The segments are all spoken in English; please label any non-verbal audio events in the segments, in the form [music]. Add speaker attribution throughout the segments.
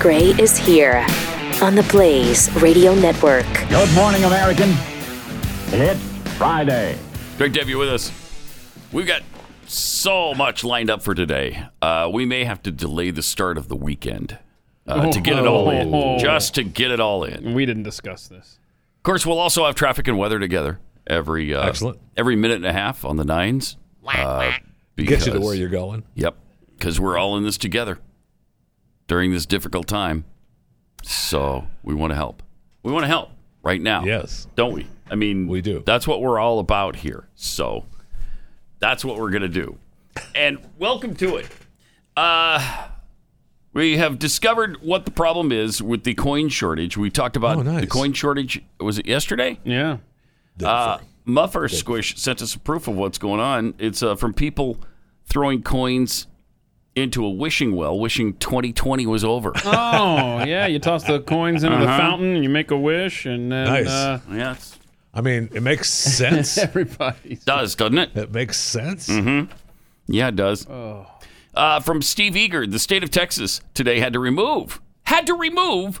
Speaker 1: Gray is here on the Blaze Radio Network.
Speaker 2: Good morning, American. It's Friday.
Speaker 3: Great to have you with us. We've got so much lined up for today. Uh, we may have to delay the start of the weekend uh, to get it all in, just to get it all in.
Speaker 4: We didn't discuss this.
Speaker 3: Of course, we'll also have traffic and weather together every uh,
Speaker 5: Excellent.
Speaker 3: every minute and a half on the nines. Uh,
Speaker 5: Get you to
Speaker 3: because-
Speaker 5: where you're going.
Speaker 3: Yep, because we're all in this together during this difficult time. So we want to help. We want to help right now.
Speaker 5: Yes.
Speaker 3: don't we? I mean,
Speaker 5: We do.
Speaker 3: That's what we're all about here. So that's what we're going to do. And welcome to it. Uh, we have discovered what the problem is with the coin shortage. We talked about
Speaker 5: Oh, nice.
Speaker 3: the coin shortage. Was it yesterday?
Speaker 4: Yeah.
Speaker 3: Uh, Muffer Squish sent us a proof of what's going on. It's uh, from people throwing coins into a wishing well, wishing 2020 was over. Uh-huh.
Speaker 4: Oh, yeah. You toss the coins into the fountain, and you make a wish, and then
Speaker 5: Uh-huh. Nice.
Speaker 4: uh, [laughs]
Speaker 3: yeah, it
Speaker 5: I mean, it
Speaker 3: [laughs]
Speaker 5: makes sense.
Speaker 4: everybody's.
Speaker 3: does, doesn't it? Mm-hmm.
Speaker 5: it makes sense.
Speaker 3: Yeah, it does.
Speaker 4: Oh.
Speaker 3: Uh, from Steve Eager, the state of Texas today had to remove, had to remove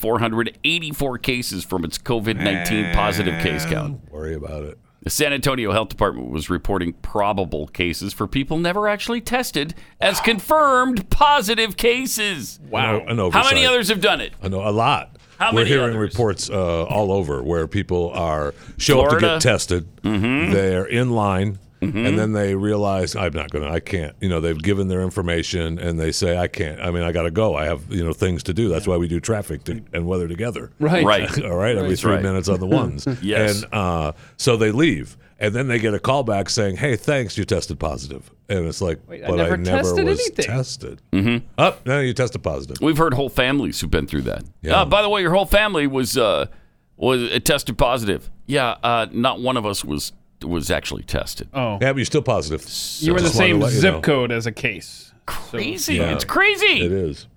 Speaker 3: 3,484 cases from its COVID 19 positive case count.
Speaker 5: Don't worry about it.
Speaker 3: The San Antonio Health Department was reporting probable cases for people never actually tested as confirmed positive cases.
Speaker 5: Wow. An
Speaker 3: How
Speaker 5: oversight.
Speaker 3: many others have done it?
Speaker 5: I know a lot.
Speaker 3: How
Speaker 5: We're
Speaker 3: many
Speaker 5: hearing
Speaker 3: others?
Speaker 5: reports uh, all over where people are show up to
Speaker 3: Florida. Mm-hmm.
Speaker 5: get tested. They're in line, and then they realize I'm not gonna, I can't. You know, they've given their information, and they say I can't. I mean, I gotta go. I have you know things to do. That's why we do traffic to, and weather together.
Speaker 4: Right.
Speaker 3: Right.
Speaker 5: [laughs] all right, every three
Speaker 3: right.
Speaker 5: minutes on
Speaker 3: [laughs]
Speaker 5: the ones.
Speaker 3: Yes.
Speaker 5: And uh, so they leave. And then they get a call back saying, hey, thanks, you tested positive. And it's like,
Speaker 4: Wait, I
Speaker 5: but
Speaker 4: never
Speaker 5: I never
Speaker 4: tested
Speaker 5: was
Speaker 4: anything."
Speaker 5: tested. Mm-hmm. Oh, no, you tested positive.
Speaker 3: We've heard whole families who've been through that.
Speaker 5: Yeah.
Speaker 3: Uh, by the way, your whole family was uh, was uh, tested positive. Yeah, uh, not one of us was was actually tested.
Speaker 4: Oh,
Speaker 5: Yeah, but you're still positive.
Speaker 4: you were in the
Speaker 5: Just wanted to
Speaker 4: same
Speaker 5: let you
Speaker 4: zip
Speaker 5: know.
Speaker 4: code as a case.
Speaker 3: crazy.
Speaker 5: Yeah.
Speaker 3: It's crazy.
Speaker 5: It is.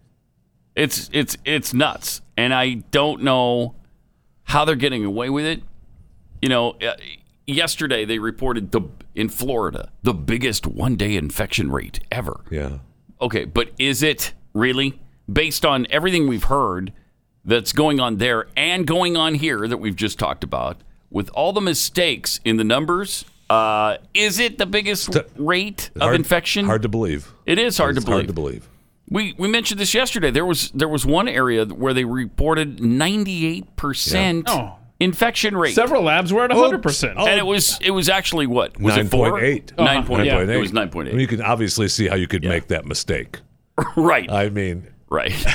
Speaker 3: It's it's it's nuts, and I don't know how they're getting away with it. You know, uh, yesterday they reported the in Florida the biggest one day infection rate ever.
Speaker 5: Yeah.
Speaker 3: Okay, but is it really based on everything we've heard that's going on there and going on here that we've just talked about with all the mistakes in the numbers? Uh, is it the biggest rate of
Speaker 5: Hard-
Speaker 3: infection?
Speaker 5: Hard to believe.
Speaker 3: it is hard
Speaker 5: It's
Speaker 3: to believe.
Speaker 5: Hard to believe.
Speaker 3: We we mentioned this yesterday. There was there was one area where they reported 98%
Speaker 4: Yeah. Oh.
Speaker 3: infection rate.
Speaker 4: Several labs were at 100%.
Speaker 3: and it was it was actually what? Was it 4?
Speaker 5: 9.8.
Speaker 3: 9.8.
Speaker 4: Oh. Yeah.
Speaker 3: It was
Speaker 5: I mean,
Speaker 3: 9.8.
Speaker 5: you can obviously see how you could make that mistake.
Speaker 3: [laughs] right.
Speaker 5: I mean,
Speaker 3: right.
Speaker 4: [laughs]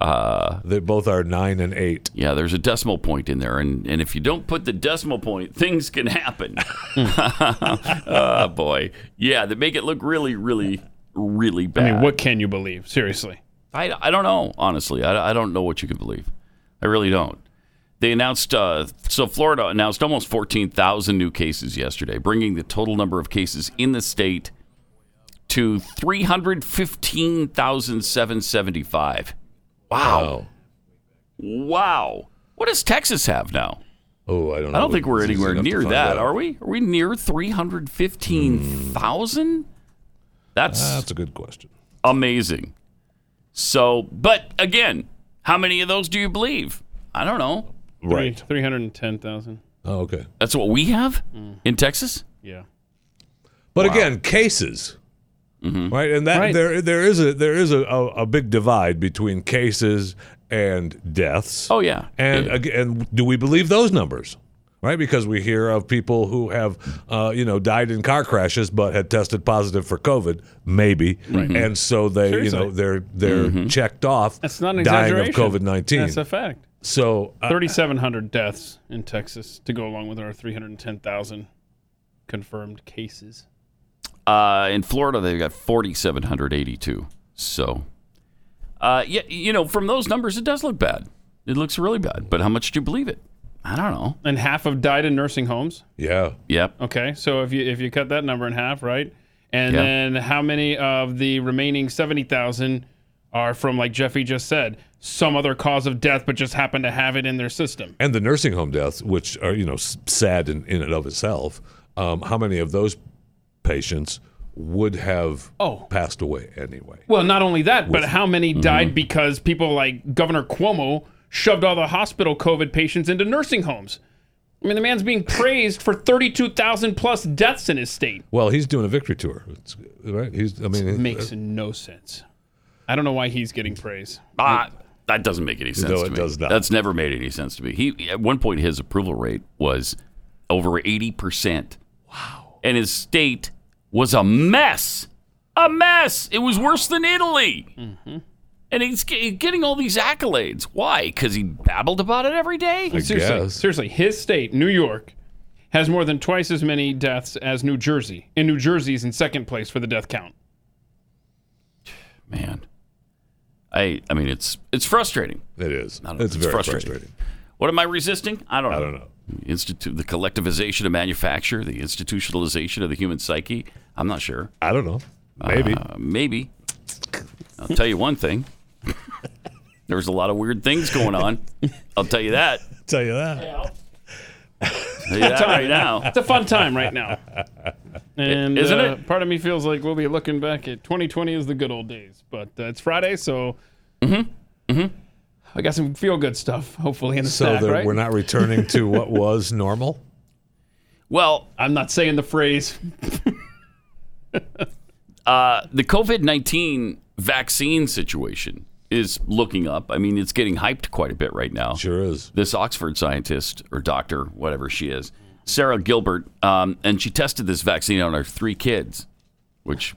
Speaker 3: Uh,
Speaker 5: they both are 9 and 8.
Speaker 3: Yeah, there's a decimal point in there, and, and if you don't put the decimal point, things
Speaker 4: [laughs]
Speaker 3: can happen. [laughs] oh boy, yeah, they make it look really, really, really bad.
Speaker 4: I mean, what can you believe? Seriously.
Speaker 3: I, I don't know, honestly. I, I don't know what you can believe. I really don't. They announced, uh, so Florida announced almost 14,000 new cases yesterday, bringing the total number of cases in the state to 315,775. Wow. Wow. What does Texas have now?
Speaker 5: Oh, I don't know.
Speaker 3: I don't think we're
Speaker 5: It's easy
Speaker 3: anywhere
Speaker 5: enough to
Speaker 3: near
Speaker 5: find
Speaker 3: that,
Speaker 5: out.
Speaker 3: are we? Are we near 315,000? That's
Speaker 5: That's a good question.
Speaker 3: amazing. So, but again, how many of those do you believe? I don't know.
Speaker 4: Three- 310,000.
Speaker 5: Oh, okay.
Speaker 3: That's what we have in Texas.
Speaker 4: Mm. Yeah.
Speaker 5: But again, cases.
Speaker 3: Mm-hmm.
Speaker 5: Right, and that
Speaker 4: Right.
Speaker 5: there there is a there is a, a, a big divide between cases and deaths.
Speaker 3: Oh yeah,
Speaker 5: and
Speaker 3: Yeah.
Speaker 5: ag- and do we believe those numbers? Right, because we hear of people who have, uh, you know, died in car crashes but had tested positive for COVID, maybe, and so they, you know,
Speaker 4: Seriously.
Speaker 5: they're they're
Speaker 3: Mm-hmm.
Speaker 5: checked off.
Speaker 4: That's not an
Speaker 5: dying of
Speaker 4: exaggeration.
Speaker 5: COVID nineteen.
Speaker 4: That's a fact.
Speaker 5: so uh,
Speaker 4: 3,700 deaths in Texas to go along with our 310,000 confirmed cases.
Speaker 3: Uh, in Florida, they've got 4,782. So, uh, yeah, you know, from those numbers, it does look bad. It looks really bad. But how much do you believe it? I don't know.
Speaker 4: And half have died in nursing homes.
Speaker 5: yeah,
Speaker 3: Yep.
Speaker 4: Okay, so if you if you cut that number in half, right? And
Speaker 3: Yeah.
Speaker 4: then how many of the remaining seventy thousand are from like Jeffy just said, some other cause of death, but just happen to have it in their system?
Speaker 5: and the nursing home deaths, which are you know s- sad in, in and of itself. Um, how many of those patients would have
Speaker 4: Oh.
Speaker 5: passed away anyway.
Speaker 4: Well, not only that, but how many
Speaker 5: Mm-hmm.
Speaker 4: died because people like Governor Cuomo shoved all the hospital COVID patients into nursing homes? I mean, the man's being praised for 32,000 plus deaths in his state.
Speaker 5: Well, he's doing a victory tour, it's, right? He's. I
Speaker 4: It
Speaker 5: mean, uh,
Speaker 4: makes no sense. I don't know why he's getting praise.
Speaker 3: Ah, that doesn't make any sense.
Speaker 5: No,
Speaker 3: to
Speaker 5: it
Speaker 3: me.
Speaker 5: does not.
Speaker 3: That's never made any sense to me. He at one point his approval rate was over eighty percent. Wow. And his state was a mess, a mess. It was worse than Italy.
Speaker 5: Mm-hmm.
Speaker 3: And he's ge- getting all these accolades. Why? Because he babbled about it every day.
Speaker 4: Seriously,
Speaker 5: guess.
Speaker 4: seriously, his state, New York, has more than twice as many deaths as New Jersey. And New Jersey's in second place for the death count.
Speaker 3: Man, I I mean it's it's frustrating.
Speaker 5: it is.
Speaker 3: don't know.
Speaker 5: It's
Speaker 3: It's
Speaker 5: very
Speaker 3: frustrating.
Speaker 5: frustrating.
Speaker 3: What am I resisting? I don't know.
Speaker 5: I don't know.
Speaker 3: Institute the collectivization of manufacture, the institutionalization of the human psyche. I'm not sure.
Speaker 5: I don't know. Maybe.
Speaker 3: Uh, maybe. I'll tell you one thing. there was a lot of weird things going on. I'll tell you that.
Speaker 5: tell you that.
Speaker 3: I'll tell you that right now.
Speaker 4: It's a fun time right now. And
Speaker 3: Isn't
Speaker 4: uh,
Speaker 3: it?
Speaker 4: part of me feels like we'll be looking back at 2020 as the good old days. But uh, it's Friday, so.
Speaker 3: Mm-hmm.
Speaker 4: I got some feel good stuff, hopefully, in the
Speaker 5: So
Speaker 4: stack,
Speaker 5: that
Speaker 4: right?
Speaker 5: we're not returning
Speaker 3: [laughs]
Speaker 5: to what was normal.
Speaker 3: Well,
Speaker 4: I'm not saying the phrase.
Speaker 3: Uh, the COVID 19 vaccine situation is looking up. I mean, it's getting hyped quite a bit right now.
Speaker 5: Sure is.
Speaker 3: this Oxford scientist or doctor, whatever she is, Sarah Gilbert, um, and she tested this vaccine on her three kids, which,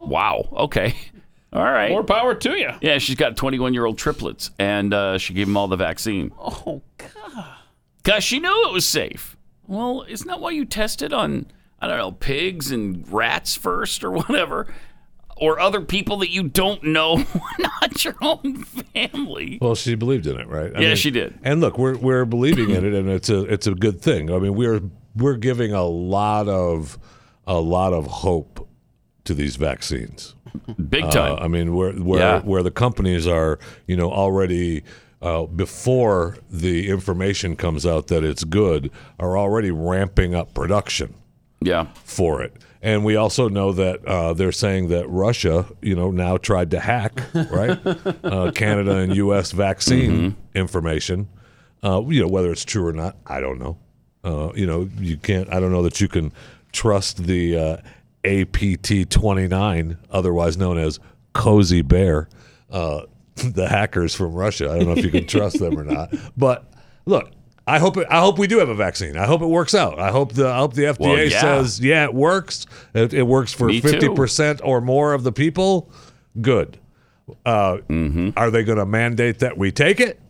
Speaker 3: wow, okay, [laughs] all right.
Speaker 4: More power to you.
Speaker 3: yeah, she's got 21 year old triplets, and uh, she gave them all the vaccine. Oh, God. Because she knew it was safe. Well, isn't that why you tested on, I don't know, pigs and rats first or whatever? Or other people that you don't know, [laughs] not your own family.
Speaker 5: Well, she believed in it, right? I
Speaker 3: Yeah, she did.
Speaker 5: And look, we're we're believing in it, and it's a it's a good thing. I mean, we're we're giving a lot of a lot of hope to these vaccines.
Speaker 3: Big
Speaker 5: Uh,
Speaker 3: time.
Speaker 5: I mean, where where
Speaker 3: Yeah.
Speaker 5: where the companies are, you know, already uh, before the information comes out that it's good, are already ramping up production
Speaker 3: yeah.
Speaker 5: for it. And we also know that uh, they're saying that Russia, you know, now tried to hack
Speaker 3: [laughs]
Speaker 5: right uh, Canada and U.S. vaccine
Speaker 3: Mm-hmm.
Speaker 5: information. Uh, you know whether it's true or not, I don't know. Uh, you know, you can't. I don't know that you can trust the uh, APT twenty nine, otherwise known as Cozy Bear, uh, [laughs] the hackers from Russia. I don't know if you can trust them or not.
Speaker 3: [laughs]
Speaker 5: But look, I hope it, I hope we do have a vaccine. I hope it works out. I hope the I hope the FDA
Speaker 3: Well, yeah.
Speaker 5: says yeah, it works. It, it works for
Speaker 3: Me too.
Speaker 5: fifty percent or more of the people. Good. Uh,
Speaker 3: Mm-hmm.
Speaker 5: Are they going to mandate that we take it?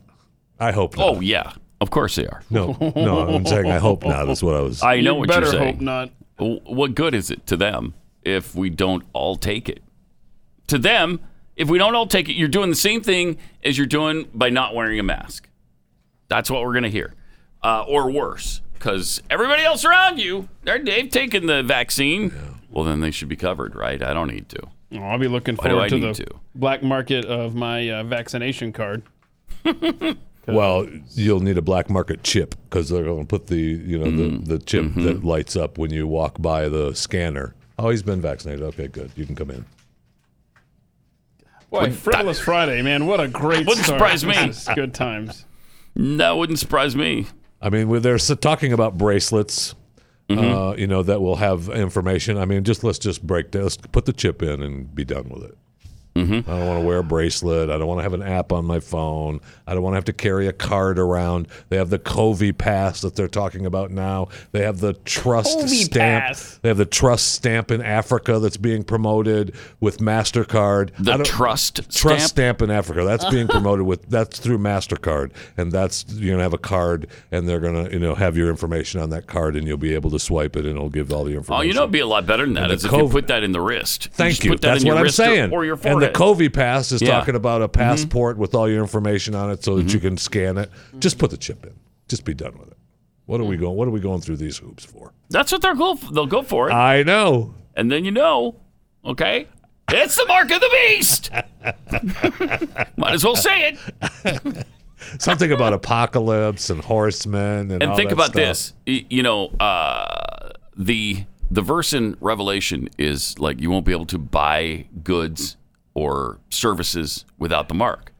Speaker 5: I hope not.
Speaker 3: Oh yeah, of course they are.
Speaker 5: No, no, I'm saying I hope not. Is what I was.
Speaker 3: I know
Speaker 4: you
Speaker 3: what
Speaker 4: better
Speaker 3: you're
Speaker 4: hope
Speaker 3: saying.
Speaker 4: not.
Speaker 3: W- What good is it to them if we don't all take it? To them, if we don't all take it, you're doing the same thing as you're doing by not wearing a mask. That's what we're gonna hear, uh, or worse, because everybody else around you, they're, they've taken the vaccine. Well, then they should be covered, right? I don't need to.
Speaker 4: Oh, I'll be looking
Speaker 3: do I
Speaker 4: forward to the
Speaker 3: need to?
Speaker 4: black market of my uh, vaccination card.
Speaker 5: well, you'll need a black market chip because they're going to put the you know
Speaker 3: Mm-hmm.
Speaker 5: the, the chip that lights up when you walk by the scanner. Oh, he's been vaccinated. Okay, good. You can come in.
Speaker 4: Boy, Frivolous Friday, man. What a great
Speaker 3: Wouldn't
Speaker 4: start.
Speaker 3: surprise me.
Speaker 4: This is good times.
Speaker 3: That wouldn't surprise me.
Speaker 5: I mean, when they're s- talking about bracelets,
Speaker 3: Mm-hmm.
Speaker 5: uh, you know, that will have information. I mean, just let's just break down, let's put the chip in and be done with it.
Speaker 3: Mm-hmm.
Speaker 5: I don't want to wear a bracelet. I don't want to have an app on my phone. I don't want to have to carry a card around. They have the Covey Pass that they're talking about now. They have the trust
Speaker 4: Covey
Speaker 5: stamp.
Speaker 4: Pass.
Speaker 5: They have the trust stamp in Africa that's being promoted with Mastercard. I
Speaker 3: The
Speaker 5: don't-
Speaker 3: trust stamp.
Speaker 5: Trust stamp in Africa. That's
Speaker 3: [laughs]
Speaker 5: being promoted with that's through Mastercard, and that's you're gonna have a card, and they're gonna you know have your information on that card, and you'll be able to swipe it, and it'll give all the information.
Speaker 3: Oh, you know, it'd be a lot better than that
Speaker 5: the
Speaker 3: is if you
Speaker 5: COVID
Speaker 3: put that in the wrist.
Speaker 5: Thank
Speaker 3: just
Speaker 5: you.
Speaker 3: Put that
Speaker 5: That's
Speaker 3: in your
Speaker 5: what I'm
Speaker 3: wrist or-
Speaker 5: saying.
Speaker 3: Or your
Speaker 5: and
Speaker 3: forehead.
Speaker 5: the Covey Pass is
Speaker 3: Yeah. Mm-hmm.
Speaker 5: talking about a passport with all your information on it, so that you can scan it.
Speaker 3: Mm-hmm.
Speaker 5: Just put the chip in. Just be done with it. What
Speaker 3: Mm.
Speaker 5: are we going? What are we going through these hoops for?
Speaker 3: That's what they're go. They'll go for it.
Speaker 5: I know.
Speaker 3: and then you know, okay, it's the mark of the
Speaker 5: [laughs]
Speaker 3: beast. Might as well say it.
Speaker 5: Something about apocalypse and horsemen and
Speaker 3: And
Speaker 5: all
Speaker 3: think
Speaker 5: that
Speaker 3: about
Speaker 5: stuff.
Speaker 3: this. Y- You know, uh, the the verse in Revelation is like you won't be able to buy goods or services without the mark.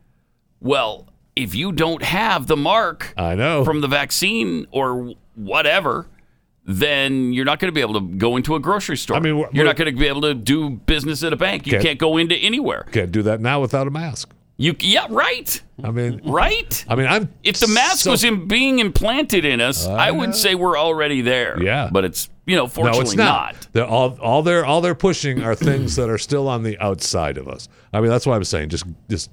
Speaker 3: Well, if you don't have the mark
Speaker 5: I know.
Speaker 3: from the vaccine or whatever, then you're not going to be able to go into a grocery store.
Speaker 5: I mean, we're-
Speaker 3: you're not going to be able to do business at a bank. You
Speaker 5: Okay.
Speaker 3: can't go into anywhere.
Speaker 5: Can't do that now without a mask.
Speaker 3: You yeah, right.
Speaker 5: I mean,
Speaker 3: Right?
Speaker 5: I mean, I'm.
Speaker 3: if the mask
Speaker 5: so- Uh-huh.
Speaker 3: was in being implanted in us, I would say we're already there.
Speaker 5: Yeah.
Speaker 3: But it's, you know,
Speaker 5: No,
Speaker 3: fortunately
Speaker 5: it's not. They're all all they're all they're pushing are things that are still on the outside of us. I mean, that's why I'm saying just just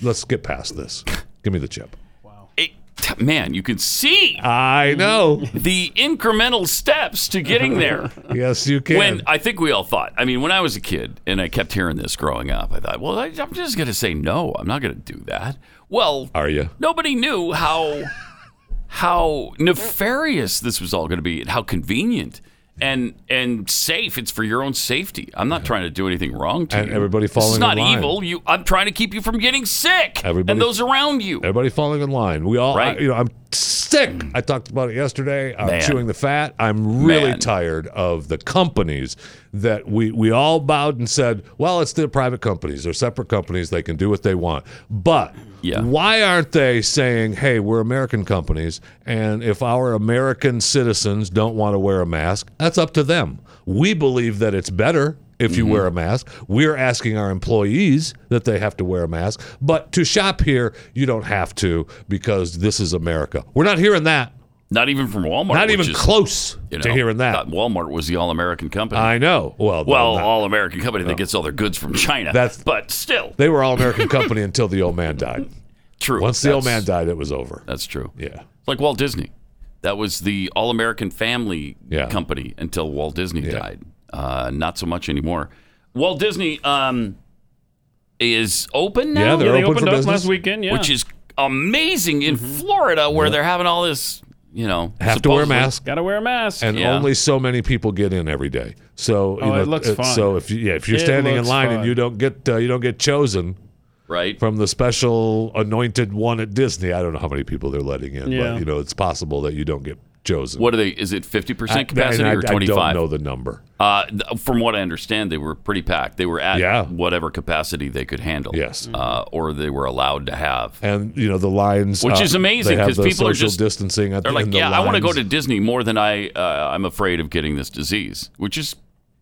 Speaker 5: let's get past this. Give me the chip.
Speaker 3: It, t- man, you can see
Speaker 5: I know.
Speaker 3: the incremental steps to getting there.
Speaker 5: Yes, you can.
Speaker 3: When I think we all thought, I mean, when I was a kid and I kept hearing this growing up, I thought, well, I, I'm just going to say no. I'm not going to do that. Well,
Speaker 5: are you?
Speaker 3: nobody knew how how Oh, nefarious this was all going to be and how convenient and and safe it's for your own safety i'm not trying to do anything wrong to
Speaker 5: And
Speaker 3: you
Speaker 5: everybody
Speaker 3: this is
Speaker 5: following
Speaker 3: not
Speaker 5: in line.
Speaker 3: evil you i'm trying to keep you from getting sick
Speaker 5: Everybody-
Speaker 3: and those around you
Speaker 5: Everybody falling in line. We all,
Speaker 3: Right.
Speaker 5: I- you know, I'm sick. I talked about it yesterday. I'm
Speaker 3: Man.
Speaker 5: chewing the fat. I'm really
Speaker 3: Man.
Speaker 5: tired of the companies that we we all bowed and said, "Well, it's their private companies. They're separate companies. They can do what they want." But
Speaker 3: Yeah.
Speaker 5: why aren't they saying, "Hey, we're American companies, and if our American citizens don't want to wear a mask, that's up to them. We believe that it's better." If you wear a mask, we're asking our employees that they have to wear a mask. But to shop here, you don't have to because this is America. We're not hearing that.
Speaker 3: not even from walmart
Speaker 5: Not
Speaker 3: which
Speaker 5: even
Speaker 3: is,
Speaker 5: close
Speaker 3: you know,
Speaker 5: to hearing that.
Speaker 3: thought walmart was the all-american company
Speaker 5: I know. Well, no,
Speaker 3: well
Speaker 5: not-
Speaker 3: all american company that gets all their goods from china
Speaker 5: That's-
Speaker 3: but still
Speaker 5: they were all American company until the old man died.
Speaker 3: [laughs] true
Speaker 5: Once the old man
Speaker 3: That's-
Speaker 5: died, it was over.
Speaker 3: that's true
Speaker 5: Yeah.
Speaker 3: Like Walt Disney. That was the All American Family
Speaker 5: Yeah.
Speaker 3: Company until Walt Disney died. Uh, not so much anymore. Walt Disney um, is open now,
Speaker 5: Yeah, they're
Speaker 4: they
Speaker 5: open
Speaker 4: opened
Speaker 5: for
Speaker 4: up
Speaker 5: business?
Speaker 4: last weekend. Yeah,
Speaker 3: which is amazing in Florida where they're having all this, you know,
Speaker 5: Have to wear a
Speaker 3: supposedly-
Speaker 5: mask.
Speaker 4: gotta wear a mask.
Speaker 5: And
Speaker 3: Yeah.
Speaker 5: only so many people get in every day. So you
Speaker 4: Oh,
Speaker 5: know,
Speaker 4: it looks
Speaker 5: uh,
Speaker 4: fun.
Speaker 5: so if you, yeah, if you're
Speaker 4: It
Speaker 5: standing in
Speaker 4: looks
Speaker 5: line and
Speaker 4: fun.
Speaker 5: you don't get uh, you don't get chosen
Speaker 3: Right.
Speaker 5: from the special anointed one at Disney, I don't know how many people they're letting in,
Speaker 4: Yeah.
Speaker 5: but you know it's possible that you don't get chosen.
Speaker 3: What are they? Is it 50%
Speaker 5: I- and
Speaker 3: capacity
Speaker 5: I,
Speaker 3: or
Speaker 5: I
Speaker 3: 25?
Speaker 5: don't know the number.
Speaker 3: Uh, th- from what I understand, they were pretty packed. They were at
Speaker 5: Yeah.
Speaker 3: whatever capacity they could handle.
Speaker 5: Yes.
Speaker 3: Uh, or they were allowed to have.
Speaker 5: And you know the lines,
Speaker 3: Which
Speaker 5: uh,
Speaker 3: is amazing
Speaker 5: they have
Speaker 3: 'cause
Speaker 5: the
Speaker 3: people are
Speaker 5: social
Speaker 3: just-
Speaker 5: distancing. At
Speaker 3: They're
Speaker 5: the,
Speaker 3: like,
Speaker 5: and the
Speaker 3: yeah, I want to go
Speaker 5: lines."
Speaker 3: to Disney more than I uh, I'm afraid of getting this disease, which is,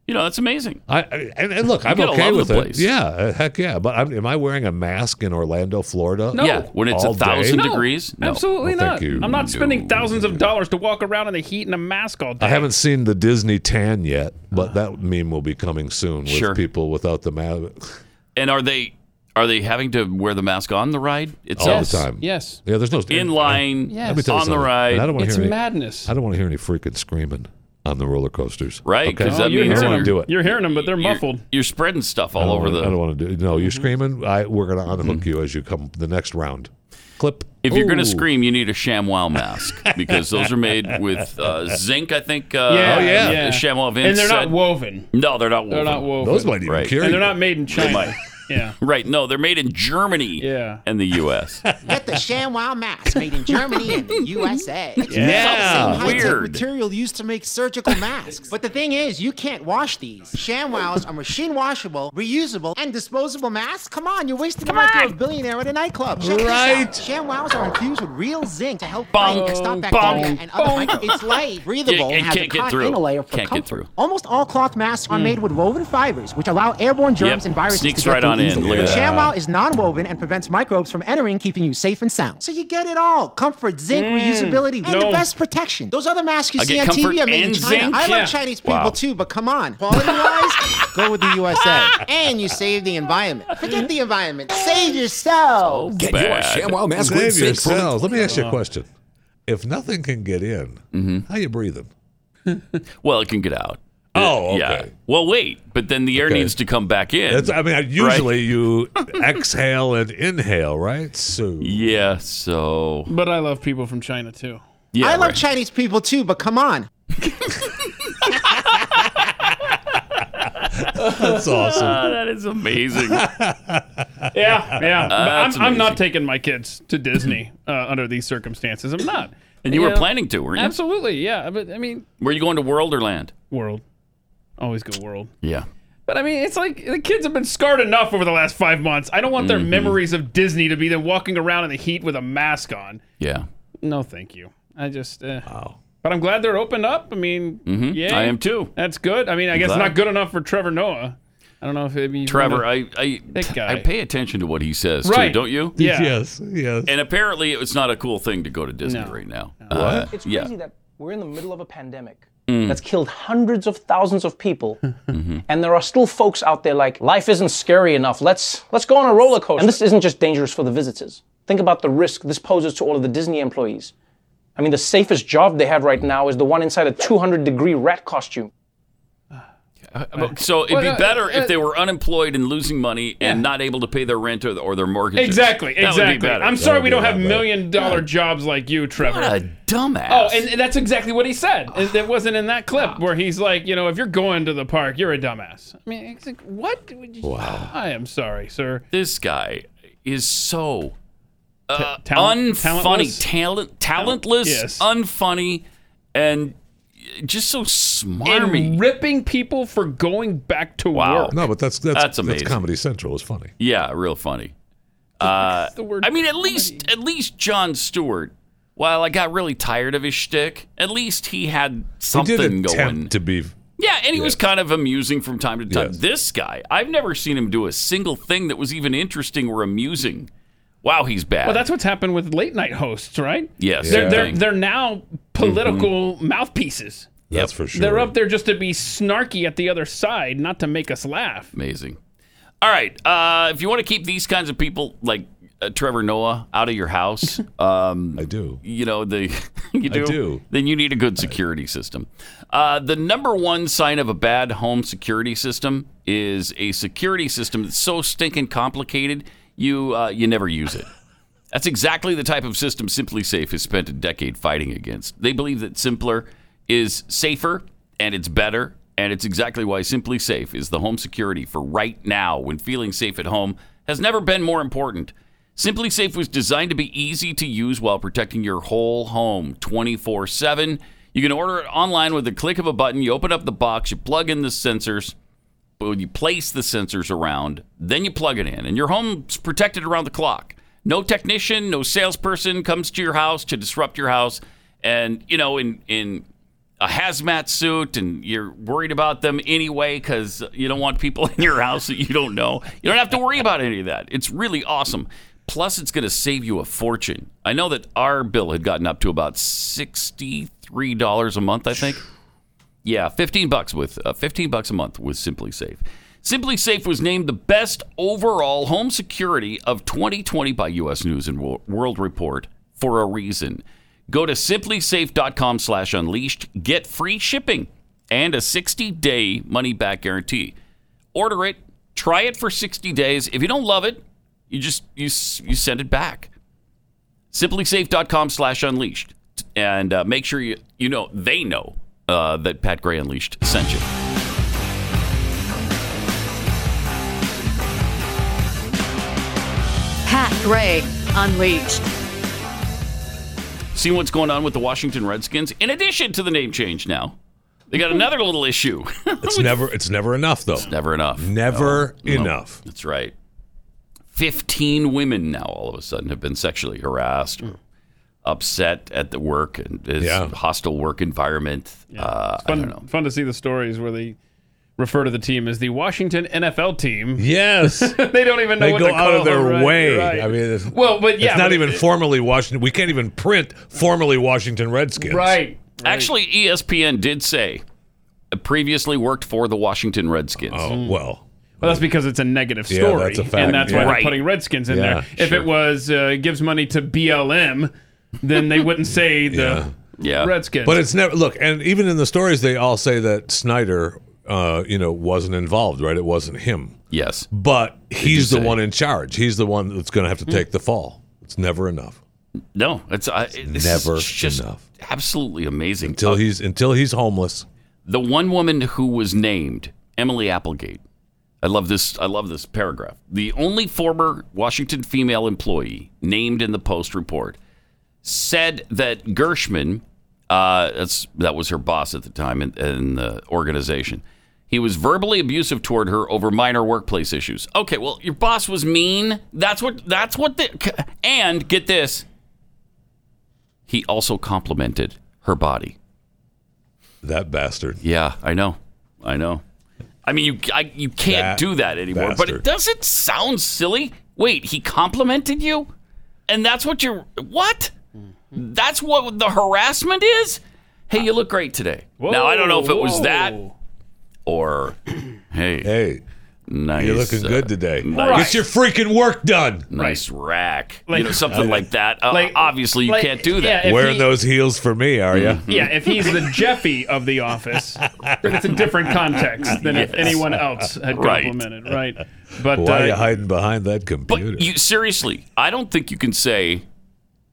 Speaker 3: you know, that's amazing.
Speaker 5: I, I- and, and look, I'm
Speaker 3: gotta
Speaker 5: okay
Speaker 3: love
Speaker 5: with
Speaker 3: the
Speaker 5: it.
Speaker 3: place.
Speaker 5: Yeah, uh, heck yeah. But I'm, am I wearing a mask in Orlando, Florida? No,
Speaker 3: Yeah, when it's a thousand degrees. No.
Speaker 4: Absolutely
Speaker 5: Well,
Speaker 4: not.
Speaker 5: thank you.
Speaker 4: I'm not
Speaker 3: No.
Speaker 4: spending thousands of dollars to walk around in the heat in a mask all day.
Speaker 5: I haven't seen the Disney tan yet, but that meme will be coming soon with
Speaker 3: Sure.
Speaker 5: people without the mask
Speaker 3: And are they are they having to wear the mask on the ride
Speaker 5: all
Speaker 3: itself?
Speaker 5: the time.
Speaker 4: Yes.
Speaker 5: Yeah, there's no
Speaker 3: In line,
Speaker 4: Yes.
Speaker 5: Let me tell you
Speaker 3: on the
Speaker 5: something. And I
Speaker 3: ride.
Speaker 5: don't want to
Speaker 4: It's
Speaker 5: hear any,
Speaker 4: madness.
Speaker 5: I don't want to hear any freaking screaming on the roller coasters.
Speaker 3: Right,
Speaker 5: Okay. Oh,
Speaker 3: 'cause that
Speaker 5: I
Speaker 3: means
Speaker 5: don't
Speaker 3: you're-
Speaker 5: want to do it.
Speaker 4: Oh, You're hearing them, but they're muffled.
Speaker 3: You're, you're spreading stuff
Speaker 5: I
Speaker 3: all
Speaker 5: don't
Speaker 3: over
Speaker 5: wanna- I
Speaker 3: the. Mm-hmm.
Speaker 5: don't want to do. No,
Speaker 4: Mm-hmm.
Speaker 5: you're screaming. I we're gonna unhook you as you come the next round. Clip.
Speaker 3: If you're going to
Speaker 5: Ooh.
Speaker 3: scream, you need a ShamWow mask because those are made with uh, zinc, I think. Uh,
Speaker 4: yeah,
Speaker 5: Oh, yeah.
Speaker 3: ShamWow Vince
Speaker 4: And they're
Speaker 3: said-
Speaker 4: not
Speaker 3: [laughs]
Speaker 4: woven.
Speaker 3: No, they're not.
Speaker 4: They're
Speaker 3: woven.
Speaker 4: not woven.
Speaker 5: Those might even
Speaker 3: Right.
Speaker 5: cure
Speaker 4: and they're
Speaker 5: you.
Speaker 4: not made in China. yeah.
Speaker 3: [laughs] Right? No, they're made in Germany.
Speaker 4: Yeah.
Speaker 3: And the
Speaker 4: [laughs]
Speaker 3: U.S.
Speaker 6: Get the ShamWow mask made in Germany and the USA. It's
Speaker 5: Yeah.
Speaker 6: the same high-tech
Speaker 3: Weird.
Speaker 6: material used to make surgical masks. But the thing is, you can't wash these. ShamWows are machine washable, reusable, and disposable masks. Come on, you're wasting the life of a billionaire at a nightclub. Check this out.
Speaker 5: Right.
Speaker 6: ShamWows are infused with real zinc to help
Speaker 3: Bonk,
Speaker 6: fight
Speaker 3: bonk,
Speaker 6: stop bacteria and other
Speaker 3: bonk.
Speaker 6: micro- It's light, breathable,
Speaker 3: Yeah, it
Speaker 6: and has
Speaker 3: can't
Speaker 6: a
Speaker 3: get
Speaker 6: cotton
Speaker 3: through.
Speaker 6: inner layer for
Speaker 3: Can't get
Speaker 6: comfort.
Speaker 3: through.
Speaker 6: Almost all cloth masks are made with woven fibers, which allow airborne germs
Speaker 3: Hmm. Yep.
Speaker 6: and viruses
Speaker 3: Sneaks
Speaker 6: to get
Speaker 3: right
Speaker 6: through
Speaker 3: on in.
Speaker 6: easily.
Speaker 3: Look at
Speaker 6: The
Speaker 3: that.
Speaker 6: ShamWow Towel is non-woven and prevents microbes from entering, keeping you safe and sound. So you get it all: comfort, zinc, reusability, and
Speaker 4: no.
Speaker 6: the best protection. Those other masks you
Speaker 3: Hmm. I
Speaker 6: see
Speaker 3: get
Speaker 6: on
Speaker 3: comfort
Speaker 6: TV are made in
Speaker 3: and
Speaker 6: China.
Speaker 3: zinc?
Speaker 6: I love
Speaker 4: Yeah.
Speaker 6: Chinese people
Speaker 3: Wow.
Speaker 6: too, but come on,
Speaker 3: [laughs]
Speaker 6: quality-wise, go with the USA. And you save the environment. Forget the environment. Save yourself.
Speaker 7: Get
Speaker 3: Bad.
Speaker 7: your ShamWow mask with
Speaker 5: Save
Speaker 7: zinc from
Speaker 5: yourselves. Let me ask you a question. If nothing can get in,
Speaker 3: Mm-hmm.
Speaker 5: how you breathing?
Speaker 3: Well, it can get out.
Speaker 5: Oh, okay.
Speaker 3: Yeah. Well, wait, but then the air
Speaker 5: Okay.
Speaker 3: needs to come back in.
Speaker 5: That's, I mean, usually
Speaker 3: [laughs]
Speaker 5: you exhale and inhale, right? So
Speaker 3: yeah. So
Speaker 4: But I love people from China too.
Speaker 3: yeah,
Speaker 6: I love
Speaker 3: right.
Speaker 6: Chinese people too, but come on.
Speaker 5: that's awesome.
Speaker 3: Ah, that
Speaker 5: [laughs]
Speaker 3: is amazing. Ah,
Speaker 4: Yeah, yeah. But
Speaker 3: that's
Speaker 4: I'm, I'm
Speaker 3: amazing.
Speaker 4: not taking my kids to Disney uh, under these circumstances. I'm not.
Speaker 3: and you were
Speaker 4: know,
Speaker 3: planning to, were you?
Speaker 4: Absolutely, yeah. But I mean,
Speaker 3: Were you going to Worlderland?
Speaker 4: world. Always good world.
Speaker 3: Yeah.
Speaker 4: But I mean, it's like the kids have been scarred enough over the last five months. I don't want their memories of Disney to be them walking around in the heat with a mask on.
Speaker 3: Yeah.
Speaker 4: No, thank you. I just. Uh, But I'm glad they're opened up. I mean, yeah,
Speaker 3: Mm-hmm. I am too.
Speaker 4: That's good. I mean, I guess
Speaker 3: glad.
Speaker 4: not good enough for Trevor Noah. I don't know if it'd be
Speaker 3: Trevor, I I,
Speaker 4: That guy.
Speaker 3: I pay attention to what he says
Speaker 4: Right.
Speaker 3: too, don't you?
Speaker 4: Yeah.
Speaker 5: Yes, yes.
Speaker 3: And apparently, it's not a cool thing to go to Disney
Speaker 4: No.
Speaker 3: right now. Uh,
Speaker 7: It's
Speaker 3: yeah. Mm.
Speaker 7: crazy that we're in the middle of a pandemic that's killed hundreds of thousands of people, [laughs] and there are still folks out there like life isn't scary enough. Let's let's go on a roller coaster. And this isn't just dangerous for the visitors. Think about the risk this poses to all of the Disney employees. I mean, the safest job they have right now is the one inside a 200 degree rat costume.
Speaker 3: Uh, So it'd
Speaker 4: Well,
Speaker 3: be
Speaker 4: uh,
Speaker 3: better
Speaker 4: uh,
Speaker 3: if they were unemployed and losing money and not able to pay their rent or, or their mortgage.
Speaker 4: Exactly,
Speaker 3: That
Speaker 4: exactly.
Speaker 3: Would be better.
Speaker 4: I'm sorry
Speaker 5: would be
Speaker 4: we don't
Speaker 5: a lot
Speaker 4: have
Speaker 5: better.
Speaker 4: million dollar jobs like you, Trevor.
Speaker 3: What a dumbass.
Speaker 4: Oh, and and that's exactly what he said. It it wasn't in that clip where he's like, you know, if you're going to the park, you're a dumbass. I mean, it's like, what? Wow. I am sorry, sir.
Speaker 3: this guy is so uh,
Speaker 4: talent-
Speaker 3: unfunny,
Speaker 4: talentless?
Speaker 3: talent, talentless,
Speaker 4: Yes.
Speaker 3: unfunny, and just so smarmy.
Speaker 4: And ripping people for going back to
Speaker 3: Wow.
Speaker 4: work.
Speaker 5: No, but that's that's
Speaker 3: That's
Speaker 5: that's,
Speaker 3: amazing.
Speaker 5: Comedy Central. It's funny.
Speaker 3: yeah, real funny. Uh,
Speaker 4: That's the word
Speaker 3: I mean, at least at least John Stewart. While I got really tired of his shtick, at least he had
Speaker 5: He
Speaker 3: something
Speaker 5: did attempt
Speaker 3: going.
Speaker 5: to be.
Speaker 3: Yeah, and he was kind of amusing from time to time.
Speaker 5: Yes.
Speaker 3: This guy, I've never seen him do a single thing that was even interesting or amusing. Wow, he's bad.
Speaker 4: Well, that's what's happened with late night hosts, right? They're,
Speaker 3: Yes,
Speaker 4: they're,
Speaker 3: same thing. Mm-hmm.
Speaker 4: they're now political mouthpieces.
Speaker 5: That's for sure.
Speaker 4: They're up there just to be snarky at the other side, not to make us laugh.
Speaker 3: amazing. All right, uh, if you want to keep these kinds of people like uh, Trevor Noah out of your
Speaker 5: [laughs]
Speaker 3: house, um,
Speaker 5: I do.
Speaker 3: you know the [laughs] you do,
Speaker 5: do.
Speaker 3: then you need a good security system. Uh, the number one sign of a bad home security system is a security system that's so stinking complicated you uh, you never use it. That's exactly the type of system Simply Safe has spent a decade fighting against. They believe that simpler is safer and it's better, and it's exactly why Simply Safe is the home security for right now when feeling safe at home has never been more important. Simply Safe was designed to be easy to use while protecting your whole home 24 7. You can order it online with the click of a button. You open up the box, you plug in the sensors, but when you place the sensors around, then you plug it in, and your home's protected around the clock. No technician, no salesperson comes to your house to disrupt your house, and you know, in in a hazmat suit, and you're worried about them anyway because you don't want people [laughs] in your house that you don't know. You don't have to worry about any of that. It's really awesome. Plus, it's going to save you a fortune. I know that our bill had gotten up to about sixty-three dollars a month, I think. Yeah, 15 bucks with uh, 15 bucks a month with Simply Safe. Simply Safe was named the best overall home security of 2020 by US News and Wo- World Report for a reason. Go to simplysafe.com/unleashed, get free shipping and a 60-day money back guarantee. Order it, try it for 60 days. If you don't love it, you just you s- you send it back simplysafe.com slash unleashed and uh, make sure you, you know they know uh, that pat gray unleashed sent you
Speaker 8: Pat Gray Unleashed.
Speaker 3: see what's going on with the washington redskins in addition to the name change now they got another little issue [laughs]
Speaker 5: It's never. It's never enough though.
Speaker 3: never enough
Speaker 5: Never enough.
Speaker 3: that's right 15 women now all of a sudden have been sexually harassed
Speaker 4: Hmm.
Speaker 3: or upset at the work and this
Speaker 5: Yeah.
Speaker 3: hostile work environment uh, i
Speaker 4: Fun,
Speaker 3: don't know
Speaker 4: fun to see the stories where they refer to the team as the Washington NFL team.
Speaker 5: Yes.
Speaker 4: [laughs] they don't even know
Speaker 5: They
Speaker 4: what
Speaker 5: go
Speaker 4: to call
Speaker 5: out of their
Speaker 4: them, right,
Speaker 5: way.
Speaker 4: right.
Speaker 5: I mean, it's,
Speaker 4: well, but yeah,
Speaker 5: it's not
Speaker 4: but
Speaker 5: even
Speaker 4: it-
Speaker 5: formally Washington. We can't even print formally Washington Redskins.
Speaker 4: right.
Speaker 3: actually E espn did say uh, previously worked for the washington redskins
Speaker 5: Oh well.
Speaker 4: Well, that's because it's a negative
Speaker 5: Yeah,
Speaker 4: story,
Speaker 5: that's a fact,
Speaker 4: and that's
Speaker 5: yeah.
Speaker 4: why
Speaker 3: Right.
Speaker 4: they're putting Redskins in
Speaker 5: Yeah,
Speaker 4: there. If
Speaker 5: sure.
Speaker 4: it was uh, gives money to BLM, then they wouldn't say the
Speaker 3: yeah
Speaker 4: Redskins.
Speaker 5: But it's never look, and even in the stories, they all say that Snyder, uh, you know, wasn't involved. Right? It wasn't him.
Speaker 3: Yes.
Speaker 5: But he's the
Speaker 3: say.
Speaker 5: one in charge. He's the one that's going to have to take the fall. It's never enough
Speaker 3: No, it's, I it's
Speaker 5: never
Speaker 3: just
Speaker 5: enough.
Speaker 3: Absolutely amazing. Uh,
Speaker 5: until he's until he's homeless.
Speaker 3: the one woman who was named Emily Applegate. I love this. I love this paragraph. The only former Washington female employee named in the Post report said that Gershman, uh, that's, that was her boss at the time in, in the organization, He was verbally abusive toward her over minor workplace issues. Okay, well, your boss was mean. That's what that's what the and get this. He also complimented her body.
Speaker 5: That bastard.
Speaker 3: Yeah, I know. I know. I mean, you I, you
Speaker 5: That
Speaker 3: can't do that anymore. But it
Speaker 5: bastard.
Speaker 3: doesn't sound silly. Wait, he complimented you, and that's what you're what? That's what the harassment is. Hey, you look great today. now I don't know if it was that
Speaker 4: whoa.
Speaker 3: or hey,
Speaker 5: Hey,
Speaker 3: nice.
Speaker 5: you're looking
Speaker 3: uh,
Speaker 5: good today.
Speaker 3: nice.
Speaker 5: Get your freaking work done.
Speaker 3: Nice rack, you
Speaker 4: Like-
Speaker 3: know, something like that. Uh,
Speaker 4: like-
Speaker 3: obviously, you
Speaker 4: like-
Speaker 3: can't do that.
Speaker 4: yeah, If
Speaker 5: Wearing
Speaker 4: he-
Speaker 5: those heels for me, are you?
Speaker 4: Yeah, if he's the Jeffy of the office, then it's a different context than
Speaker 3: [laughs]
Speaker 4: if anyone else had
Speaker 3: Right.
Speaker 4: complimented, right?
Speaker 3: Mm-hmm.
Speaker 4: But
Speaker 5: Why are you
Speaker 4: uh,
Speaker 5: hiding behind that
Speaker 3: But
Speaker 5: computer?
Speaker 3: you seriously, I don't think you can say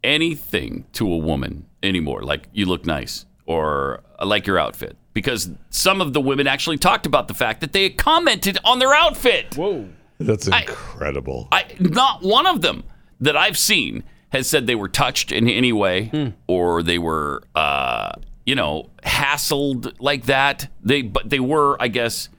Speaker 3: anything to a woman anymore. Like you look nice or I like your outfit, because some of the women actually talked about the fact that they had commented on their outfit.
Speaker 4: whoa,
Speaker 5: That's incredible.
Speaker 3: I, not one of them that I've seen has said they were touched in any way or they were, uh, you know, hassled like that. They, but they were, I guess.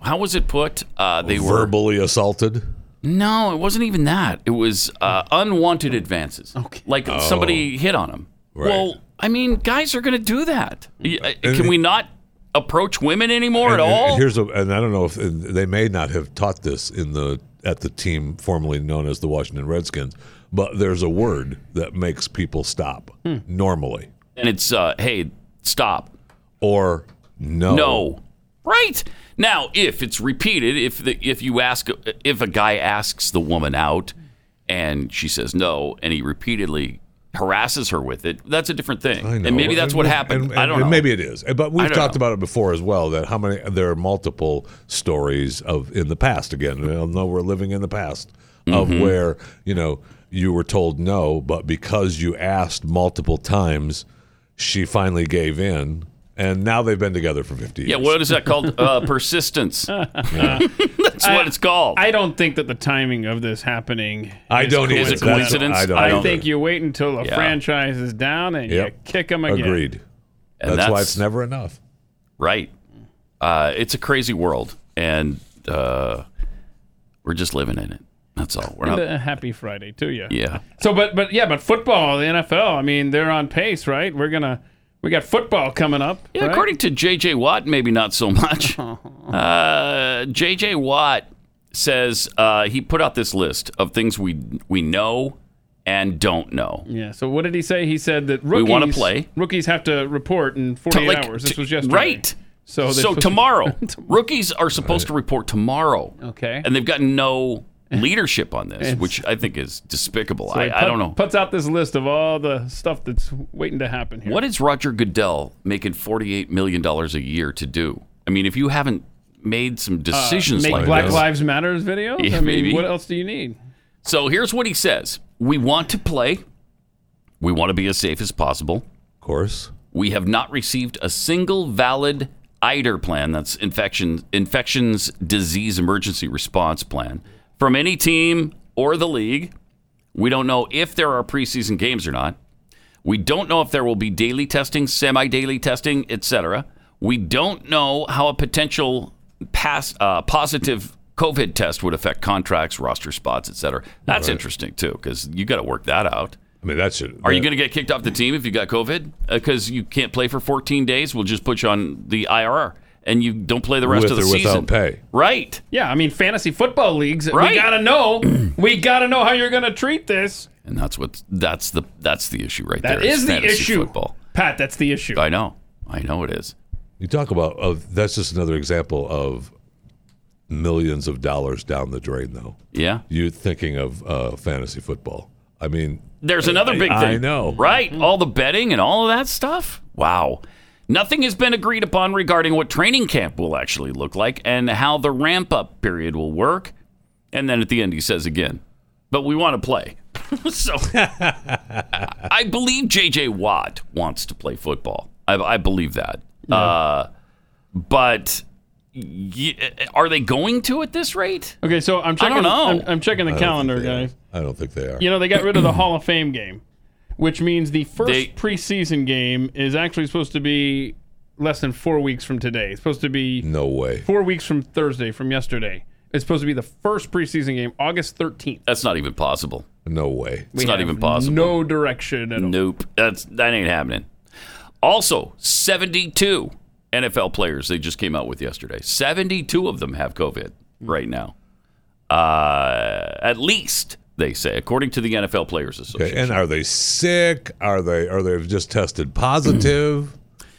Speaker 3: How was it put? Uh, they were
Speaker 5: Verbally assaulted.
Speaker 3: no, it wasn't even that. It was uh, unwanted advances. Okay. Like somebody hit on him.
Speaker 5: Oh. Right.
Speaker 3: Well, I mean, guys are going to
Speaker 5: [laughs]
Speaker 3: do that. Y- uh, Can we not approach women anymore at
Speaker 5: And- and
Speaker 3: all?
Speaker 5: Here's a, and I don't know if and they may not have taught this in the at the team formerly known as the Washington Redskins, but there's a word that makes people stop normally
Speaker 3: Hmm. And it's, uh, hey, stop.
Speaker 5: or no.
Speaker 3: No. Right. Now, if it's repeated, if the if you ask if a guy asks the woman out and she says no and he repeatedly harasses her with it, that's a different thing.
Speaker 5: I know.
Speaker 3: And maybe that's what
Speaker 5: And-
Speaker 3: happened.
Speaker 5: and-
Speaker 3: I don't
Speaker 5: and
Speaker 3: know.
Speaker 5: Maybe it is, but
Speaker 3: I
Speaker 5: we've
Speaker 3: don't
Speaker 5: talked
Speaker 3: know.
Speaker 5: about it before as well. That how many there are multiple stories of in the past. Again, I don't know we're living in the past of
Speaker 3: Mm-hmm.
Speaker 5: where you know you were told no, but because you asked multiple times, she finally gave in, and now they've been together for fifty
Speaker 3: Yeah,
Speaker 5: years.
Speaker 3: what is
Speaker 5: [laughs]
Speaker 3: that called? Uh, persistence.
Speaker 4: [laughs]
Speaker 3: That's what it's called.
Speaker 4: I don't think that the timing of this happening.
Speaker 5: I
Speaker 4: is
Speaker 5: don't.
Speaker 3: Is
Speaker 5: either.
Speaker 3: it
Speaker 5: That's-
Speaker 3: coincidence?
Speaker 5: I don't.
Speaker 3: I
Speaker 4: I
Speaker 5: either.
Speaker 4: think you wait until a
Speaker 3: Yeah.
Speaker 4: franchise is down and
Speaker 5: Yep.
Speaker 4: you kick them again.
Speaker 5: agreed.
Speaker 3: And
Speaker 5: that's, why
Speaker 3: that's-
Speaker 5: it's never enough.
Speaker 3: right. Uh, it's a crazy world, and uh, we're just living in it. That's all. We're
Speaker 4: And uh,
Speaker 3: not.
Speaker 4: a happy Friday to you.
Speaker 3: Yeah.
Speaker 4: So, but but yeah, but football, the NFL. I mean, they're on pace, right? We're gonna we got football coming up.
Speaker 3: Yeah,
Speaker 4: right?
Speaker 3: according to J.J. Watt, maybe not
Speaker 4: [laughs]
Speaker 3: so much. Uh, J.J. Watt says uh, he put out this list of things we we know and don't know.
Speaker 4: Yeah. So what did he say? He said that rookies
Speaker 3: wanna play.
Speaker 4: Rookies have to report in 48
Speaker 3: Like,
Speaker 4: hours. This
Speaker 3: t-
Speaker 4: was yesterday.
Speaker 3: Right.
Speaker 4: So, they're
Speaker 3: so
Speaker 4: supposed- [laughs]
Speaker 3: tomorrow, rookies are supposed to report tomorrow.
Speaker 4: Okay.
Speaker 3: And they've
Speaker 4: [laughs]
Speaker 3: gotten no leadership on this, which I think is despicable. I, I
Speaker 4: put-
Speaker 3: don't know.
Speaker 4: Puts out this list of all the stuff that's waiting to happen here.
Speaker 3: What is Roger Goodell making $48 million a year to do? I mean, if you haven't made some decisions
Speaker 4: Uh, Make
Speaker 3: like
Speaker 4: Black
Speaker 3: this.
Speaker 4: Lives Matters videos?
Speaker 3: Yeah,
Speaker 4: I mean,
Speaker 3: maybe.
Speaker 4: what else do you need?
Speaker 3: So here's what he says We want to play, we want to be as safe as possible.
Speaker 5: Of course.
Speaker 3: We have not received a single valid EIDR plan, that's infection, infections disease emergency response plan, from any team or the league. We don't know if there are preseason games or not. We don't know if there will be daily testing, semi-daily testing, etc. We don't know how a potential pass, uh, positive COVID test would affect contracts, roster spots, etc. That's interesting too, because you got to work that out.
Speaker 5: I mean, that should.
Speaker 3: Are you going to get kicked off the team if you got COVID because you can't play for 14 days? We'll just put you on the IR and you don't play the rest
Speaker 5: With
Speaker 3: of the
Speaker 5: or without
Speaker 3: season.
Speaker 5: pay.
Speaker 3: Right.
Speaker 4: Yeah, I mean, fantasy football leagues.
Speaker 3: Right.
Speaker 4: We gotta know. [clears throat] we gotta know how you're gonna treat this.
Speaker 3: And that's what that's the that's the issue right
Speaker 4: That
Speaker 3: there.
Speaker 4: is the
Speaker 3: fantasy
Speaker 4: issue,
Speaker 3: Football.
Speaker 4: Pat. That's the issue.
Speaker 3: I know. I know it is.
Speaker 5: You talk about of that's just another example of millions of dollars down the drain, though.
Speaker 3: Yeah.
Speaker 5: You thinking of uh, fantasy football? I mean,
Speaker 3: There's another big thing.
Speaker 5: I know.
Speaker 3: Right. All the betting and all of that stuff. Wow. Nothing has been agreed upon regarding what training camp will actually look like and how the ramp up period will work. And then at the end, he says again, but we want to play. [laughs] so I believe JJ Watt wants to play football. I, I believe that. Uh, but y- are they going to at this rate?
Speaker 4: Okay, so I'm checking.
Speaker 3: know.
Speaker 4: I'm, I'm checking the calendar,
Speaker 5: they are.
Speaker 4: guys.
Speaker 5: I don't think they are.
Speaker 4: You know, they got rid of
Speaker 3: [clears throat]
Speaker 4: the Hall of Fame game, which means the first
Speaker 3: They-
Speaker 4: preseason game is actually supposed to be less than four weeks from today. It's supposed to be
Speaker 5: No way.
Speaker 4: four weeks from Thursday, from yesterday. It's supposed to be the first preseason game, August 13th.
Speaker 3: That's not even possible.
Speaker 5: No way.
Speaker 3: It's not
Speaker 4: have
Speaker 3: even possible.
Speaker 4: No direction at all.
Speaker 3: Nope. That's that ain't happening. Also, 72 NFL players they just came out with yesterday. 72 of them have COVID right now. Uh, at least they say, according to the NFL Players Association.
Speaker 5: Okay, and are they sick? Are they are they just tested positive?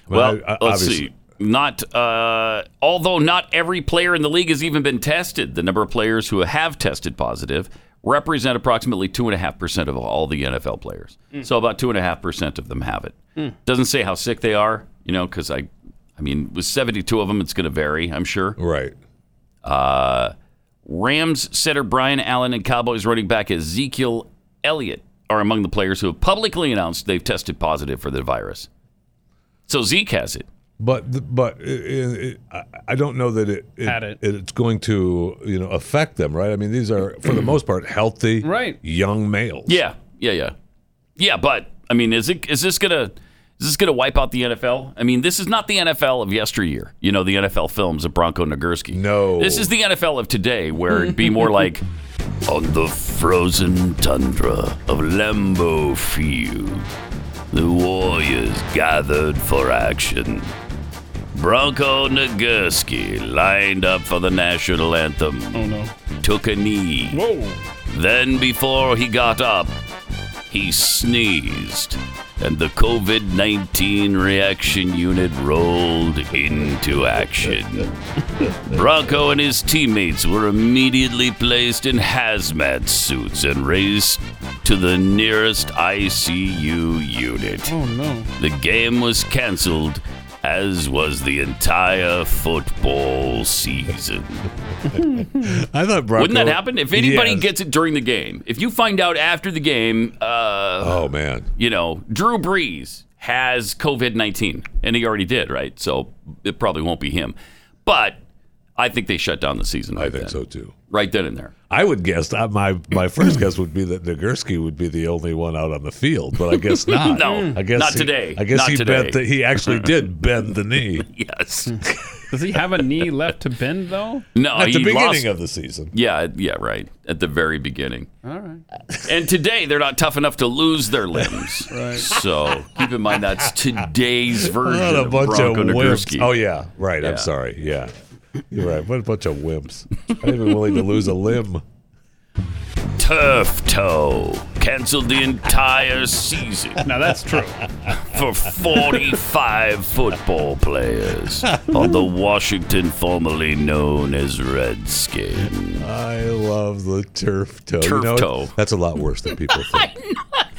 Speaker 3: Well,
Speaker 5: I- I-
Speaker 3: let's
Speaker 5: uh, obviously-
Speaker 3: see. Not, uh, although not every player in the league has even been tested. The number of players who have tested positive represent approximately two and a half percent of all the NFL players. So about two and a half percent of them have it.
Speaker 4: Hmm.
Speaker 3: Doesn't say how sick they are, you know, because I, I mean, with 72 of them, it's going to vary. I'm sure. Uh,
Speaker 5: Right.
Speaker 3: Rams center Brian Allen and Cowboys running back Ezekiel Elliott are among the players who have publicly announced they've tested positive for the virus. So Zeke has it.
Speaker 5: But th- but it, it, it, I- I don't know that it,
Speaker 4: Had it.
Speaker 5: it's going to you know affect them, right? I mean, these are for the most part healthy,
Speaker 4: Right.
Speaker 5: Young males.
Speaker 3: Yeah, yeah, yeah, yeah. But I mean, is it is this gonna is this gonna wipe out the NFL? I mean, this is not the NFL of yesteryear. You know, the NFL films of Bronco Nagurski.
Speaker 5: No.
Speaker 3: this is the NFL of today, where it'd be [laughs] more like on the frozen tundra of Lambeau Field. The warriors gathered for action. Bronco Nagurski lined up for the national anthem. Oh no. Took a knee.
Speaker 4: Whoa.
Speaker 3: Then, before he got up, he sneezed, and the COVID 19 reaction unit rolled into action. Bronco and his teammates were immediately placed in hazmat suits and raced to the nearest ICU unit.
Speaker 4: Oh, no.
Speaker 3: The game was canceled, as was the entire football season.
Speaker 5: [laughs] I thought Bronco,
Speaker 3: Wouldn't that happen if anybody
Speaker 5: Yes.
Speaker 3: gets it during the game? If you find out after the game, uh,
Speaker 5: Oh man.
Speaker 3: you know, Drew Brees has COVID nineteen, and he already did, right? So it probably won't be him. But I think they shut down the season.
Speaker 5: I
Speaker 3: Right
Speaker 5: think
Speaker 3: then.
Speaker 5: so too.
Speaker 3: Right then and there.
Speaker 5: I would guess uh, my my first guess would be that Nagurski would be the only one out on the field, but I guess not.
Speaker 3: [laughs] No,
Speaker 5: I guess
Speaker 3: not
Speaker 5: he-
Speaker 3: today.
Speaker 5: I guess
Speaker 3: Not
Speaker 5: he
Speaker 3: today.
Speaker 5: bent that he
Speaker 3: [laughs]
Speaker 5: actually did bend the knee
Speaker 3: Yes.
Speaker 4: Does he have a knee left to bend, though?
Speaker 3: No.
Speaker 5: at the
Speaker 3: he
Speaker 5: beginning
Speaker 3: lost-
Speaker 5: of the season.
Speaker 3: Yeah, yeah, right. At the very beginning. All right. And today they're not tough enough to lose
Speaker 5: [laughs]
Speaker 3: their limbs. right. So keep in mind that's today's version
Speaker 5: What a
Speaker 3: of
Speaker 5: bunch
Speaker 3: Bronco
Speaker 5: of
Speaker 3: Nagurski.
Speaker 5: wimps. Oh yeah, right.
Speaker 3: Yeah.
Speaker 5: I'm sorry. Yeah, you're right. What a bunch of wimps. Not even willing to lose a limb.
Speaker 3: Turf Toe canceled the entire season
Speaker 4: Now, that's true.
Speaker 3: [laughs] for 45 football players on the Washington, formerly known as Redskins.
Speaker 5: I love the turf toe.
Speaker 3: Turf
Speaker 5: you know,
Speaker 3: toe.
Speaker 5: That's a lot worse than people think.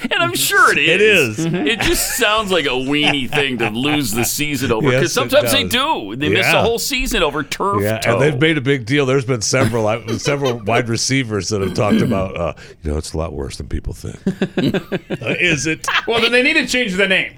Speaker 3: And I'm sure it is. Mm-hmm.
Speaker 5: It is.
Speaker 3: It just sounds like a weenie thing to lose the season over
Speaker 5: Yes,
Speaker 3: because
Speaker 5: it
Speaker 3: sometimes they
Speaker 5: does.
Speaker 3: do. They miss the
Speaker 5: Yeah.
Speaker 3: whole season over [laughs] turf
Speaker 5: yeah,
Speaker 3: toe.
Speaker 5: and they've made a big deal. There's been several I- several wide receivers that have talked about. Uh, you know, it's a lot worse than people think. Uh, is
Speaker 3: [laughs]
Speaker 5: it?
Speaker 4: Well, then they need to change the name.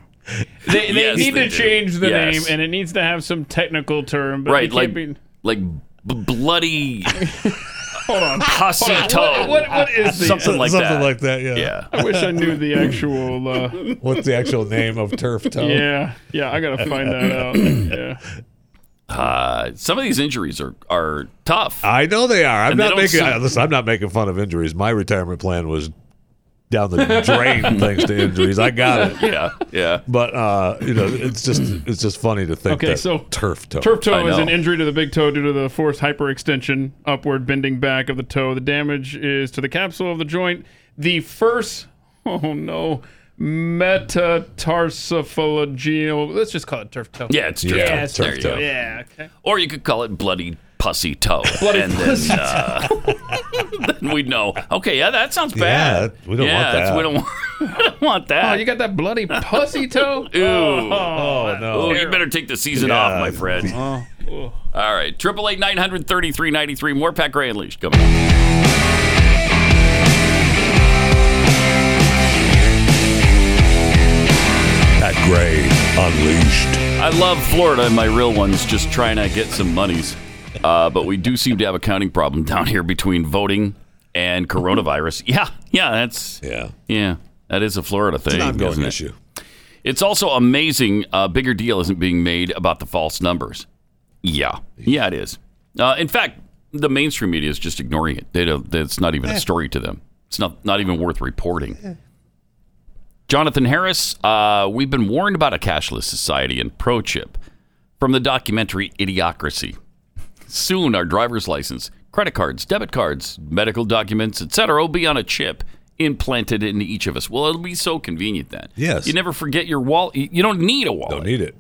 Speaker 4: They, they
Speaker 3: Yes,
Speaker 4: need
Speaker 3: they
Speaker 4: to
Speaker 3: do.
Speaker 4: change the
Speaker 3: Yes.
Speaker 4: name, and it needs to have some technical term. But
Speaker 3: right,
Speaker 4: it
Speaker 3: like
Speaker 4: can't be-
Speaker 3: like b-
Speaker 5: [laughs]
Speaker 3: bloody
Speaker 4: hold on.
Speaker 3: hussy toe.
Speaker 4: What, what, what is the?
Speaker 3: Something like
Speaker 5: Something
Speaker 3: that.
Speaker 5: like that. Yeah.
Speaker 3: yeah.
Speaker 4: I wish I knew the actual. Uh,
Speaker 5: [laughs] What's the actual name of turf toe?
Speaker 4: yeah, yeah, I gotta find
Speaker 5: [clears throat]
Speaker 4: that out. Yeah.
Speaker 3: Uh, some of these injuries are, are tough.
Speaker 5: I know they are. I'm
Speaker 3: And they
Speaker 5: not
Speaker 3: don't
Speaker 5: making.
Speaker 3: sound-
Speaker 5: listen, I'm not making fun of injuries. My retirement plan was down the
Speaker 3: [laughs]
Speaker 5: drain thanks to injuries. I got it.
Speaker 3: yeah, yeah.
Speaker 5: But uh, you know, it's just it's just funny to think
Speaker 4: Okay,
Speaker 5: that
Speaker 4: so-
Speaker 5: turf toe.
Speaker 4: Turf toe
Speaker 3: I
Speaker 4: is an
Speaker 3: know.
Speaker 4: injury to the big toe due to the forced hyperextension, upward bending back of the toe. The damage is to the capsule of the joint. The first, [laughs] oh no, metatarsophalangeal. Let's just call it turf toe.
Speaker 3: Yeah, it's turf
Speaker 5: Yeah,
Speaker 3: toe.
Speaker 5: it's
Speaker 3: There
Speaker 5: turf
Speaker 3: you
Speaker 5: toe.
Speaker 3: go. [laughs]
Speaker 4: Yeah. Okay.
Speaker 3: Or you could call it bloody pussy
Speaker 4: [laughs]
Speaker 3: toe. Bloody and then, uh, [laughs] then we'd know. Okay, yeah, that sounds bad.
Speaker 5: that- we don't
Speaker 3: Yeah,
Speaker 5: want
Speaker 3: that's-
Speaker 5: that.
Speaker 3: We don't want, we don't want
Speaker 4: Oh,
Speaker 3: that.
Speaker 4: you got that bloody pussy toe.
Speaker 3: [laughs] Ooh.
Speaker 5: Oh
Speaker 3: Oh,
Speaker 5: no!
Speaker 3: you better take the season
Speaker 5: Yeah.
Speaker 3: off, my friend.
Speaker 4: Oh,
Speaker 3: All right. Triple eight nine hundred thirty three ninety three. More Pat Gray Unleashed coming. up.
Speaker 5: Pat Gray unleashed.
Speaker 3: I love Florida and my real ones just trying to get some monies. Uh, but we do seem to have a counting problem down here between voting and coronavirus. [laughs] Yeah, yeah, that's
Speaker 5: Yeah,
Speaker 3: yeah, that is a Florida thing.
Speaker 5: ongoing
Speaker 3: isn't it?
Speaker 5: issue.
Speaker 3: It's also amazing a bigger deal isn't being made about the false numbers. Yeah. Yeah, it is. Uh, in fact, the mainstream media is just ignoring it. They don't, it's not
Speaker 5: Eh.
Speaker 3: even a story to them. It's not, not even worth reporting. Jonathan Harris, uh, we've been warned about a cashless society and pro chip from the documentary Idiocracy. Soon, our driver's license, credit cards, debit cards, medical documents, etc., will be on a chip implanted into each of us. Well, it'll be so convenient then.
Speaker 5: Yes.
Speaker 3: You never forget your wallet. You don't need a wallet.
Speaker 5: Don't need it.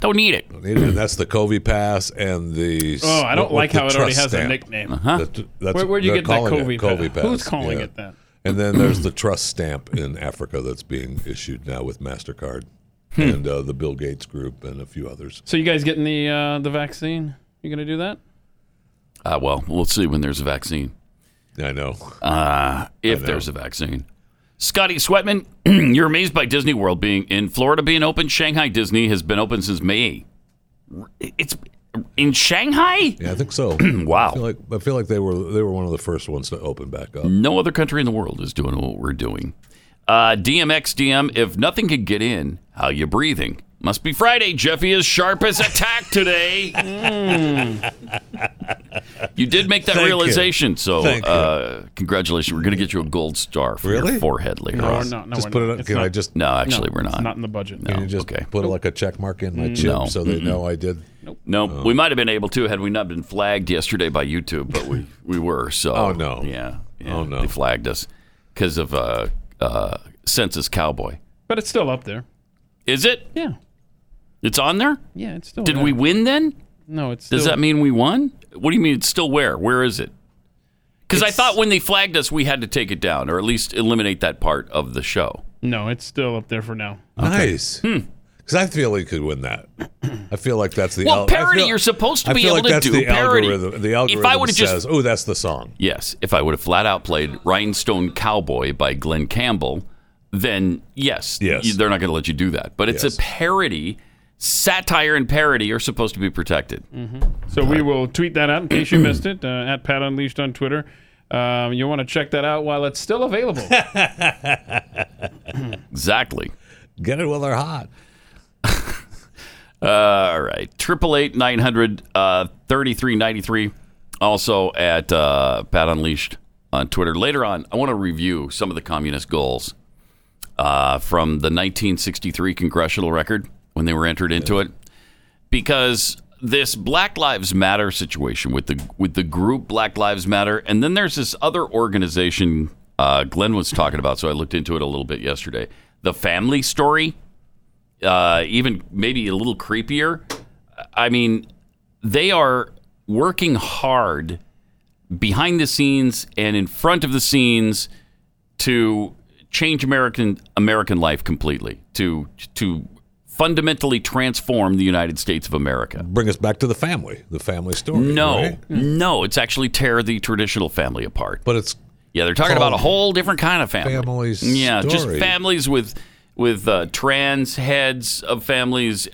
Speaker 3: Don't need it.
Speaker 5: Don't need it. And that's the Covey pass and the.
Speaker 4: Oh, I don't
Speaker 5: with
Speaker 4: like
Speaker 5: the
Speaker 4: how it already
Speaker 5: trust
Speaker 4: has a
Speaker 5: stamp.
Speaker 4: nickname.
Speaker 3: Uh-huh.
Speaker 5: The t- that's-
Speaker 4: Where, where'd you
Speaker 5: they're
Speaker 4: get that
Speaker 5: calling it
Speaker 4: Covey,
Speaker 5: Covey
Speaker 4: pass?
Speaker 5: pass.
Speaker 4: Who's calling
Speaker 5: yeah.
Speaker 4: it that?
Speaker 5: And then there's the trust stamp in Africa that's being issued now with Mastercard
Speaker 3: Hmm.
Speaker 5: and uh, the Bill Gates group and a few others.
Speaker 4: So you guys getting the uh, the vaccine? You gonna do that?
Speaker 3: Uh, well, we'll see when there's a vaccine. Uh,
Speaker 5: I know.
Speaker 3: if there's a vaccine. Scotty Sweatman, [clears throat] you're amazed by Disney World being in Florida being open. Shanghai Disney has been open since May. It's in Shanghai?
Speaker 5: Yeah, I think so.
Speaker 3: [clears throat] Wow.
Speaker 5: I feel like I feel like they were they were one of the first ones to open back up.
Speaker 3: No other country in the world is doing what we're doing. Uh, DMX DM, if nothing could get in, how you breathing? Must be Friday. Jeffy is sharp as a tack today. You did make that
Speaker 5: Hmm. Thank you.
Speaker 3: realization, so
Speaker 5: Thank you.
Speaker 3: uh, congratulations. We're going to get you a gold star for
Speaker 5: Really?
Speaker 3: your forehead later.
Speaker 4: No,
Speaker 3: on.
Speaker 4: we're not. No,
Speaker 5: just
Speaker 4: we're
Speaker 5: put
Speaker 4: not.
Speaker 5: it. On,
Speaker 4: It's
Speaker 5: can I
Speaker 4: not-
Speaker 5: just
Speaker 3: No, actually, we're
Speaker 4: It's
Speaker 3: not.
Speaker 4: not in the budget. Mm.
Speaker 5: can you just
Speaker 3: okay.
Speaker 5: put like a check mark in my chip
Speaker 3: No.
Speaker 5: so they know I did?
Speaker 3: No,
Speaker 5: Oh.
Speaker 3: we might have been able to had we not been flagged yesterday by YouTube,
Speaker 5: [laughs]
Speaker 3: but we, we were. So
Speaker 5: Oh, no.
Speaker 3: yeah, yeah,
Speaker 5: Oh, no.
Speaker 3: they flagged us because of uh, uh, Census Cowboy.
Speaker 4: But it's still up there.
Speaker 3: Is it?
Speaker 4: Yeah,
Speaker 3: It's on there.
Speaker 4: yeah, it's still.
Speaker 3: Did
Speaker 4: there.
Speaker 3: we win then?
Speaker 4: No, it's. Still,
Speaker 3: Does that mean we won? What do you mean it's still where? Where is it? Because I
Speaker 4: It's-
Speaker 3: thought when they flagged us, we had to take it down or at least eliminate that part of the show.
Speaker 4: No, it's still up there for now.
Speaker 5: Nice.
Speaker 3: Hmm.
Speaker 5: Because I feel he could win that. I feel like that's the
Speaker 3: Well,
Speaker 5: al- I
Speaker 3: parody,
Speaker 5: feel-
Speaker 3: you're supposed to
Speaker 5: I
Speaker 3: be
Speaker 5: feel
Speaker 3: able
Speaker 5: like
Speaker 3: to
Speaker 5: that's
Speaker 3: do
Speaker 5: the
Speaker 3: parody.
Speaker 5: Algorithm, the
Speaker 3: If I
Speaker 5: algorithm
Speaker 3: would've just-
Speaker 5: says, "Oh, that's the song."
Speaker 3: Yes, if I would have flat out played Rhinestone Cowboy by Glenn Campbell, then yes,
Speaker 5: Yes.
Speaker 3: you- they're not going to let you do that. But it's
Speaker 5: Yes.
Speaker 3: a parody. Satire and parody are supposed to be protected. Mm-hmm.
Speaker 4: So we will tweet that out in case you missed it uh, at Pat Unleashed on Twitter. Um, you want to check that out while it's
Speaker 5: [laughs]
Speaker 4: still available.
Speaker 3: Exactly.
Speaker 5: Get it while they're hot.
Speaker 3: Uh, All right. Triple eight nine hundred thirty three ninety three. Also at uh, Pat Unleashed on Twitter. Later on, I want to review some of the communist goals uh, from the 1963 congressional record when they were entered into it, because this Black Lives Matter situation with the with the group Black Lives Matter, and then there's this other organization uh, Glenn was talking about. So I looked into it a little bit yesterday. The Family Story uh, even maybe a little creepier. I mean, they are working hard behind the scenes and in front of the scenes to change American American life completely, to to fundamentally transform the United States of America.
Speaker 5: Bring us back to the family, the family story.
Speaker 3: No, Mm.
Speaker 5: right?
Speaker 3: no, it's actually tear the traditional family apart.
Speaker 5: but it's
Speaker 3: Yeah, they're talking about a
Speaker 5: called
Speaker 3: whole different kind of family.
Speaker 5: Family's
Speaker 3: yeah, just
Speaker 5: story.
Speaker 3: families with with uh, trans heads of families,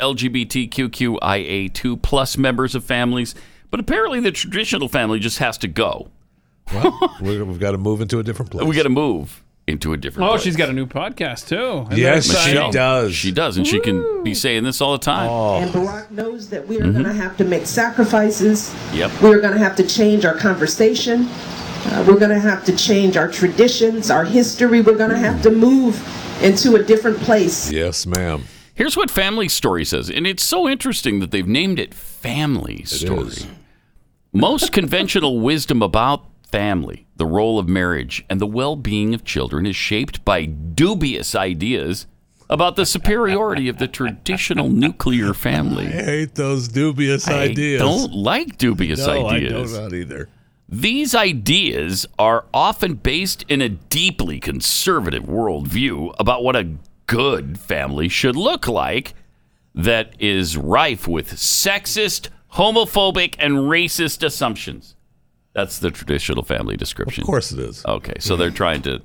Speaker 3: LGBTQIA2 plus members of families. But apparently, the traditional family just has to go.
Speaker 5: well, we're, we've got to move into a different place.
Speaker 3: We got to move into a different.
Speaker 4: oh,
Speaker 3: place.
Speaker 4: she's got a new podcast too. Isn't
Speaker 5: Yes,
Speaker 4: that
Speaker 5: she
Speaker 4: exciting?
Speaker 3: Michelle.
Speaker 5: does. Oh.
Speaker 3: She does, and she can be saying this all the time.
Speaker 9: And Barack knows that we are going to have to make sacrifices.
Speaker 3: Yep.
Speaker 9: We are going to have to change our conversation. Uh, we're going to have to change our traditions, our history. We're going to have to move into a different place.
Speaker 5: Yes, ma'am.
Speaker 3: Here's what Family Story says, and it's so interesting that they've named it Family Story.
Speaker 5: is.
Speaker 3: Most conventional wisdom about family, the role of marriage, and the well being of children is shaped by dubious ideas about the superiority of the traditional nuclear
Speaker 5: I [laughs]
Speaker 3: family.
Speaker 5: hate those dubious ideas.
Speaker 3: I don't like dubious
Speaker 5: no,
Speaker 3: ideas.
Speaker 5: I don't not either.
Speaker 3: These ideas are often based in a deeply conservative worldview about what a good family should look like that is rife with sexist, homophobic, and racist assumptions. That's the traditional family description.
Speaker 5: Of course it is.
Speaker 3: Okay, so they're trying to.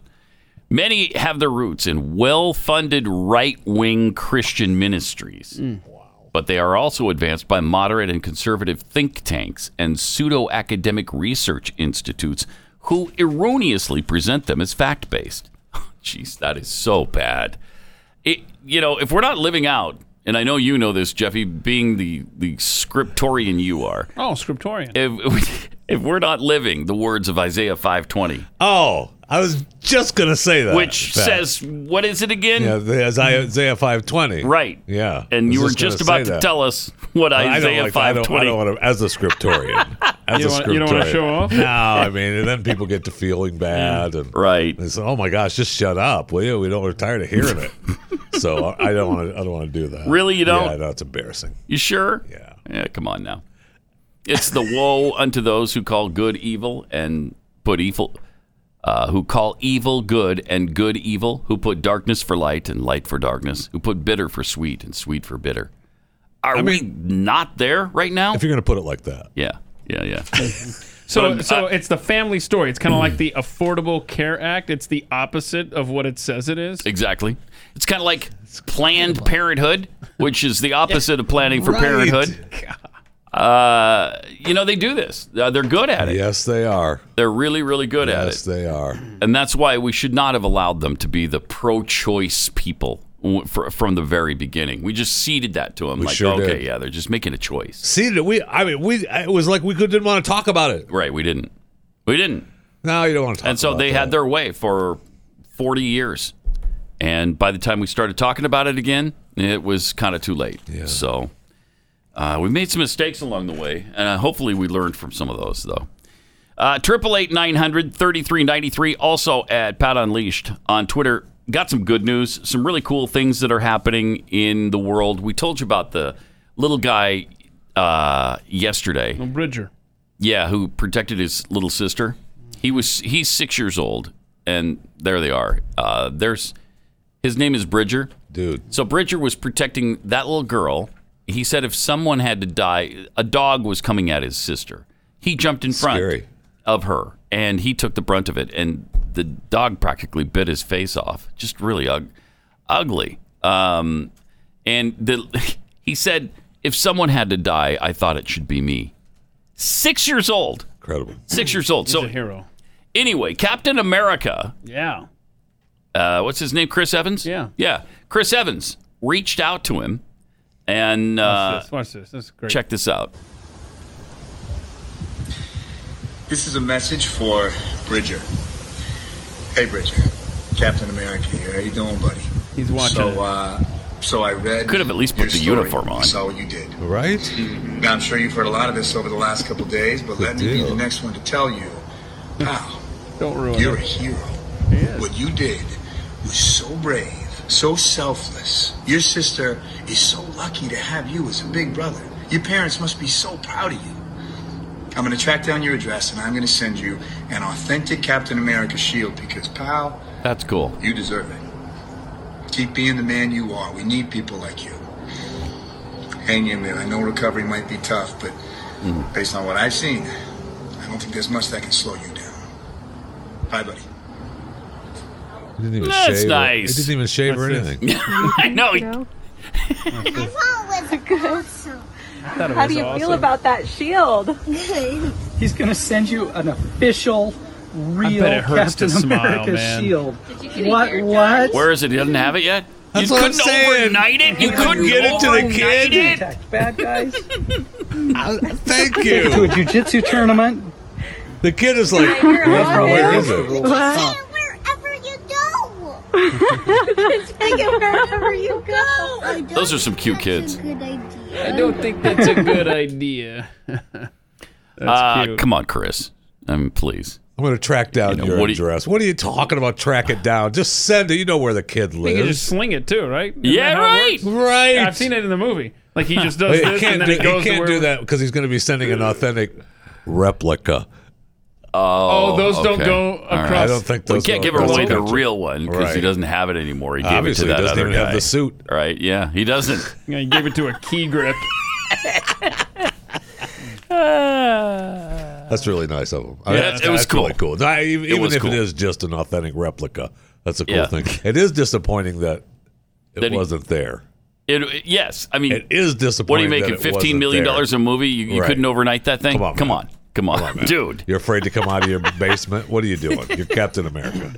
Speaker 3: Many have their roots in well funded right wing Christian ministries,
Speaker 4: Mm.
Speaker 3: but they are also advanced by moderate and conservative think tanks and pseudo academic research institutes who [laughs] erroneously present them as fact based. Jeez, that is so bad. it, you know, if we're not living out, and I know you know this, Jeffy, being the the scriptorian you are,
Speaker 4: Oh, scriptorian.
Speaker 3: if [laughs] if we're not living the words of Isaiah five twenty,
Speaker 5: Oh, I was just gonna say that.
Speaker 3: which
Speaker 5: Pat.
Speaker 3: says what is it again?
Speaker 5: yeah, the Isaiah, Isaiah five twenty.
Speaker 3: Right.
Speaker 5: Yeah. I
Speaker 3: And
Speaker 5: was
Speaker 3: you were
Speaker 5: gonna
Speaker 3: just about
Speaker 5: say
Speaker 3: to
Speaker 5: that.
Speaker 3: tell us [laughs] what
Speaker 5: I don't
Speaker 3: Isaiah
Speaker 5: like- I
Speaker 3: five
Speaker 5: don't, I
Speaker 3: twenty.
Speaker 5: don't want to, as a scriptorian.
Speaker 3: [laughs]
Speaker 5: As
Speaker 4: You
Speaker 5: a scriptorian.
Speaker 4: don't wanna- you don't wanna show off?
Speaker 5: No, I mean, and then people get to feeling bad and
Speaker 3: Mm, Right.
Speaker 5: They say, "Oh my gosh, just shut up, will you? We don't. We're tired of hearing
Speaker 3: [laughs]
Speaker 5: it." so I I don't want to. I don't want to do that.
Speaker 3: Really? You don't?
Speaker 5: Yeah, I know it's embarrassing.
Speaker 3: You sure?
Speaker 5: Yeah.
Speaker 3: Yeah, come on now. It's the woe unto those who call good evil and put evil, uh, who call evil good and good evil, who put darkness for light and light for darkness, who put bitter for sweet and sweet for bitter. Are we not there right now?
Speaker 5: If you're going to put it like that,
Speaker 3: Yeah, yeah, yeah.
Speaker 4: So,
Speaker 3: but,
Speaker 4: so
Speaker 3: uh,
Speaker 4: it's the family story. It's kind of like the Affordable Care Act. It's the opposite of what it says it is.
Speaker 3: exactly. It's kind of like Planned Parenthood, which is the opposite of planning for
Speaker 5: Right.
Speaker 3: parenthood. Uh, you know, they do this. Uh, they're good at it.
Speaker 5: yes, they are.
Speaker 3: They're really, really good at it.
Speaker 5: Yes, they are.
Speaker 3: And that's why we should not have allowed them to be the pro-choice people w- fr- from the very beginning. We just ceded that to them. like,
Speaker 5: sure
Speaker 3: okay,
Speaker 5: did.
Speaker 3: yeah, they're just making a choice.
Speaker 5: See, did we. I mean, we. It was like we could, didn't want to talk about it.
Speaker 3: Right, we didn't. We didn't.
Speaker 5: No, you don't want to talk.
Speaker 3: And so
Speaker 5: about
Speaker 3: they
Speaker 5: that.
Speaker 3: had their way for 40 years. And by the time we started talking about it again, it was kind of too late. So uh, we made some mistakes along the way, and uh, hopefully we learned from some of those, though. Uh, Triple eight nine hundred thirty three ninety three. Also at Pat Unleashed on Twitter. Got some good news. Some really cool things that are happening in the world. We told you about the little guy uh, yesterday.
Speaker 4: Bridger.
Speaker 3: Yeah, who protected his little sister? He was he's six years old, and there they are. Uh, there's his name is Bridger.
Speaker 5: dude.
Speaker 3: So Bridger was protecting that little girl. He said if someone had to die, a dog was coming at his sister. He jumped in front
Speaker 5: Scary.
Speaker 3: of her, and he took the brunt of it. And the dog practically bit his face off. Just really ug- ugly. Um, and the, [laughs] he said, if someone had to die, I thought it should be me. Six years old.
Speaker 5: Incredible.
Speaker 3: Six years old.
Speaker 4: He's a
Speaker 3: So
Speaker 4: hero.
Speaker 3: anyway, Captain America
Speaker 4: Yeah.
Speaker 3: uh, what's his name? Chris Evans.
Speaker 4: Yeah.
Speaker 3: yeah. Chris Evans reached out to him, and uh,
Speaker 4: Watch this. Watch this. This is great.
Speaker 3: check this out.
Speaker 10: This is a message for Bridger. Hey, Bridger. Captain America here. How you doing, buddy?
Speaker 4: He's watching.
Speaker 10: So,
Speaker 4: it.
Speaker 10: uh, so I read.
Speaker 3: Could have at least put
Speaker 10: your
Speaker 3: the
Speaker 10: story.
Speaker 3: uniform on.
Speaker 10: Saw what you did.
Speaker 5: Right?
Speaker 10: Now, I'm sure you've heard a lot of this over the last couple days, but let me be
Speaker 5: deal.
Speaker 10: the next one to tell you, wow,
Speaker 4: Don't ruin
Speaker 10: you're a
Speaker 5: [laughs]
Speaker 4: it.
Speaker 10: hero. What you did was so brave, so selfless. Your sister is so lucky to have you as a big brother. Your parents must be so proud of you. I'm going to track down your address and I'm going to send you an authentic Captain America shield because, pal,
Speaker 3: That's cool.
Speaker 10: you deserve it. Keep being the man you are. We need people like you. Hang in there. I know recovery might be tough, but based on what I've seen, I don't think there's much that can slow you down. Bye, buddy.
Speaker 5: It didn't even
Speaker 3: That's
Speaker 5: shave. or-
Speaker 3: nice.
Speaker 5: It didn't even shave or
Speaker 4: What's this?
Speaker 5: anything.
Speaker 3: [laughs] I know.
Speaker 4: [laughs]
Speaker 3: he- [laughs]
Speaker 4: How do you feel about
Speaker 10: [laughs] He's going to send you an official,
Speaker 4: I
Speaker 10: real
Speaker 4: bet it hurts to smile, man.
Speaker 10: What? What?
Speaker 3: Where is it? He doesn't have it yet.
Speaker 5: That's
Speaker 3: you
Speaker 5: what I'm
Speaker 3: couldn't
Speaker 5: saying.
Speaker 3: overnight it. You couldn't
Speaker 5: get it to the
Speaker 3: overnight
Speaker 5: kid.
Speaker 3: it?
Speaker 10: Bad guys?
Speaker 3: [laughs]
Speaker 5: Thank you.
Speaker 10: jiu-jitsu tournament?
Speaker 5: The kid is like, where is it? [laughs]
Speaker 3: Those are some cute kids.
Speaker 4: I don't think
Speaker 3: [laughs]
Speaker 4: that's a good idea. [laughs] that's
Speaker 3: Uh,
Speaker 4: cute.
Speaker 3: come on, Chris. I mean, please.
Speaker 5: I'm going to track down
Speaker 3: You know,
Speaker 5: your
Speaker 3: what do you-
Speaker 5: address. what are you talking about? Track it down. Just send it. You know where the kid
Speaker 4: You can
Speaker 5: lives.
Speaker 4: just sling it too, right? Isn't
Speaker 3: Yeah,
Speaker 4: that how it
Speaker 3: right.
Speaker 4: works?
Speaker 5: right.
Speaker 4: I've seen it in the movie.
Speaker 5: [laughs]
Speaker 4: Like he just does
Speaker 5: Wait, he
Speaker 4: this
Speaker 5: can't,
Speaker 4: and then
Speaker 5: do,
Speaker 4: it goes
Speaker 5: he
Speaker 4: to
Speaker 5: can't do
Speaker 4: where, [laughs]
Speaker 5: that because he's going to be sending an authentic replica.
Speaker 3: Oh,
Speaker 4: Oh, those don't
Speaker 3: okay.
Speaker 4: go
Speaker 3: All right.
Speaker 5: I
Speaker 4: across.
Speaker 5: don't think
Speaker 3: We
Speaker 5: those
Speaker 3: can't
Speaker 5: go
Speaker 3: give away
Speaker 5: across
Speaker 3: the
Speaker 5: country.
Speaker 3: real one because he
Speaker 5: Right.
Speaker 3: doesn't have it anymore. He gave
Speaker 5: Obviously,
Speaker 3: it to that
Speaker 5: he doesn't
Speaker 3: other
Speaker 5: even
Speaker 3: guy.
Speaker 5: have the suit.
Speaker 3: Right? Yeah, he doesn't.
Speaker 4: I gave it to a key grip.
Speaker 3: Ah.
Speaker 5: That's really nice of him.
Speaker 3: Yeah, it was
Speaker 5: that's really
Speaker 3: cool.
Speaker 5: cool. I- even
Speaker 3: was
Speaker 5: if
Speaker 3: cool.
Speaker 5: it is just an authentic replica, that's a cool
Speaker 3: Yeah.
Speaker 5: thing. It is disappointing that it
Speaker 3: That he-
Speaker 5: wasn't there.
Speaker 3: It, yes, I mean,
Speaker 5: It is
Speaker 3: What are you
Speaker 5: disappointing.
Speaker 3: making?
Speaker 5: that it wasn't
Speaker 3: Fifteen million
Speaker 5: there.
Speaker 3: dollars a movie? You, you
Speaker 5: Right.
Speaker 3: couldn't overnight that thing?
Speaker 5: Come on,
Speaker 3: come
Speaker 5: man.
Speaker 3: on, come on, dude.
Speaker 5: You're afraid to come out of your basement. What are you doing? You're Captain America.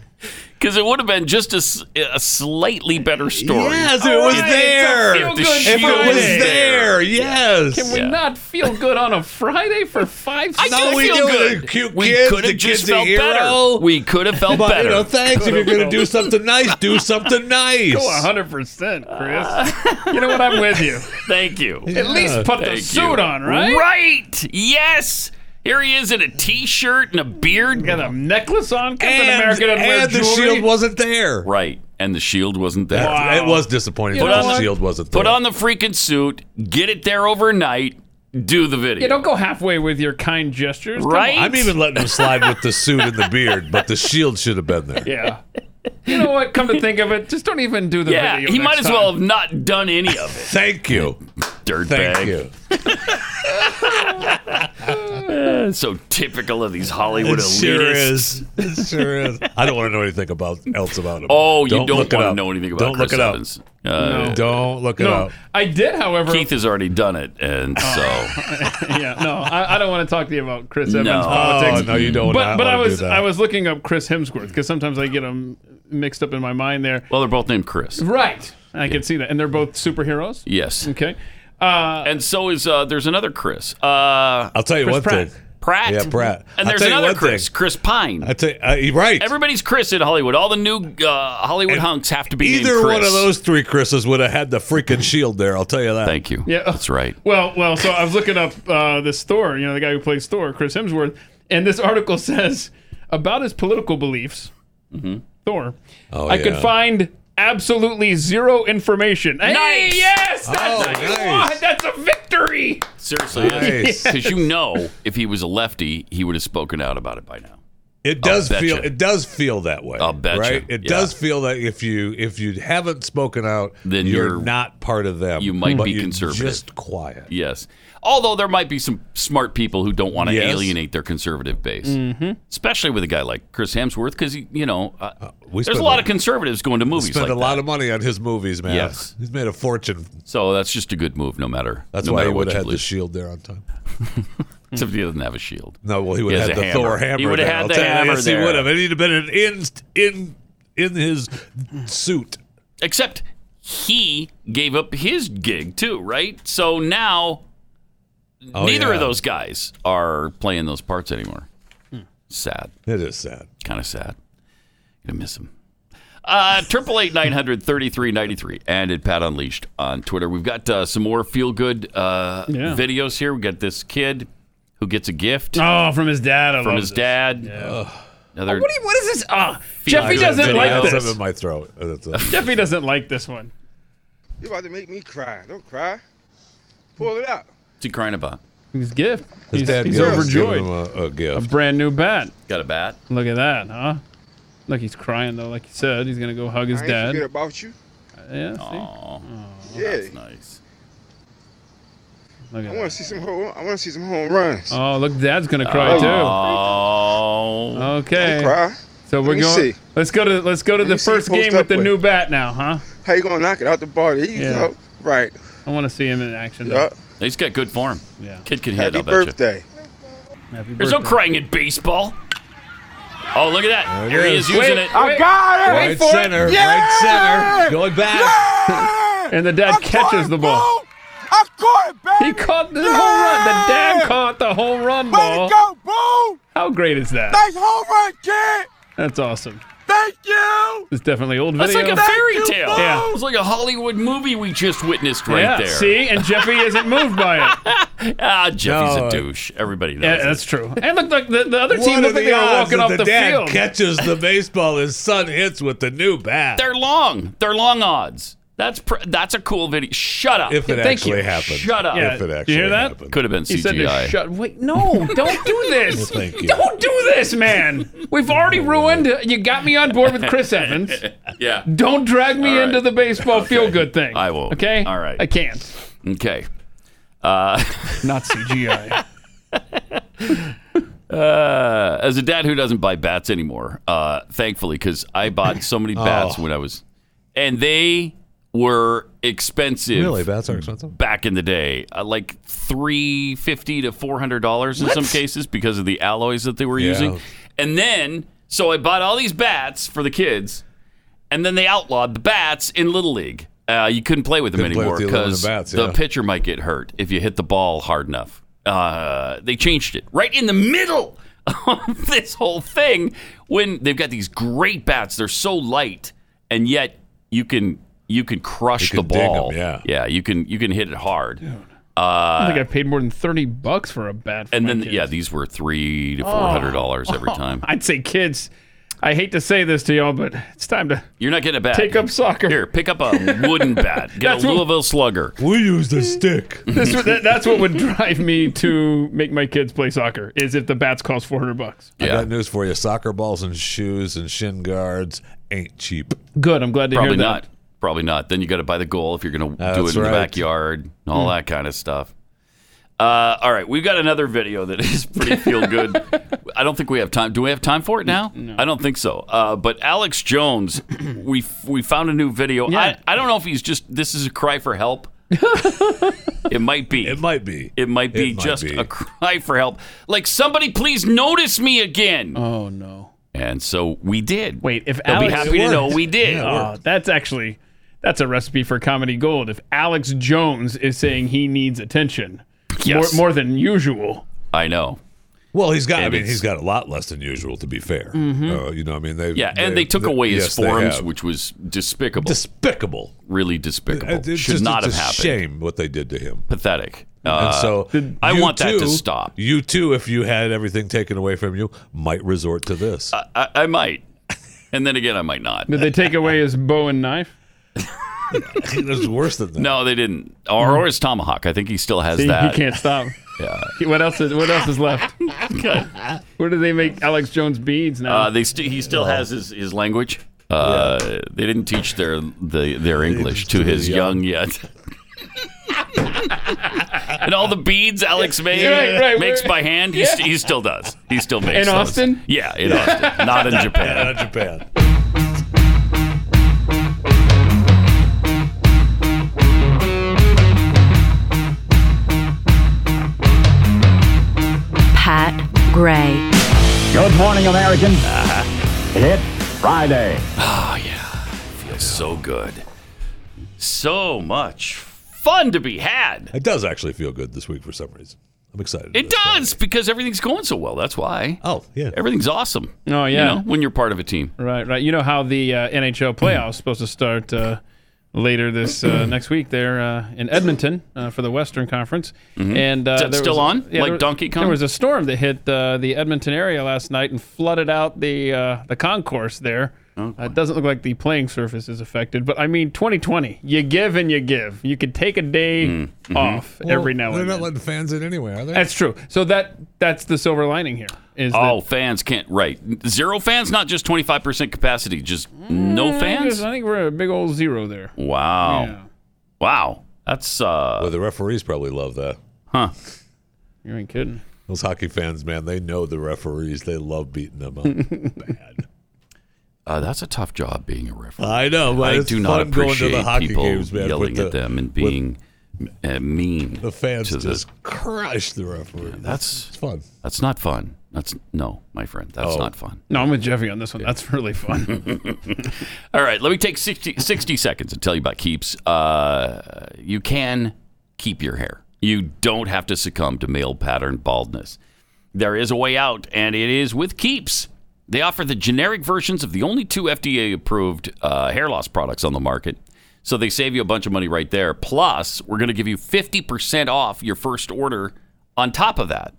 Speaker 3: Because it would have been just a, s- a slightly better story.
Speaker 5: Yes, if it was there.
Speaker 3: If the
Speaker 4: feel-good
Speaker 5: If it
Speaker 3: shield
Speaker 5: was
Speaker 4: Friday.
Speaker 5: there, yes.
Speaker 4: Can we
Speaker 3: Yeah.
Speaker 4: not feel good on a Friday for five
Speaker 3: I
Speaker 4: cents?
Speaker 3: do
Speaker 5: we
Speaker 3: feel
Speaker 5: do.
Speaker 3: good.
Speaker 5: The cute
Speaker 3: we
Speaker 5: kids,
Speaker 3: could
Speaker 5: the
Speaker 3: have just
Speaker 5: kid's a
Speaker 3: felt
Speaker 5: hero.
Speaker 3: better. We could have felt
Speaker 5: But
Speaker 3: better.
Speaker 5: you know, thanks. If you're going to do something nice, do something nice.
Speaker 4: Go 100%, Chris. [laughs] you know what? I'm with you.
Speaker 3: Uh, [laughs] Thank you.
Speaker 4: At least put the
Speaker 3: Thank
Speaker 4: suit
Speaker 3: you.
Speaker 4: on, right?
Speaker 3: Right. Yes. Here he is in a t-shirt and a beard.
Speaker 4: Got a necklace on. Captain
Speaker 5: And,
Speaker 4: America doesn't wear
Speaker 5: and the
Speaker 4: jewelry.
Speaker 5: shield wasn't there.
Speaker 3: Right. And the shield wasn't there.
Speaker 5: It was disappointing.
Speaker 4: Put
Speaker 5: that
Speaker 4: on
Speaker 5: the
Speaker 4: the-
Speaker 5: shield wasn't there.
Speaker 3: Put on the freaking suit. Get it there overnight. Do the video.
Speaker 4: Yeah, don't go halfway with your kind gestures. Come
Speaker 3: right.
Speaker 5: I'm even letting him slide with the suit and the beard, but the shield should have been there.
Speaker 4: [laughs] Yeah. You know what? Come to think of it, just don't even do the
Speaker 3: Yeah.
Speaker 4: video.
Speaker 3: He
Speaker 4: next
Speaker 3: might as well
Speaker 4: time.
Speaker 3: have not done any of it.
Speaker 5: Thank you. Thank
Speaker 3: Dirtbag.
Speaker 5: you.
Speaker 3: So typical of these Hollywood
Speaker 5: It
Speaker 3: elitists.
Speaker 5: sure is. It sure is. I don't want to know anything about else about him.
Speaker 3: Oh, you don't,
Speaker 5: look it
Speaker 3: want to
Speaker 5: up.
Speaker 3: know anything about
Speaker 5: Don't
Speaker 3: Chris
Speaker 5: look it up.
Speaker 3: Evans. Uh,
Speaker 5: Don't look it
Speaker 4: No,
Speaker 5: up.
Speaker 4: I did, however.
Speaker 3: Keith has already done it, and
Speaker 4: [laughs]
Speaker 3: so
Speaker 4: Yeah, no, I, I don't want to talk to you about Chris Evans
Speaker 3: No.
Speaker 5: Oh,
Speaker 4: politics.
Speaker 5: no, you don't.
Speaker 4: but
Speaker 5: not
Speaker 4: but I
Speaker 5: wanna do
Speaker 4: was
Speaker 5: that.
Speaker 4: I was looking up Chris Hemsworth because sometimes I get them mixed up in my mind there.
Speaker 3: well, they're both named Chris.
Speaker 4: Right. I can see that, and they're both superheroes.
Speaker 3: Yes,
Speaker 4: Okay. Uh,
Speaker 3: and so is uh, there's another Chris uh,
Speaker 5: I'll tell you
Speaker 4: Chris
Speaker 5: one
Speaker 4: Pratt.
Speaker 5: thing.
Speaker 3: Pratt.
Speaker 5: Yeah, Pratt.
Speaker 3: And
Speaker 5: I'll
Speaker 3: there's
Speaker 5: tell you
Speaker 3: another
Speaker 5: one
Speaker 3: Chris,
Speaker 5: thing.
Speaker 3: Chris Pine.
Speaker 5: I tell you, uh, you're right.
Speaker 3: Everybody's Chris in Hollywood. All the new uh, Hollywood hunks have to be named
Speaker 5: Either
Speaker 3: Chris.
Speaker 5: one of those three Chris's would have had the freaking shield there. I'll tell you that.
Speaker 3: Thank you.
Speaker 4: Yeah.
Speaker 3: that's right.
Speaker 4: well, well. So I was looking up uh, this Thor, you know, the guy who plays Thor, Chris Hemsworth, and this article [laughs] says about his political beliefs. Thor.
Speaker 5: Mm-hmm. Oh,
Speaker 4: I could
Speaker 5: yeah.
Speaker 4: find absolutely zero information. Hey,
Speaker 3: Nice.
Speaker 4: yes, that's
Speaker 5: Oh,
Speaker 4: what you
Speaker 5: nice.
Speaker 4: want. That's a victory. [laughs]
Speaker 3: Seriously, [laughs]
Speaker 5: Nice.
Speaker 3: because you know, if he was a lefty, he would have spoken out about it by now.
Speaker 5: It does
Speaker 3: betcha.
Speaker 5: feel it does feel that way.
Speaker 3: I'll betcha.
Speaker 5: Right? It
Speaker 3: Yeah.
Speaker 5: does feel that if you if you haven't spoken out,
Speaker 3: Then
Speaker 5: you're,
Speaker 3: you're-
Speaker 5: not part of them.
Speaker 3: you might
Speaker 5: but
Speaker 3: be
Speaker 5: you're
Speaker 3: conservative.
Speaker 5: Just quiet.
Speaker 3: Yes, although there might be some smart people who don't want to
Speaker 5: Yes. Mm-hmm.
Speaker 3: alienate their conservative base, especially with a guy like Chris Hemsworth, because you know, uh,
Speaker 5: we
Speaker 3: there's
Speaker 5: spend
Speaker 3: a lot
Speaker 5: a-
Speaker 3: of conservatives going to movies
Speaker 5: Spend a
Speaker 3: like
Speaker 5: lot
Speaker 3: that.
Speaker 5: of money on his movies, man.
Speaker 3: Yes.
Speaker 5: He's made a fortune.
Speaker 3: So that's just a good move, no matter.
Speaker 5: That's
Speaker 3: no
Speaker 5: why
Speaker 3: matter
Speaker 5: he would have
Speaker 3: what you
Speaker 5: had the
Speaker 3: believe.
Speaker 5: shield there on [laughs] time.
Speaker 3: [laughs] Except he doesn't have a shield.
Speaker 5: No, well, he would
Speaker 3: He
Speaker 5: have
Speaker 3: has
Speaker 5: had the
Speaker 3: a
Speaker 5: Thor
Speaker 3: hammer.
Speaker 5: hammer.
Speaker 3: He would have
Speaker 5: there.
Speaker 3: had
Speaker 5: I'll
Speaker 3: the
Speaker 5: tell you,
Speaker 3: hammer
Speaker 5: Yes,
Speaker 3: there.
Speaker 5: he would have. It would have been an in in in his suit.
Speaker 3: Except he gave up his gig too, right? So now
Speaker 5: Oh,
Speaker 3: neither
Speaker 5: yeah.
Speaker 3: of those guys are playing those parts anymore. Sad.
Speaker 5: It is sad.
Speaker 3: Kind of sad. Gonna miss him. Uh, Triple eight nine hundred thirty three ninety three and at Pat Unleashed on Twitter. We've got uh, some more feel good uh,
Speaker 4: Yeah.
Speaker 3: videos here. We got this kid who gets a gift
Speaker 4: Oh, from his dad. I
Speaker 3: from
Speaker 4: love
Speaker 3: his
Speaker 4: this.
Speaker 3: dad. Another
Speaker 4: What, do you- what is this? Ah,
Speaker 3: Feel
Speaker 4: Jeffy
Speaker 3: good
Speaker 4: doesn't
Speaker 3: video.
Speaker 4: like
Speaker 5: I have
Speaker 4: this.
Speaker 5: something in my throat. That's
Speaker 3: [laughs]
Speaker 5: a-
Speaker 4: Jeffy doesn't like this one.
Speaker 10: You're about to make me cry. Don't
Speaker 11: Oh,
Speaker 10: cry. Pull it out.
Speaker 3: What's he crying about?
Speaker 4: His gift.
Speaker 5: His
Speaker 4: he's
Speaker 5: dad
Speaker 4: he's
Speaker 5: gave him-
Speaker 4: overjoyed.
Speaker 5: gave him a, a
Speaker 4: a
Speaker 5: gift.
Speaker 4: brand new bat.
Speaker 3: Got a bat.
Speaker 4: Look at that, huh? Look, he's crying though. Like you said, he's gonna go hug his dad.
Speaker 10: about you.
Speaker 4: Yeah, see?
Speaker 3: Oh,
Speaker 10: yeah.
Speaker 3: that's nice.
Speaker 4: Look at
Speaker 10: I want
Speaker 4: that.
Speaker 10: to see some. Home, I want to see some home runs.
Speaker 4: Oh, look, dad's gonna cry
Speaker 3: Oh,
Speaker 4: too. Okay,
Speaker 10: Cry.
Speaker 4: so we're
Speaker 10: me
Speaker 4: going.
Speaker 10: see.
Speaker 4: Let's go to let's go to
Speaker 10: Let
Speaker 4: the
Speaker 10: me see
Speaker 4: first
Speaker 10: you post
Speaker 4: game with
Speaker 10: up
Speaker 4: the
Speaker 10: with.
Speaker 4: new bat now, huh?
Speaker 10: How you gonna knock it out the ball? There you
Speaker 4: Yeah.
Speaker 10: go. Right.
Speaker 4: I want to see him in action. though.
Speaker 10: Yup.
Speaker 3: he's got good form.
Speaker 4: Yeah.
Speaker 3: Kid can hit.
Speaker 10: Happy
Speaker 3: I'll bet you.
Speaker 10: birthday.
Speaker 4: Happy
Speaker 3: There's no
Speaker 4: birthday.
Speaker 3: crying in baseball. Oh, look at that.
Speaker 5: There
Speaker 3: There
Speaker 5: it
Speaker 3: he
Speaker 5: is.
Speaker 3: is using
Speaker 4: Wait,
Speaker 3: it.
Speaker 4: I got
Speaker 5: Right center. Right center. Going back.
Speaker 4: And the dad catches the ball. He caught the whole run. The dad caught the whole run ball. How great is that? Nice home run, kid. That's awesome. Thank you. It's definitely old
Speaker 3: That's
Speaker 4: video.
Speaker 3: like a fairy tale.
Speaker 4: Yeah.
Speaker 3: It's like a Hollywood movie we just witnessed right
Speaker 4: yeah,
Speaker 3: there.
Speaker 4: see, and Jeffy isn't moved by it.
Speaker 5: [laughs]
Speaker 3: Ah, Jeffy's
Speaker 5: No.
Speaker 3: a douche. Everybody knows.
Speaker 4: Yeah,
Speaker 3: it.
Speaker 4: that's true. And look, like the, the other
Speaker 5: What
Speaker 4: team
Speaker 5: are
Speaker 4: looked like
Speaker 5: the
Speaker 4: they were
Speaker 5: odds
Speaker 4: walking
Speaker 5: that
Speaker 4: off
Speaker 5: the,
Speaker 4: the,
Speaker 5: dad
Speaker 4: field.
Speaker 5: catches the baseball his son hits with the new bat?
Speaker 3: They're long. They're long odds. That's pr- that's a cool video. Shut up.
Speaker 5: If it
Speaker 4: Thank you.
Speaker 5: actually happened.
Speaker 3: Shut up.
Speaker 4: Yeah.
Speaker 5: If it
Speaker 4: You
Speaker 5: actually
Speaker 4: hear that?
Speaker 5: happened.
Speaker 3: Could have been
Speaker 4: He said
Speaker 3: CGI.
Speaker 4: to shut. Wait, no, don't do
Speaker 3: [laughs]
Speaker 4: this.
Speaker 5: Thank you.
Speaker 4: Don't do this, man. We've already ruined. You got me on board with Chris Evans.
Speaker 3: [laughs] yeah.
Speaker 4: Don't drag me
Speaker 3: All right.
Speaker 4: into the baseball feel good thing.
Speaker 3: I won't.
Speaker 4: Okay.
Speaker 3: All right.
Speaker 4: I can't.
Speaker 3: Okay. Uh, [laughs]
Speaker 4: Not CGI.
Speaker 3: uh, as a dad who doesn't buy bats anymore, uh, thankfully, because I bought so many bats
Speaker 5: Oh.
Speaker 3: when I was, and they were expensive.
Speaker 5: Really, bats are expensive.
Speaker 3: back in the day, uh, like three fifty to four hundred dollars in some cases because of the alloys that they were
Speaker 5: Yeah.
Speaker 3: using. And then So I bought all these bats for the kids, and then they outlawed the bats in Little League. Uh, you couldn't play with them
Speaker 5: Couldn't play
Speaker 3: anymore
Speaker 5: with the aluminum
Speaker 3: because
Speaker 5: bats,
Speaker 3: the
Speaker 5: yeah.
Speaker 3: pitcher might get hurt if you hit the ball hard enough. Uh, they changed it right in the middle [laughs] of this whole thing when they've got these great bats. They're so light, and yet you can you can crush
Speaker 5: You
Speaker 3: the
Speaker 5: can dig 'em,
Speaker 3: ball.
Speaker 5: yeah.
Speaker 3: yeah, you can you can hit it hard.
Speaker 4: I
Speaker 3: Uh,
Speaker 4: think I paid more than thirty bucks for a bat. For
Speaker 3: and
Speaker 4: my
Speaker 3: then
Speaker 4: kids. Oh.
Speaker 3: yeah, these were three to four hundred dollars every time.
Speaker 4: I'd say kids. I hate to say this to y'all, but it's time to
Speaker 3: You're not getting a
Speaker 4: [laughs]
Speaker 3: bat.
Speaker 4: take up soccer.
Speaker 3: Here, pick up a
Speaker 4: [laughs]
Speaker 3: wooden bat. Get
Speaker 4: That's
Speaker 3: a
Speaker 4: what-
Speaker 3: Louisville Slugger.
Speaker 5: We use the stick.
Speaker 4: This, would- that, [laughs] that's what would drive me to make my kids play soccer is if the bats cost four hundred bucks.
Speaker 5: I
Speaker 3: Yeah,
Speaker 5: got news for you. Soccer balls and shoes and shin guards ain't cheap.
Speaker 4: Good. I'm glad to
Speaker 3: probably
Speaker 4: hear that.
Speaker 3: not. Probably not. Then you got to buy the goal if you're going to do it
Speaker 5: That's
Speaker 3: in the
Speaker 5: right. Hmm.
Speaker 3: backyard and all that kind of stuff. Uh, all right, we've got another video that [laughs] is pretty feel good. I don't think we have time. Do we have time for it now? I don't think so. Uh, but
Speaker 4: [clears throat]
Speaker 3: Alex Jones, we we found a new video.
Speaker 4: Yeah.
Speaker 3: I, I don't know if he's just this is a cry for
Speaker 4: [laughs]
Speaker 3: help. it might be.
Speaker 5: It might be.
Speaker 3: It might be
Speaker 5: It might
Speaker 3: just
Speaker 5: be.
Speaker 3: a cry for help. Like somebody please notice me again.
Speaker 4: Oh no.
Speaker 3: And so we did.
Speaker 4: Wait, if
Speaker 3: they'll
Speaker 4: Alex-
Speaker 3: be happy
Speaker 5: It
Speaker 4: [laughs]
Speaker 3: to know
Speaker 5: worked.
Speaker 3: we did.
Speaker 4: Oh, that's actually that's a recipe for comedy gold. If Alex Jones is saying he needs attention
Speaker 3: Yes.
Speaker 4: more, more than usual,
Speaker 3: I know.
Speaker 5: Well, he's got. I
Speaker 3: And
Speaker 5: mean,
Speaker 3: it's-
Speaker 5: he's got a lot less than usual. To be fair,
Speaker 4: Mm-hmm.
Speaker 5: Uh, you know, I mean, they.
Speaker 3: Yeah, and they took away his
Speaker 5: yes, they
Speaker 3: forums,
Speaker 5: have.
Speaker 3: which was despicable.
Speaker 5: despicable.
Speaker 3: really despicable.
Speaker 5: It's
Speaker 3: Should
Speaker 5: just-
Speaker 3: not
Speaker 5: it's
Speaker 3: have
Speaker 5: a
Speaker 3: happened.
Speaker 5: Shame what they did to him.
Speaker 3: Pathetic.
Speaker 5: And
Speaker 3: Uh,
Speaker 5: so
Speaker 3: I
Speaker 5: you
Speaker 3: want that to
Speaker 5: too-
Speaker 3: stop.
Speaker 5: You too, if you had everything taken away from you, might resort to this.
Speaker 4: Uh,
Speaker 3: I, I might. And then again, I
Speaker 5: [laughs]
Speaker 3: might not.
Speaker 4: did they take away his bow and knife?
Speaker 5: it's worse than that.
Speaker 3: No, they didn't. Or, or his tomahawk. I think he still has
Speaker 4: Hmm. He, he
Speaker 3: that.
Speaker 4: can't stop.
Speaker 3: Yeah.
Speaker 4: He- What else is what else is
Speaker 3: [laughs]
Speaker 4: left? Where do they make Alex Jones beads now?
Speaker 3: Uh, they st- he still has his, his language. Uh, They didn't teach their the, their English to
Speaker 5: to the
Speaker 3: his young,
Speaker 5: young.
Speaker 3: yet. [laughs] and all the beads Alex made
Speaker 4: Right, right,
Speaker 3: makes
Speaker 4: we're-
Speaker 3: by hand. He, st- he still does. He still makes
Speaker 4: In
Speaker 3: those.
Speaker 4: Austin?
Speaker 3: Yeah, in Austin, not in
Speaker 5: [laughs]
Speaker 3: Japan.
Speaker 5: Out of Japan.
Speaker 8: Pat Gray.
Speaker 2: Good morning, American.
Speaker 4: Uh-huh.
Speaker 2: It's Friday.
Speaker 3: Feels so good. So much fun to be had.
Speaker 5: It does actually feel good this week for some reason. I'm excited.
Speaker 3: It does because everything's going so well. That's why.
Speaker 5: Oh yeah.
Speaker 3: Everything's awesome.
Speaker 4: Oh,
Speaker 3: You
Speaker 4: yeah.
Speaker 3: know, when you're part of a team.
Speaker 4: right, right. You know how the uh,
Speaker 3: [clears throat]
Speaker 4: NHL playoffs supposed to start uh, later this uh, next week there uh, in Edmonton uh, for the Western Conference. And uh,
Speaker 3: Mm-hmm. Is that
Speaker 4: there
Speaker 3: still
Speaker 4: was-
Speaker 3: on? Like
Speaker 4: there-
Speaker 3: Donkey Kong?
Speaker 4: There was a storm that hit uh, the Edmonton area last night and flooded out the uh, the concourse there.
Speaker 3: Oh,
Speaker 4: Uh, it doesn't look like the playing surface is affected, but I mean, 2020, you give and you give. You could take a day
Speaker 3: Mm-hmm.
Speaker 4: off every now
Speaker 5: They're
Speaker 4: and
Speaker 5: not
Speaker 4: then.
Speaker 5: letting fans in anyway, are they?
Speaker 4: That's true. So that that's the silver lining here. Is that
Speaker 3: Oh, fans can't. Right, zero fans, not just twenty five percent capacity, just
Speaker 4: Mm,
Speaker 3: no fans.
Speaker 4: I think we're a big old zero there.
Speaker 3: Wow,
Speaker 4: Yeah.
Speaker 3: wow, that's uh,
Speaker 5: well, the referees probably love that.
Speaker 3: huh.
Speaker 4: You ain't kidding.
Speaker 5: Those hockey fans, man, they know the referees. They love beating
Speaker 3: [laughs]
Speaker 5: them up. Bad.
Speaker 3: Uh, that's a tough job being a referee.
Speaker 5: I know, but
Speaker 3: I
Speaker 5: it's
Speaker 3: do
Speaker 5: fun
Speaker 3: not
Speaker 5: going to
Speaker 3: appreciate
Speaker 5: the hockey
Speaker 3: people
Speaker 5: games, man,
Speaker 3: yelling
Speaker 5: with
Speaker 3: at
Speaker 5: the-
Speaker 3: them and
Speaker 5: with
Speaker 3: being uh, mean.
Speaker 5: The fans
Speaker 3: to the-
Speaker 5: just crush the referees.
Speaker 3: that's-
Speaker 5: it's fun.
Speaker 3: That's not fun. That's no, my friend. That's
Speaker 5: Oh.
Speaker 3: not fun.
Speaker 4: No, I'm with Jeffy on this one. That's really fun.
Speaker 3: [laughs] All right, let me take 60, 60 seconds and tell you about Keeps. Uh, you can keep your hair. You don't have to succumb to male pattern baldness. There is a way out, and it is with Keeps. They offer the generic versions of the only two FDA approved uh, hair loss products on the market. So they save you a bunch of money right there. Plus, we're going to give you 50% off your first order on top of that.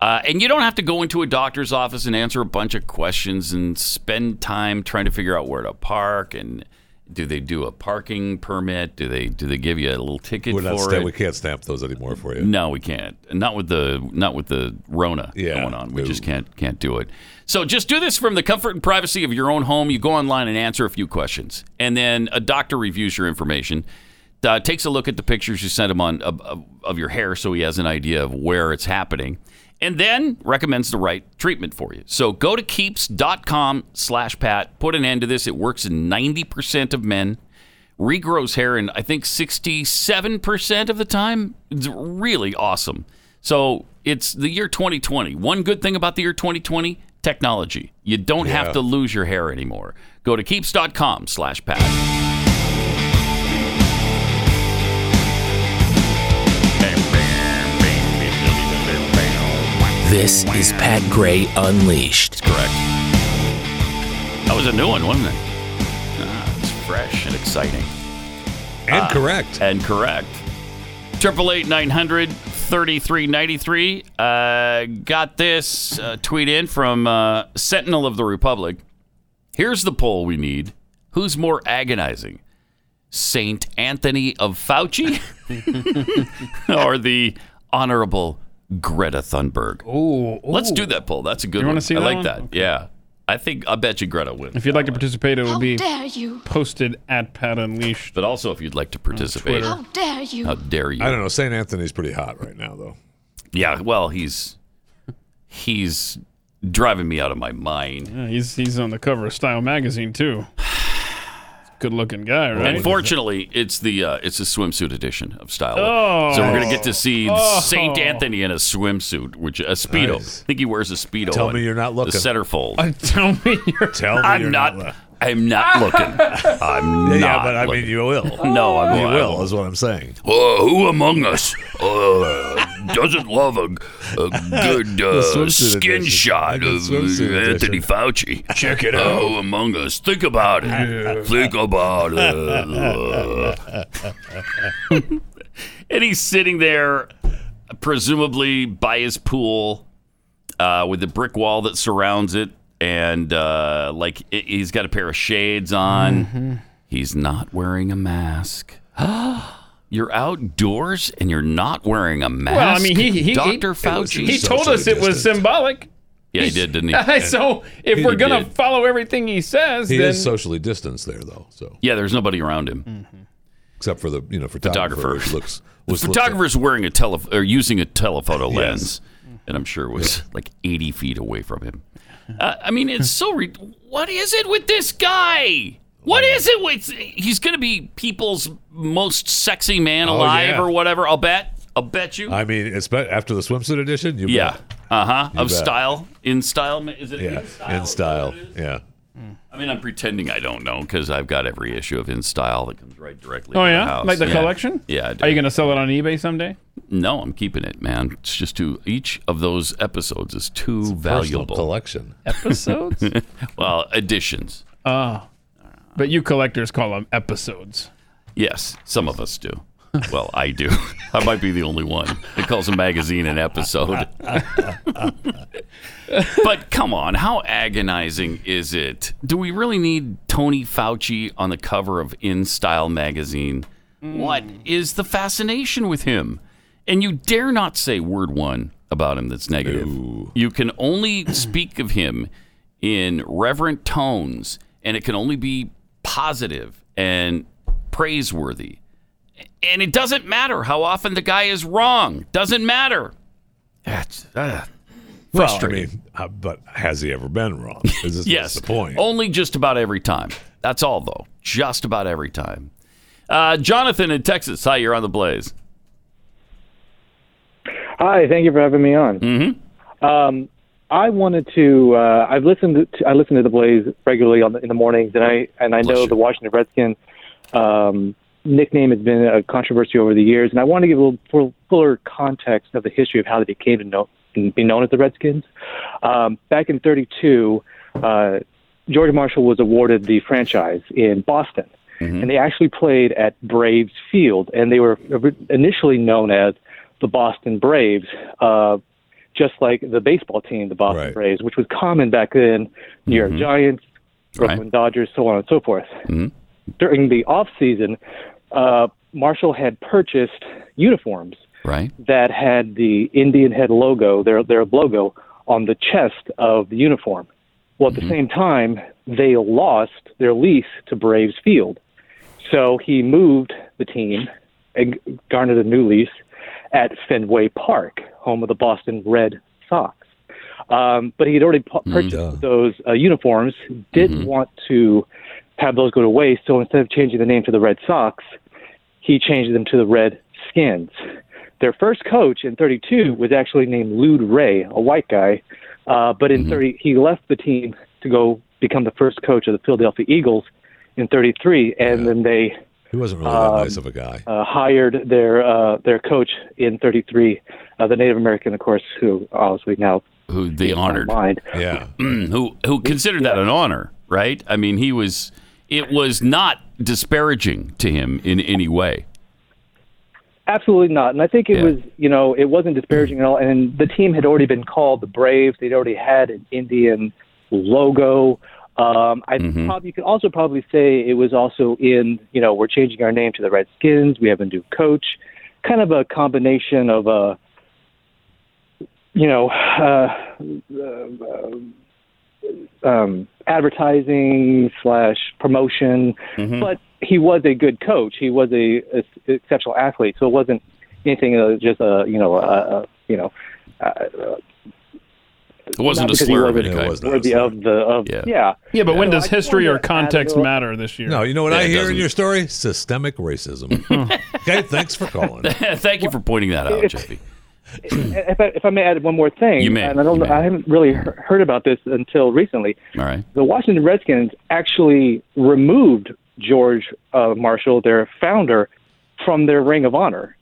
Speaker 3: Uh, and you don't have to go into a doctor's office and answer a bunch of questions and spend time trying to figure out where to park and do they do a parking permit? Do they do they give you a little ticket
Speaker 5: We're not
Speaker 3: for
Speaker 5: stamp-
Speaker 3: it?
Speaker 5: we can't stamp those anymore for you.
Speaker 3: No, we can't. Not with the not with the Rona
Speaker 5: Yeah.
Speaker 3: going on. We
Speaker 5: No.
Speaker 3: just can't can't do it. So just do this from the comfort and privacy of your own home. You go online and answer a few questions, and then a doctor reviews your information, uh, takes a look at the pictures you sent him on of, of, of your hair, so he has an idea of where it's happening, and then recommends the right treatment for you. So go to keeps.com/pat. slash Pat. Put an end to this. It works in ninety percent of men regrows hair in I think 67% of the time. It's really awesome. So it's the year 2020. One good thing about the year 2020 technology. You don't have to lose your hair anymore. Go to keeps.com slash Pat.
Speaker 12: This is Pat Gray Unleashed.
Speaker 3: Correct. That was a new one, wasn't it? Ah, it's fresh and exciting. Ah,
Speaker 5: And correct.
Speaker 3: And correct. Triple eight nine hundred thirty three ninety three. Got this uh, tweet in from uh, Sentinel of the Republic. Here's the poll we need. Who's more agonizing, Saint Anthony of Fauci, [laughs] or the Honorable Greta Thunberg?
Speaker 4: Ooh,
Speaker 3: Let's do that poll. That's a good
Speaker 4: You
Speaker 3: one.
Speaker 4: wanna see
Speaker 3: I
Speaker 4: that
Speaker 3: like
Speaker 4: one?
Speaker 3: that. Yeah, I think I bet you Greta wins.
Speaker 4: If you'd like to participate, it will be
Speaker 13: dare
Speaker 4: [laughs]
Speaker 13: you?
Speaker 4: posted at Pat Unleashed.
Speaker 3: But also, if you'd like to participate,
Speaker 4: Twitter.
Speaker 13: dare you?
Speaker 3: how dare you?
Speaker 5: I don't know. St. Anthony's pretty hot right now, though.
Speaker 3: Yeah, well, he's he's driving me out of my mind.
Speaker 4: Oh, Yeah, he's he's on the cover of Style magazine too. [sighs] Good looking guy, right?
Speaker 3: Unfortunately, it's the uh, it's the swimsuit edition of Style.
Speaker 4: Oh.
Speaker 3: so we're gonna get to see
Speaker 4: Oh.
Speaker 3: Saint Anthony in a swimsuit, which a speedo.
Speaker 5: Nice.
Speaker 3: I think he wears a speedo.
Speaker 5: Tell
Speaker 3: on
Speaker 5: me you're not looking.
Speaker 3: The centerfold.
Speaker 4: Uh, Tell me
Speaker 3: [laughs]
Speaker 4: you're
Speaker 5: [laughs] Tell me
Speaker 3: I'm
Speaker 5: you're
Speaker 3: not.
Speaker 5: looking.
Speaker 3: I'm
Speaker 5: [laughs]
Speaker 3: not looking. I'm not.
Speaker 5: Yeah, but I
Speaker 3: looking.
Speaker 5: mean, you will.
Speaker 3: No, I
Speaker 5: You
Speaker 3: won't.
Speaker 5: will is what I'm saying.
Speaker 3: Uh, who among us uh, doesn't love a,
Speaker 5: [laughs]
Speaker 3: a good uh,
Speaker 5: swimsuit
Speaker 3: skin
Speaker 5: edition.
Speaker 3: shot
Speaker 5: The
Speaker 3: of uh,
Speaker 5: swimsuit
Speaker 3: Anthony
Speaker 5: edition.
Speaker 3: Fauci? Check it out. who among us? Think about it. Think about it.
Speaker 5: [laughs]
Speaker 4: Mm-hmm.
Speaker 3: and he's sitting there, presumably by his pool, uh, with the brick wall that surrounds it, and uh, like i- he's got a pair of shades on. He's not wearing a mask. [gasps] You're outdoors and you're not wearing a mask.
Speaker 4: Well, I mean, he- he- he-
Speaker 3: Dr.
Speaker 4: it
Speaker 5: was
Speaker 3: Fauci.
Speaker 4: He told us it was symbolic.
Speaker 3: yeah, he
Speaker 4: [laughs]
Speaker 3: did, didn't he?
Speaker 4: so if
Speaker 5: He
Speaker 4: we're gonna
Speaker 3: did.
Speaker 4: follow everything he says,
Speaker 5: He
Speaker 4: then
Speaker 5: is socially distanced there, though. So Mm-hmm.
Speaker 3: Yeah, there's nobody around him.
Speaker 5: except for the you know photographer,
Speaker 3: Photographer.
Speaker 5: which looks
Speaker 3: The
Speaker 5: was looking-
Speaker 3: photographer's wearing a tele or using a telephoto
Speaker 5: Yes.
Speaker 3: lens, and I'm sure was like 80 feet away from him. Uh, I mean, it's so. Re- what is it with this guy? What is it with? He's going to be people's most sexy man
Speaker 5: Oh,
Speaker 3: alive
Speaker 5: yeah.
Speaker 3: or whatever. I'll bet. I'll bet you.
Speaker 5: I mean, it's be- after the swimsuit edition. You
Speaker 3: yeah.
Speaker 5: bet.
Speaker 3: Uh huh. Of
Speaker 5: bet.
Speaker 3: style. In style. ma- Is it
Speaker 5: yeah,
Speaker 3: in style? Hmm.
Speaker 5: in style. Yeah,
Speaker 3: I mean, I'm pretending I don't know because I've got every issue of In Style that comes right directly.
Speaker 4: Oh
Speaker 3: to my
Speaker 4: yeah,
Speaker 3: house.
Speaker 4: like the
Speaker 3: Yeah.
Speaker 4: collection.
Speaker 3: Yeah. I do.
Speaker 4: Are you gonna sell it on eBay someday?
Speaker 3: No, I'm keeping it, man. It's just too. Each of those episodes is too
Speaker 5: Personal
Speaker 3: valuable.
Speaker 5: collection.
Speaker 3: [laughs]
Speaker 4: Episodes.
Speaker 3: Well, editions. Oh.
Speaker 4: but you collectors call them episodes.
Speaker 3: Yes, some of us do. Well, I do. [laughs] I might be the only one that calls a magazine an episode. but come on, how agonizing is it? Do we really need Tony Fauci on the cover of In Style magazine?
Speaker 5: Mm.
Speaker 3: What is the fascination with him? And you dare not say word one about him that's negative. You can only [clears throat] speak of him in reverent tones, and it can only be positive and praiseworthy. And it doesn't matter how often the guy is wrong. Doesn't matter. That's, uh,
Speaker 5: Well, I mean, uh, but has he ever been
Speaker 3: [laughs]
Speaker 5: wrong? Is this
Speaker 3: yes.
Speaker 5: the point?
Speaker 3: Only just about every time. That's all, though. Just about every time. Uh, Jonathan in Texas. Hi, you're on the blaze.
Speaker 14: Hi, thank you for having me on.
Speaker 3: Mm-hmm.
Speaker 14: Um, I wanted to. Uh, I've listened. To, I listen to the Blaze regularly on the, in the mornings, and I and I
Speaker 3: Bless
Speaker 14: know
Speaker 3: you.
Speaker 14: the Washington Redskins um, nickname has been a controversy over the years, and I want to give a little full, fuller context of the history of how they became to know, be known as the Redskins. Um, back in '32, uh, George Marshall was awarded the franchise in Boston, Mm-hmm. and they actually played at Braves Field, and they were initially known as the Boston Braves, uh, just like the baseball team, the Boston
Speaker 5: Right.
Speaker 14: Braves, which was common back then. New York Giants, Brooklyn
Speaker 3: Right.
Speaker 14: Dodgers, so on and so forth.
Speaker 4: Mm-hmm.
Speaker 3: Mhm.
Speaker 14: During the off season, uh, Marshall had purchased uniforms
Speaker 3: Right?
Speaker 14: that had the Indian head logo, their their logo, on the chest of the uniform. Well, at the same time, they lost their lease to Braves Field, so he moved the team and garnered a new lease at Fenway Park, home of the Boston Red Sox. Um, but he had already pu- purchased those uh, uniforms, didn't want to have those go to waste, so instead of changing the name to the Red Sox, he changed them to the Red Skins. Their first coach in 32 was actually named Lude Ray, a white guy Uh, but
Speaker 5: Mm-hmm.
Speaker 14: in 30, he left the team to go become the first coach of the Philadelphia Eagles in 33, and then they
Speaker 5: He wasn't really that
Speaker 14: Um,
Speaker 5: nice of a guy.
Speaker 14: uh, hired their uh, their coach in 33, uh, the Native American, of course, who obviously now
Speaker 3: who they honored.
Speaker 5: Yeah,
Speaker 3: [clears throat] who who considered that an honor, right? I mean, he was. It was not disparaging to him in any way.
Speaker 14: Absolutely not. And I think it was, you know, it wasn't disparaging at all. And the team had already been called the Braves. They'd already had an Indian logo. Um, I probably, you could also probably say it was also in, you know, we're changing our name to the Redskins. We have a new coach. Kind of a combination of a, you know, uh, uh, um, advertising slash promotion.
Speaker 3: Mm-hmm.
Speaker 14: But he was a good coach. He was a, a exceptional athlete. So it wasn't anything uh, just a you know a, a you know. Uh,
Speaker 3: It wasn't
Speaker 14: Not
Speaker 3: a
Speaker 14: because he
Speaker 3: slur of
Speaker 14: wasn't-
Speaker 3: any
Speaker 14: it
Speaker 3: kind.
Speaker 14: was not a Worthy slur. of the of yeah.
Speaker 4: Yeah, but when
Speaker 14: So
Speaker 4: does
Speaker 14: I just
Speaker 4: history
Speaker 14: wanted to
Speaker 4: or
Speaker 14: add a
Speaker 4: context
Speaker 14: little-
Speaker 4: matter this year?
Speaker 5: No, you know what
Speaker 3: Yeah,
Speaker 5: I
Speaker 3: it
Speaker 5: hear
Speaker 3: doesn't.
Speaker 5: in your story? Systemic
Speaker 3: [laughs]
Speaker 5: racism. okay, thanks for calling.
Speaker 3: Thank you for pointing that out, Jeffy.
Speaker 14: If I, if I may add one more thing,
Speaker 3: You may.
Speaker 14: and I don't, I haven't really he- heard about this until recently.
Speaker 3: All right.
Speaker 14: The Washington Redskins actually removed George uh, Marshall, their founder, from their Ring of Honor,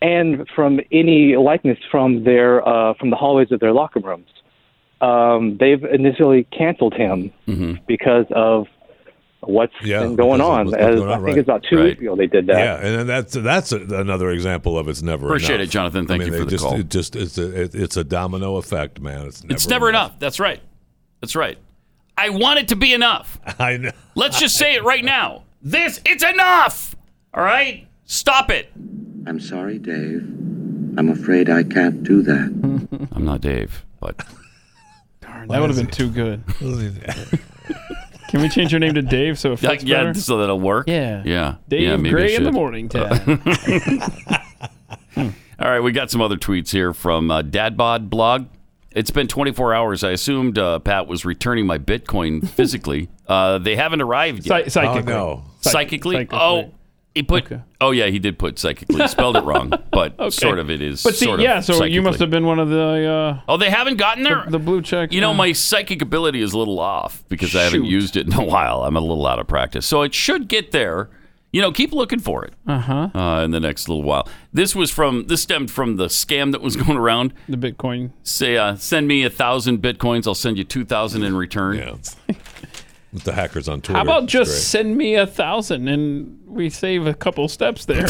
Speaker 14: and from any likeness from their uh, from the hallways of their locker rooms. Um, they've initially canceled him
Speaker 3: Mm-hmm.
Speaker 14: because of what's been going on.
Speaker 5: what's
Speaker 14: As
Speaker 5: going on,
Speaker 14: I think
Speaker 5: right.
Speaker 14: it's about two
Speaker 5: Right.
Speaker 14: weeks ago they did that.
Speaker 5: [laughs] Yeah, and then that's that's a, another example of it's never.
Speaker 3: Appreciate
Speaker 5: enough.
Speaker 3: it, Jonathan. Thank
Speaker 5: I mean,
Speaker 3: you
Speaker 5: they
Speaker 3: for the
Speaker 5: just,
Speaker 3: call.
Speaker 5: It just it's a it, it's a domino effect, man. It's [laughs] never.
Speaker 3: It's never enough. That's right. That's right. I want it to
Speaker 5: [laughs]
Speaker 3: be enough.
Speaker 5: I know.
Speaker 3: Let's just say it right now. This it's enough. All right? Stop it.
Speaker 13: I'm sorry, Dave. I'm afraid I can't do that.
Speaker 3: [laughs] I'm not Dave, but
Speaker 4: that would have been too
Speaker 5: [laughs]
Speaker 4: good. Can we change your name to Dave so it
Speaker 3: Yeah,
Speaker 4: fits
Speaker 3: yeah,
Speaker 4: better?
Speaker 3: so that'll work.
Speaker 4: Yeah.
Speaker 3: Yeah.
Speaker 4: Dave
Speaker 3: yeah, maybe I
Speaker 4: Gray in the
Speaker 3: should.
Speaker 4: morning time.
Speaker 3: [laughs] All right, we got some other tweets here from uh, Dadbod blog. It's been 24 hours. I assumed uh, Pat was returning my Bitcoin physically. uh, they haven't arrived yet.
Speaker 4: Psy- psychically. Oh, no.
Speaker 3: Psychically?
Speaker 4: Psychically.
Speaker 3: Oh, he put. Oh yeah, he did put psychically. He spelled
Speaker 4: [laughs]
Speaker 3: it wrong, but
Speaker 4: Okay.
Speaker 3: sort of it is.
Speaker 4: But see,
Speaker 3: sort
Speaker 4: [laughs]
Speaker 3: of
Speaker 4: yeah, so you
Speaker 3: psychically.
Speaker 4: must have been one of the. Uh,
Speaker 3: oh, they haven't gotten there.
Speaker 4: The, blue check.
Speaker 3: You know,
Speaker 4: uh,
Speaker 3: my psychic ability is a little off because I haven't
Speaker 4: Shoot.
Speaker 3: used it in a while. I'm a little out of practice. So it should get there. You know, keep looking for it
Speaker 4: Uh-huh.
Speaker 3: uh, in the next little while. This was from, this stemmed from the scam that was [laughs] going around.
Speaker 4: The Bitcoin.
Speaker 3: Say, uh, send me a thousand bitcoins. I'll send you 2,000 in return.
Speaker 5: Yeah. [laughs] The hackers on Twitter.
Speaker 4: How about
Speaker 5: It's
Speaker 4: just
Speaker 5: great.
Speaker 4: send me a thousand and we save a couple steps there?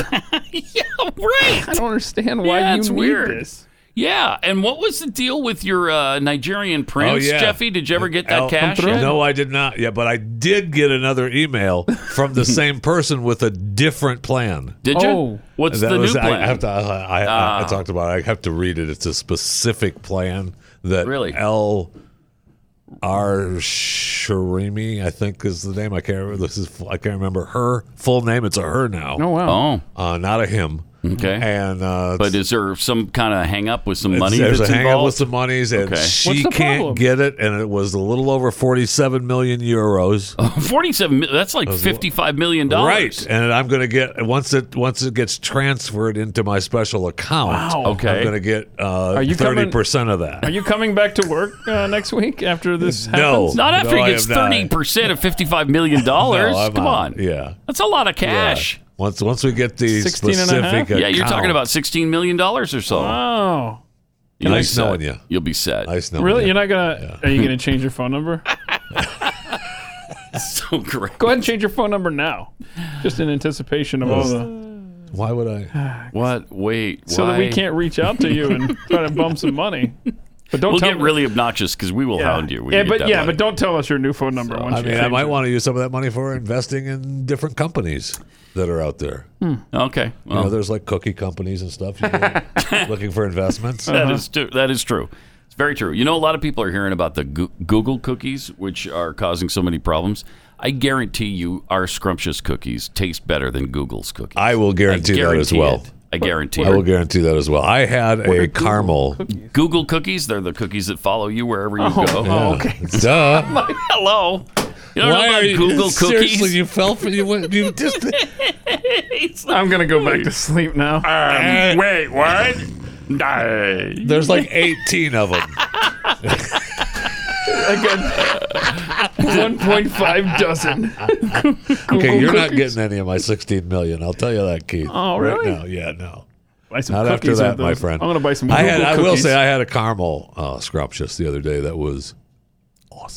Speaker 3: yeah, right.
Speaker 4: I don't understand [laughs] why
Speaker 3: Yeah,
Speaker 4: you
Speaker 3: it's
Speaker 4: need
Speaker 3: weird.
Speaker 4: this.
Speaker 3: Yeah. And what was the deal with your uh, Nigerian prince,
Speaker 5: Oh, yeah.
Speaker 3: Jeffy? Did you ever get that
Speaker 5: Al-
Speaker 3: cash? yet?
Speaker 5: No, I did not. Yeah, but I did get another email from
Speaker 3: [laughs]
Speaker 5: the same person with a different plan.
Speaker 3: Did you? Oh. What's
Speaker 5: That
Speaker 3: the new
Speaker 5: was- I-
Speaker 3: plan?
Speaker 5: I, have to. I, I, I
Speaker 3: Ah.
Speaker 5: talked about. it. I have to read it. It's a specific plan that really L. R. Sharimi, I think is the name. I can't remember. This is I can't remember her full name. It's a her now.
Speaker 4: Oh
Speaker 3: wow.
Speaker 5: Oh, uh, not a him.
Speaker 3: Okay.
Speaker 5: And uh,
Speaker 3: But is there some kind of hang up with some money
Speaker 5: There's
Speaker 3: that's
Speaker 5: a hang up
Speaker 3: involved?
Speaker 5: with some monies, and
Speaker 3: Okay.
Speaker 5: she can't get it, and it was a little over 47 million euros.
Speaker 3: Oh, 47 mil- that's like 55 million dollars
Speaker 5: Right, and I'm going to get once it once it gets transferred into my special account.
Speaker 4: Wow. Okay.
Speaker 5: I'm going to get uh,
Speaker 4: Are you coming-
Speaker 5: thirty percent of that.
Speaker 4: Are you coming back to work uh, next
Speaker 5: [laughs]
Speaker 4: week after this happens?
Speaker 3: not after
Speaker 5: No, I
Speaker 3: he gets
Speaker 5: am not.
Speaker 3: 30% of 55 million
Speaker 5: [laughs]
Speaker 3: dollars
Speaker 5: No, I'm
Speaker 3: come
Speaker 5: out.
Speaker 3: on
Speaker 5: Yeah,
Speaker 3: that's a lot of cash
Speaker 5: Yeah. Once once we get the
Speaker 3: 16 and a
Speaker 5: specific
Speaker 3: half?
Speaker 5: account,
Speaker 3: yeah you're talking about 16 million dollars or so
Speaker 4: Wow.
Speaker 3: You'll be
Speaker 5: Nice knowing
Speaker 3: set.
Speaker 5: you.
Speaker 3: you'll be set
Speaker 5: nice knowing
Speaker 4: Oh. Really?
Speaker 5: you.
Speaker 4: You're not gonna? Are you gonna change your phone number?
Speaker 5: [laughs]
Speaker 3: [laughs] so great
Speaker 4: Go ahead and change your phone number now, just in anticipation of all the.
Speaker 5: Why would I?
Speaker 3: [sighs] what wait
Speaker 4: So that we
Speaker 3: why?
Speaker 4: can't reach out to you and try to bump
Speaker 5: [laughs]
Speaker 4: some money. But don't
Speaker 3: we'll
Speaker 4: tell
Speaker 3: get
Speaker 4: me-
Speaker 3: really obnoxious because we will hound you when
Speaker 4: yeah,
Speaker 3: you
Speaker 4: but
Speaker 3: get that
Speaker 4: yeah,
Speaker 3: money.
Speaker 4: but don't tell us your new phone number. once
Speaker 5: I
Speaker 4: you
Speaker 5: mean, I
Speaker 4: change
Speaker 5: might
Speaker 4: it.
Speaker 5: want to use some of that money for investing in different companies that are out there.
Speaker 3: Hmm. okay
Speaker 5: You
Speaker 3: well,
Speaker 5: know, there's like cookie companies and stuff. You
Speaker 3: [laughs]
Speaker 5: know, looking for investments.
Speaker 3: [laughs] That is true. That is true. It's very true. You know, a lot of people are hearing about the Goo- Google cookies, which are causing so many problems. I guarantee you, our scrumptious cookies taste better than Google's cookies.
Speaker 5: I will guarantee, that as
Speaker 3: guarantee
Speaker 5: well.
Speaker 3: it. I guarantee
Speaker 5: I will
Speaker 3: it.
Speaker 5: guarantee that as well. I had a caramel.
Speaker 3: Google cookies, they're the cookies that follow you wherever you
Speaker 5: Oh,
Speaker 3: go.
Speaker 5: yeah. Duh.
Speaker 3: I'm like, hello. You don't know
Speaker 5: Why
Speaker 3: about
Speaker 5: are you-
Speaker 3: Google cookies?
Speaker 5: Seriously, you fell for you. went- You [laughs] just
Speaker 3: It's
Speaker 4: [laughs]
Speaker 3: like-
Speaker 4: I'm gonna go back to sleep now. Um,
Speaker 3: wait, what?
Speaker 4: [laughs]
Speaker 5: there's like 18 of them.
Speaker 4: One point five dozen.
Speaker 11: Okay,
Speaker 4: Google
Speaker 11: you're not
Speaker 4: cookies.
Speaker 11: getting any of my 16 million. I'll tell you that, Keith.
Speaker 4: Oh,
Speaker 11: Right
Speaker 4: really?
Speaker 11: now, yeah, no.
Speaker 4: Buy some
Speaker 11: not after
Speaker 4: cookies
Speaker 11: that,
Speaker 4: with
Speaker 11: my
Speaker 4: those.
Speaker 11: friend.
Speaker 4: I'm gonna buy some
Speaker 11: I had.
Speaker 4: Google
Speaker 11: I will
Speaker 4: cookies.
Speaker 11: say, I had a caramel uh, scrumptious the other day that was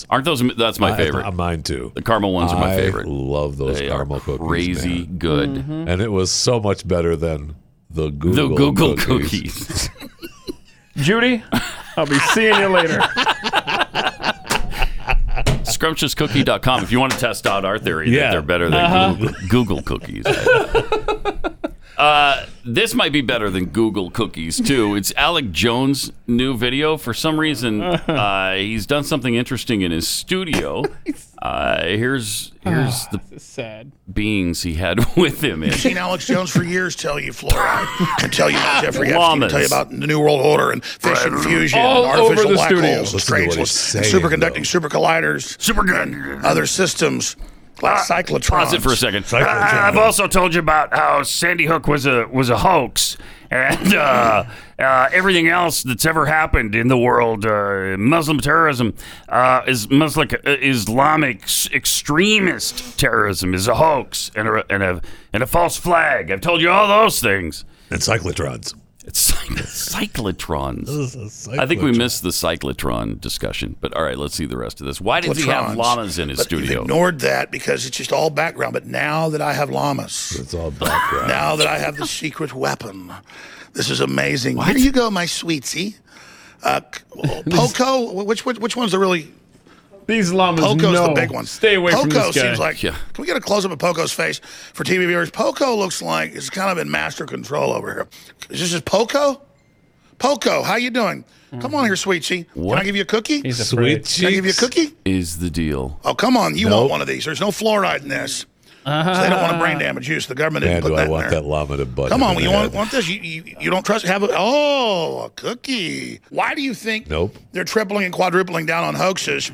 Speaker 3: Aren't those? That's my
Speaker 11: I-
Speaker 3: favorite.
Speaker 11: I- mine too.
Speaker 3: The caramel ones are my
Speaker 11: I
Speaker 3: favorite.
Speaker 11: Love those
Speaker 3: They are
Speaker 11: caramel cookies.
Speaker 3: crazy
Speaker 11: man.
Speaker 3: good.
Speaker 4: Mm-hmm.
Speaker 3: Mhm.
Speaker 11: and it was so much better than the Google [laughs]
Speaker 3: Google
Speaker 11: cookies.
Speaker 4: Judy, I'll be seeing you later.
Speaker 3: Scrumptiouscookie.com if you want to test out our theory that
Speaker 11: Yeah.
Speaker 3: they're better than
Speaker 11: Uh-huh.
Speaker 3: Google, Google cookies. uh, this might be better than Google cookies, too. It's Alec Jones' new video. For some reason,
Speaker 5: Uh-huh.
Speaker 3: uh, he's done something interesting in
Speaker 5: [laughs]
Speaker 3: his studio. Uh, here's
Speaker 5: Ah.
Speaker 3: here's the
Speaker 4: sad.
Speaker 3: beings he had [laughs] with him. In.
Speaker 15: I've seen Alex Jones for years tell you fluoride and tell you about Jeffrey Epstein
Speaker 3: Llamas.
Speaker 15: and tell you about the New World Order and fish infusion
Speaker 3: All
Speaker 15: and artificial
Speaker 3: over the
Speaker 15: black
Speaker 3: studio.
Speaker 15: holes
Speaker 3: Listen
Speaker 15: and
Speaker 3: to what
Speaker 15: strangeless
Speaker 3: he's
Speaker 15: and
Speaker 3: saying,
Speaker 15: superconducting super colliders super other systems
Speaker 16: Uh,
Speaker 15: like cyclotrons.
Speaker 3: Pause it for a second. Ah,
Speaker 16: I, Uh, I've also told you about how Sandy Hook was a was a hoax, and uh, uh, everything else that's ever happened in the world, uh, Muslim terrorism uh, is Muslim uh, Islamic s- extremist terrorism is a hoax and a and a and a false flag. I've told you all those things.
Speaker 11: And cyclotrons.
Speaker 3: It's cyc-
Speaker 15: [laughs]
Speaker 3: cyclotrons.
Speaker 11: Those are
Speaker 3: I think we
Speaker 15: cyclotron.
Speaker 3: missed the cyclotron discussion, but all right, let's see the rest of this. Why does he have
Speaker 15: Cyclotrons.
Speaker 3: llamas in his
Speaker 15: But you've
Speaker 3: studio?
Speaker 15: Ignored that because it's just all background. But now that I have llamas,
Speaker 11: it's all background.
Speaker 15: now that I have the secret weapon, this is amazing. Here you go, my sweetie.
Speaker 11: [laughs]
Speaker 15: Uh, c- Poco, which, which which one's the really
Speaker 4: These llamas
Speaker 15: Poco's
Speaker 4: know.
Speaker 15: the big one.
Speaker 4: Stay away
Speaker 15: Poco
Speaker 4: from this guy.
Speaker 15: seems like. Can we get a close up of Poco's face for TV viewers? Poco looks like it's kind of in master control over here. Is this just Poco? Poco, how you doing?
Speaker 4: Mm-hmm.
Speaker 15: Come on here, sweet Cheek. Can
Speaker 3: What?
Speaker 15: I give you a cookie?
Speaker 3: He's afraid.
Speaker 15: Can I give you a cookie?
Speaker 3: Is the deal?
Speaker 15: Oh, come on. You
Speaker 3: Nope.
Speaker 15: want one of these. There's no fluoride in this. So they don't want to
Speaker 4: Ah.
Speaker 15: brain damage you, so the government
Speaker 11: Man,
Speaker 15: didn't
Speaker 11: do
Speaker 15: put that
Speaker 11: I
Speaker 15: in
Speaker 11: want
Speaker 15: there.
Speaker 11: that llama to butt?
Speaker 15: Come
Speaker 11: him
Speaker 15: on,
Speaker 11: in
Speaker 15: you
Speaker 11: the
Speaker 15: want,
Speaker 11: head.
Speaker 15: want this? You, you, you don't trust? Have a, oh, a cookie. Why do you think
Speaker 11: Nope.
Speaker 15: they're tripling and quadrupling down on hoaxes?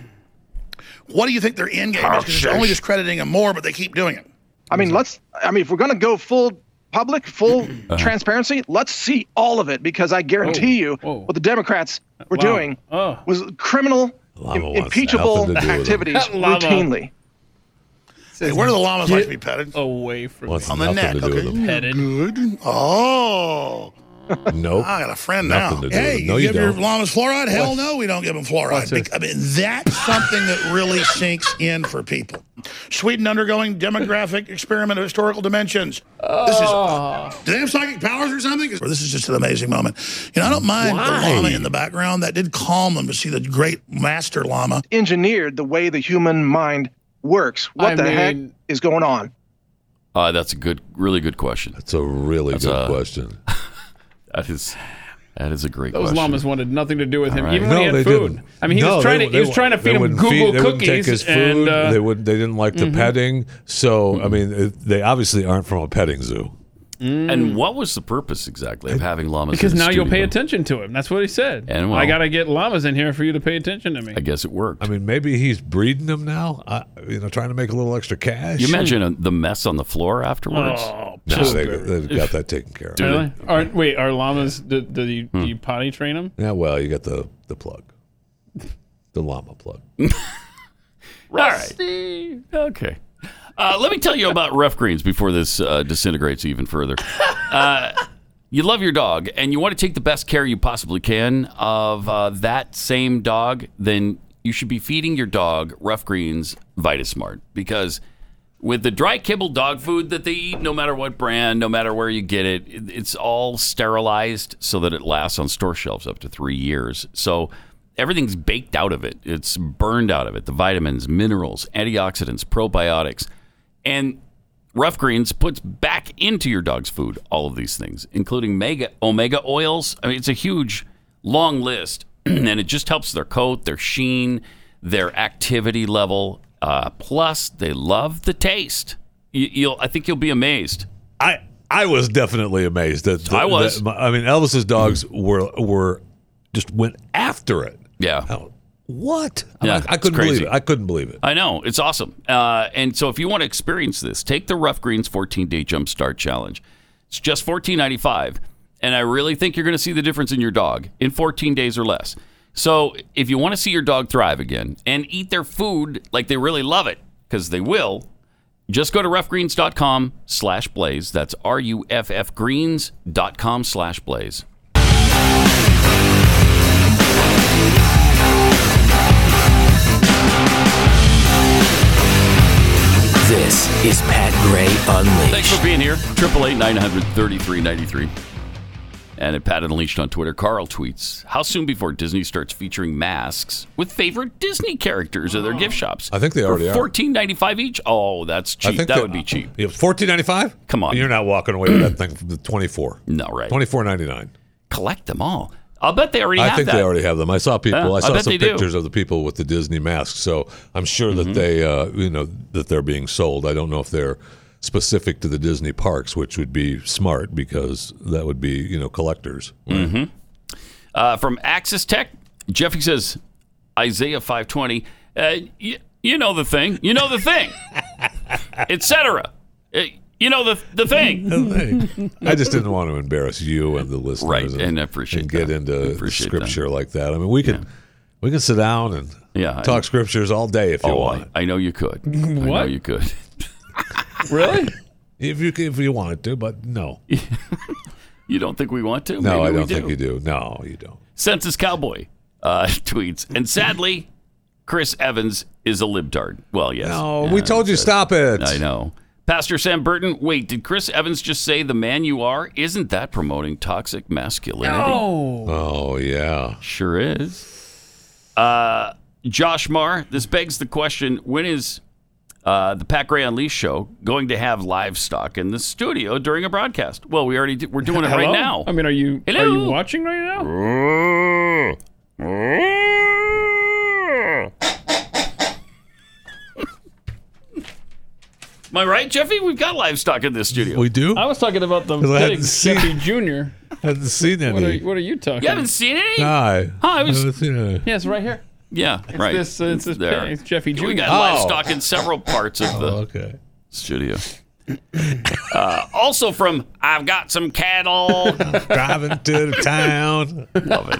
Speaker 15: What do you think their end game is? Because
Speaker 17: Hoaxes.
Speaker 15: they're only discrediting them more, but they keep doing it.
Speaker 17: I mean, let's. I mean, if we're going to go full public, full
Speaker 15: Uh-huh.
Speaker 17: transparency, let's see all of it because I guarantee you what the Democrats were
Speaker 4: Wow.
Speaker 17: doing
Speaker 15: Uh.
Speaker 17: was criminal,
Speaker 11: Llama
Speaker 17: im-
Speaker 11: wants nothing
Speaker 17: impeachable
Speaker 11: to do with it.
Speaker 17: activities
Speaker 15: [laughs]
Speaker 4: Llama.
Speaker 17: routinely.
Speaker 15: Hey, where do the llamas like to
Speaker 4: Get
Speaker 15: be petted?
Speaker 4: Away from
Speaker 11: Wants
Speaker 15: on the
Speaker 11: nothing
Speaker 15: neck.
Speaker 11: to do
Speaker 15: Okay.
Speaker 11: with them.
Speaker 15: Petted. Good. Ah. Oh.
Speaker 11: Nope.
Speaker 15: I got a friend
Speaker 11: Nothing
Speaker 15: now.
Speaker 11: to do with
Speaker 15: hey,
Speaker 11: it. No,
Speaker 15: you
Speaker 11: you
Speaker 15: give your
Speaker 11: don't.
Speaker 15: llamas fluoride? Hell
Speaker 11: What?
Speaker 15: no, we don't give them fluoride. Bec- I mean, that's something that really sinks in for people. Sweden undergoing demographic experiment of historical dimensions. This is. Do they have psychic powers or something? Or This is just an amazing moment. You know, I don't mind the
Speaker 17: Why?
Speaker 15: llama in the background. That did calm them to see the great master llama.
Speaker 17: Engineered the way the human mind works. What
Speaker 15: I
Speaker 17: the heck
Speaker 15: mean-
Speaker 17: is going on?
Speaker 3: Uh, that's a good, really good question. That's
Speaker 11: a really
Speaker 3: good
Speaker 11: question.
Speaker 3: [laughs] that is, that is a great
Speaker 4: Those
Speaker 3: question.
Speaker 4: llamas wanted nothing to do with him,
Speaker 3: All right.
Speaker 4: even
Speaker 3: No,
Speaker 4: when he
Speaker 3: they
Speaker 4: had food.
Speaker 3: didn't.
Speaker 4: I mean, he
Speaker 11: No,
Speaker 4: was trying
Speaker 11: they-
Speaker 4: to
Speaker 11: they
Speaker 4: he was trying to
Speaker 11: wouldn't- they
Speaker 4: feed
Speaker 11: wouldn't
Speaker 4: him Google
Speaker 11: feed- They wouldn't
Speaker 4: cookies
Speaker 11: take his
Speaker 4: and
Speaker 11: food.
Speaker 4: uh,
Speaker 11: they would. They didn't like
Speaker 4: mhm.
Speaker 11: the petting. So I mean, it, they obviously aren't from a petting zoo.
Speaker 3: And what was the purpose exactly of having llamas?
Speaker 4: Mm. because
Speaker 3: in the
Speaker 4: now you'll
Speaker 3: studio?
Speaker 4: pay attention to him. That's what he said.
Speaker 3: And well-
Speaker 4: I gotta get llamas in here for you to pay attention to me.
Speaker 3: I guess it worked.
Speaker 11: I mean, maybe he's breeding them now. I, you know, trying to make a little extra cash.
Speaker 3: You imagine uh the mess on the floor afterwards.
Speaker 4: Oh,
Speaker 11: No,
Speaker 4: just-
Speaker 11: they, they've got that taken care of.
Speaker 3: Do they?
Speaker 4: Really? Are, wait, are llamas? Do, do, you, do you potty train them?
Speaker 11: Yeah, well, you got the the plug, the llama
Speaker 3: [laughs]
Speaker 11: plug.
Speaker 3: Rusty. Okay. Uh, let me tell you about rough greens before this uh, disintegrates even further. Uh, you love your dog and you want to take the best care you possibly can of uh, that same dog, then you should be feeding your dog rough greens VitaSmart because with the dry kibble dog food that they eat, no matter what brand, no matter where you get it, it- it's all sterilized so that it lasts on store shelves up to three years. So everything's baked out of it, it's burned out of it the vitamins, minerals, antioxidants, probiotics. And Rough Greens puts back into your dog's food all of these things, including mega omega oils. I mean, it's a huge, long list, [clears throat] and it just helps their coat, their sheen, their activity level. Uh, plus, they love the taste. You, you'll, I think you'll be amazed.
Speaker 11: I I was definitely amazed that
Speaker 3: I was.
Speaker 11: that my- I mean, Elvis's dogs were were just went after it.
Speaker 3: Yeah.
Speaker 11: What?
Speaker 3: Yeah,
Speaker 11: I, I
Speaker 3: it's
Speaker 11: couldn't believe
Speaker 3: crazy.
Speaker 11: it. I couldn't believe it.
Speaker 3: I know. It's awesome. Uh, and so if you want to experience this, take the Rough Greens 14 Day Jump Start Challenge. It's just $14.95. And I really think you're going to see the difference in your dog in 14 days or less. So if you want to see your dog thrive again and eat their food like they really love it, because they will, just go to roughgreens.com slash blaze. That's R-U-F-F greens.com slash blaze.
Speaker 12: This is Pat Gray Unleashed.
Speaker 3: Thanks for being here. 888 And at Pat Unleashed on Twitter, Carl tweets, how soon before Disney starts featuring masks with favorite Disney characters at their gift shops?
Speaker 5: Oh. I think they
Speaker 3: For
Speaker 5: already are.
Speaker 3: $14.95 each? Oh, that's cheap. That, would be cheap.
Speaker 5: Fourteen ninety five.
Speaker 3: Come on.
Speaker 5: You're not walking away with that thing for the twenty four.
Speaker 3: No, right.
Speaker 5: Twenty four ninety nine.
Speaker 3: Collect them all. I'll bet they already
Speaker 5: I
Speaker 3: have
Speaker 5: think
Speaker 3: that.
Speaker 5: they already have them. I saw people.
Speaker 3: Yeah,
Speaker 5: I
Speaker 3: I
Speaker 5: saw
Speaker 3: bet
Speaker 5: some
Speaker 3: they do. Mm-hmm.
Speaker 5: pictures of the people with the Disney masks. So I'm sure that they, uh, you know, that they're being sold. I don't know if they're specific to the Disney parks, which would be smart because that would be, you know, collectors.
Speaker 3: hmm Uh, from Axis Tech, Jeffy says Isaiah five twenty. Uh, you, you know the thing. You know
Speaker 5: [laughs]
Speaker 3: the thing. Etc. Uh, You know the the thing.
Speaker 5: I just didn't want to embarrass you and the listeners,
Speaker 3: Right,
Speaker 5: and appreciate and get into scripture like that. I mean, we can we can sit down and
Speaker 3: Yeah,
Speaker 5: talk scriptures all day if you
Speaker 3: Oh, [laughs]
Speaker 5: want.
Speaker 3: I, I know you could. I know
Speaker 5: What?
Speaker 3: you could. [laughs]
Speaker 5: Really? if you if you wanted to, but
Speaker 3: [laughs]
Speaker 5: no,
Speaker 3: You don't think we want to?
Speaker 5: no,
Speaker 3: Maybe
Speaker 5: I
Speaker 3: we
Speaker 5: don't
Speaker 3: do.
Speaker 5: think you do. No, you don't.
Speaker 3: Census Cowboy uh, [laughs] tweets, and sadly, Chris Evans is a libtard. Well, yes.
Speaker 5: No, we told you stop it.
Speaker 3: I know. Pastor Sam Burton, wait, did Chris Evans just say the man you are? Isn't that promoting toxic masculinity?
Speaker 4: No.
Speaker 5: Oh, yeah.
Speaker 3: Sure is. Uh, Josh Marr, this begs the question when is uh, the Pat Gray Unleashed show going to have livestock in the studio during a broadcast? Well, we already do, we're doing it right
Speaker 4: Hello?
Speaker 3: now.
Speaker 4: I mean, are you are
Speaker 3: Hello?
Speaker 4: you watching right now?
Speaker 3: Am I right, Jeffy? We've got livestock in this studio.
Speaker 5: We do.
Speaker 4: I was talking about the
Speaker 3: 'Cause I
Speaker 4: big
Speaker 3: hadn't seen-
Speaker 4: Jeffy Jr.
Speaker 5: Hadn't seen
Speaker 4: What are,
Speaker 5: any.
Speaker 4: what are you talking?
Speaker 3: You haven't seen any?
Speaker 5: No, I,
Speaker 3: Oh, I was-
Speaker 5: haven't seen any.
Speaker 4: Yeah, it's right here.
Speaker 3: Yeah,
Speaker 4: It's
Speaker 3: right.
Speaker 4: this- uh, it's this
Speaker 3: there.
Speaker 4: thing. It's Jeffy Jr..
Speaker 3: We got
Speaker 4: Oh.
Speaker 3: livestock in several parts of the
Speaker 5: Oh, [coughs]
Speaker 3: studio. uh, also from I've got some cattle.
Speaker 5: Driving to the town.
Speaker 3: Love it.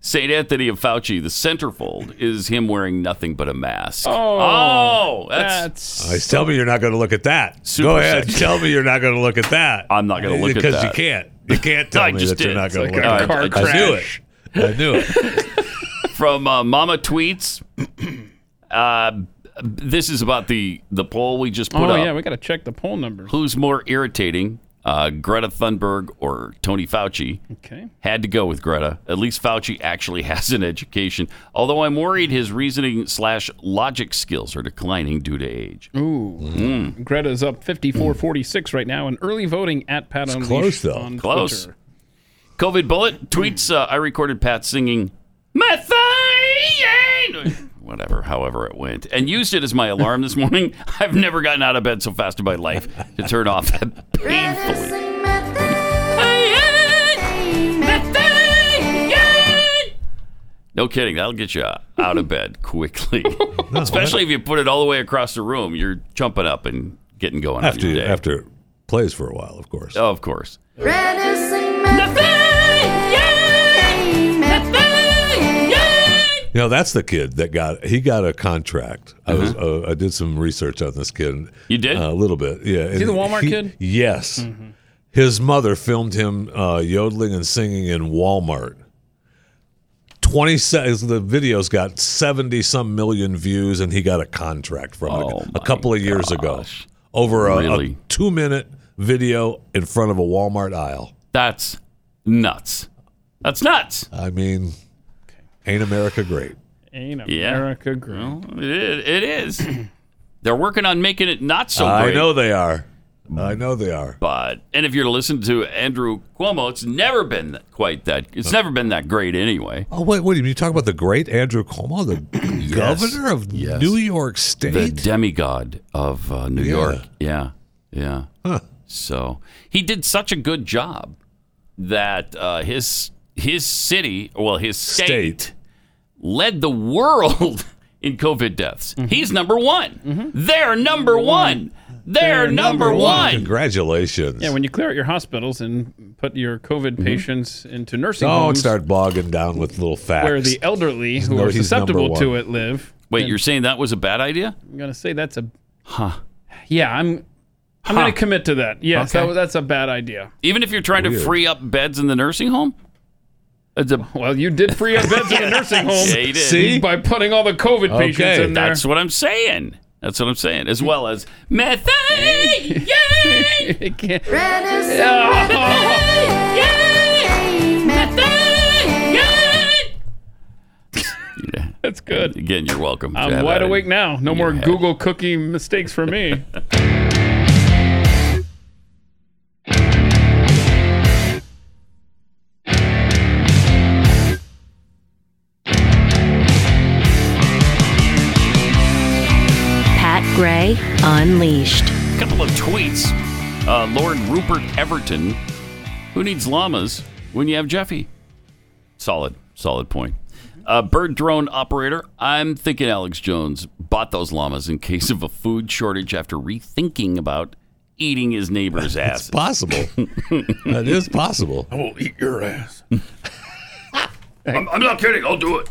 Speaker 3: St. Anthony of Fauci, the centerfold, is him wearing nothing but a mask.
Speaker 4: [laughs] Oh,
Speaker 3: Oh, that's,
Speaker 5: I tell me you're not going to look at that. Go ahead.
Speaker 3: sexy.
Speaker 5: Tell me you're not going to look at that. I'm
Speaker 3: not gonna look at
Speaker 5: because you
Speaker 3: that.
Speaker 5: can't. You
Speaker 3: [laughs]
Speaker 5: can't tell
Speaker 3: I
Speaker 5: me
Speaker 3: just
Speaker 5: that you're
Speaker 3: did.
Speaker 5: not
Speaker 3: It's
Speaker 5: going
Speaker 3: like
Speaker 5: to look
Speaker 3: a
Speaker 5: at
Speaker 3: car
Speaker 5: that. I knew it.
Speaker 3: crash.
Speaker 5: I knew it.
Speaker 3: [laughs] from uh, Mama Tweets. uh, this is about the the poll we just put
Speaker 4: oh
Speaker 3: up.
Speaker 4: yeah, we got to check the poll numbers.
Speaker 3: Who's more irritating, uh, Greta Thunberg or Tony Fauci?
Speaker 4: Okay.
Speaker 3: Had to go with Greta. At least Fauci actually [laughs] has an education. Although I'm worried his reasoning slash logic skills are declining due to age.
Speaker 4: Ooh,
Speaker 3: Mm.
Speaker 4: Greta's up fifty-four forty-six right now, and early voting at Pat Unleashed on
Speaker 3: Close.
Speaker 4: Twitter.
Speaker 3: COVID bullet tweets. Uh, I recorded Pat singing methane, whatever, however it went, and used it as my alarm this morning. [laughs] I've never gotten out of bed so fast in my life to turn off that painfully. No kidding, that'll get you out of bed quickly, [laughs] especially if you put it all the way across the room. You're jumping up and getting going
Speaker 5: After
Speaker 3: on
Speaker 5: you,
Speaker 3: your day.
Speaker 5: after it plays for a while, of course.
Speaker 3: Oh, of course.
Speaker 5: You know, that's the kid that got he got a contract. I was uh, I did some research on this kid.
Speaker 3: Uh-huh.
Speaker 5: Uh,
Speaker 3: You did
Speaker 5: a little bit, yeah.
Speaker 4: Is he the
Speaker 5: And
Speaker 4: Walmart kid? Mm-hmm.
Speaker 5: Yes. His mother filmed him uh, yodeling and singing in Walmart. Twenty se- the video's got seventy some million views, and he got a contract from it a couple of years ago over a,
Speaker 3: Oh Really?
Speaker 5: two minute video in front of a Walmart aisle.
Speaker 3: That's nuts. That's nuts.
Speaker 5: I mean, ain't America great?
Speaker 4: Ain't
Speaker 3: Yeah.
Speaker 4: America great?
Speaker 3: It, it is. They're working on making it not so
Speaker 5: I
Speaker 3: great.
Speaker 5: know they are.
Speaker 4: Mm.
Speaker 5: I know they are.
Speaker 3: But and if you're to listen to Andrew Cuomo, it's never been that- quite that. It's never been that great anyway.
Speaker 5: Oh, wait, what do you talk about? The great Andrew Cuomo,
Speaker 4: [clears throat]
Speaker 5: the governor of
Speaker 3: Yes.
Speaker 5: New York
Speaker 3: The
Speaker 5: State?
Speaker 3: demigod of uh, New
Speaker 5: Yeah.
Speaker 3: York. Yeah, yeah. So he did such a good job that uh, his his city, well, his state, led the [laughs] world in COVID deaths. He's Mm-hmm. number one. They're number one. They're number one.
Speaker 5: Congratulations.
Speaker 4: Yeah, when you clear out your hospitals and put your COVID
Speaker 5: Mm-hmm.
Speaker 4: patients into nursing
Speaker 5: Don't
Speaker 4: homes
Speaker 5: start bogging down with little facts.
Speaker 4: where the elderly who
Speaker 5: No,
Speaker 4: are
Speaker 5: he's number
Speaker 4: susceptible to
Speaker 5: one.
Speaker 4: it live.
Speaker 3: Wait, you're saying that was a bad idea?
Speaker 4: I'm gonna say that's a
Speaker 3: Huh.
Speaker 4: yeah. I'm I'm gonna
Speaker 3: Huh.
Speaker 4: commit to that. Yes,
Speaker 3: Okay.
Speaker 4: that- that's a bad idea.
Speaker 3: Even if you're trying
Speaker 4: Weird.
Speaker 3: to free up beds in the nursing home? It's a,
Speaker 4: well, you did free up beds
Speaker 5: [laughs]
Speaker 4: in the nursing home.
Speaker 3: [laughs] yeah, you did.
Speaker 4: by putting all the COVID patients in there.
Speaker 3: That's what I'm saying. That's what I'm saying. As well as methane.
Speaker 4: It can't- That's good.
Speaker 3: Again, you're welcome. to
Speaker 4: I'm
Speaker 3: have
Speaker 4: wide
Speaker 3: at it.
Speaker 4: awake now. No more Google cookie mistakes for me.
Speaker 3: [laughs]
Speaker 8: Pat Gray Unleashed.
Speaker 3: A couple of tweets. Uh, Lord Rupert Everton. Who needs llamas when you have Jeffy? Solid, solid point. Uh, bird drone operator. I'm thinking Alex Jones bought those llamas in case of a food shortage after rethinking about eating his neighbor's ass.
Speaker 4: [laughs]
Speaker 3: It's
Speaker 5: possible. that is possible.
Speaker 16: I will eat your ass. I'm, I'm not kidding. I'll do it.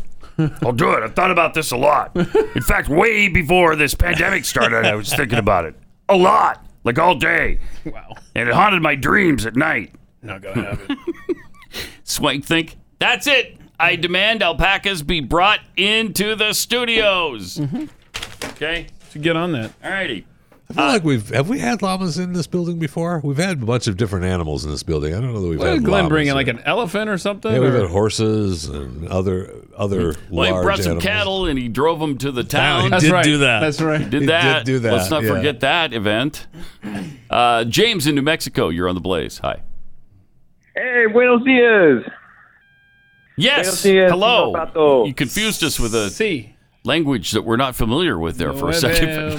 Speaker 16: I'll do it. I've thought about this a lot. In fact, way before this pandemic started, I was thinking about it a lot, like all day. Wow. And it haunted my dreams at night. Not gonna happen.
Speaker 3: Swank think that's it. I demand alpacas be brought into the studios.
Speaker 16: Mm-hmm.
Speaker 3: Okay,
Speaker 4: to get on that.
Speaker 3: All righty.
Speaker 5: I feel like we've have we had llamas in this building before? We've had a bunch of different animals in this building. I don't know that we've
Speaker 4: What did
Speaker 5: had
Speaker 4: Glenn
Speaker 5: llamas
Speaker 4: bring in
Speaker 5: here.
Speaker 4: like an elephant or something?
Speaker 5: Yeah, we've
Speaker 4: or-
Speaker 5: had horses and other other
Speaker 3: Well,
Speaker 5: large
Speaker 3: he brought some
Speaker 5: animals.
Speaker 3: cattle and he drove them to the town.
Speaker 5: he That's did right. do that. That's right.
Speaker 3: He did
Speaker 5: He
Speaker 3: that.
Speaker 5: did do that,
Speaker 3: Let's not
Speaker 5: yeah.
Speaker 3: forget that event. Uh, James in New Mexico, you're on the blaze. Hi.
Speaker 18: Hey, buenos dias. Buenos
Speaker 3: Yes.
Speaker 18: dias,
Speaker 3: Hello. You confused us with a language that we're not familiar with there for a second.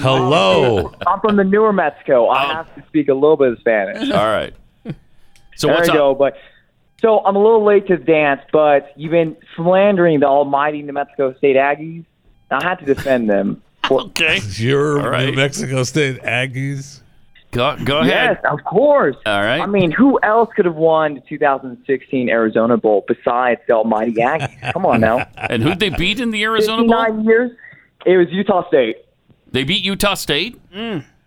Speaker 5: [laughs]
Speaker 3: [laughs] Hello. Oh.
Speaker 18: I'm from the newer Mexico. I have to speak a little bit of Spanish.
Speaker 3: [laughs] All right. So
Speaker 18: there
Speaker 3: what's
Speaker 18: you
Speaker 3: up?
Speaker 18: go. But so I'm a little late to the dance, but you've been slandering the almighty New Mexico State Aggies. I had to defend them.
Speaker 3: okay.
Speaker 5: [laughs] Your New Mexico State Aggies.
Speaker 3: Go, go
Speaker 18: Yes, of course.
Speaker 3: All right.
Speaker 18: I mean, who else could have won the 2016 Arizona Bowl besides the almighty
Speaker 3: [laughs]
Speaker 18: Aggies? Come on now.
Speaker 3: And who'd they beat in the Arizona Bowl?
Speaker 18: 59 years. It was Utah State.
Speaker 3: They beat Utah State.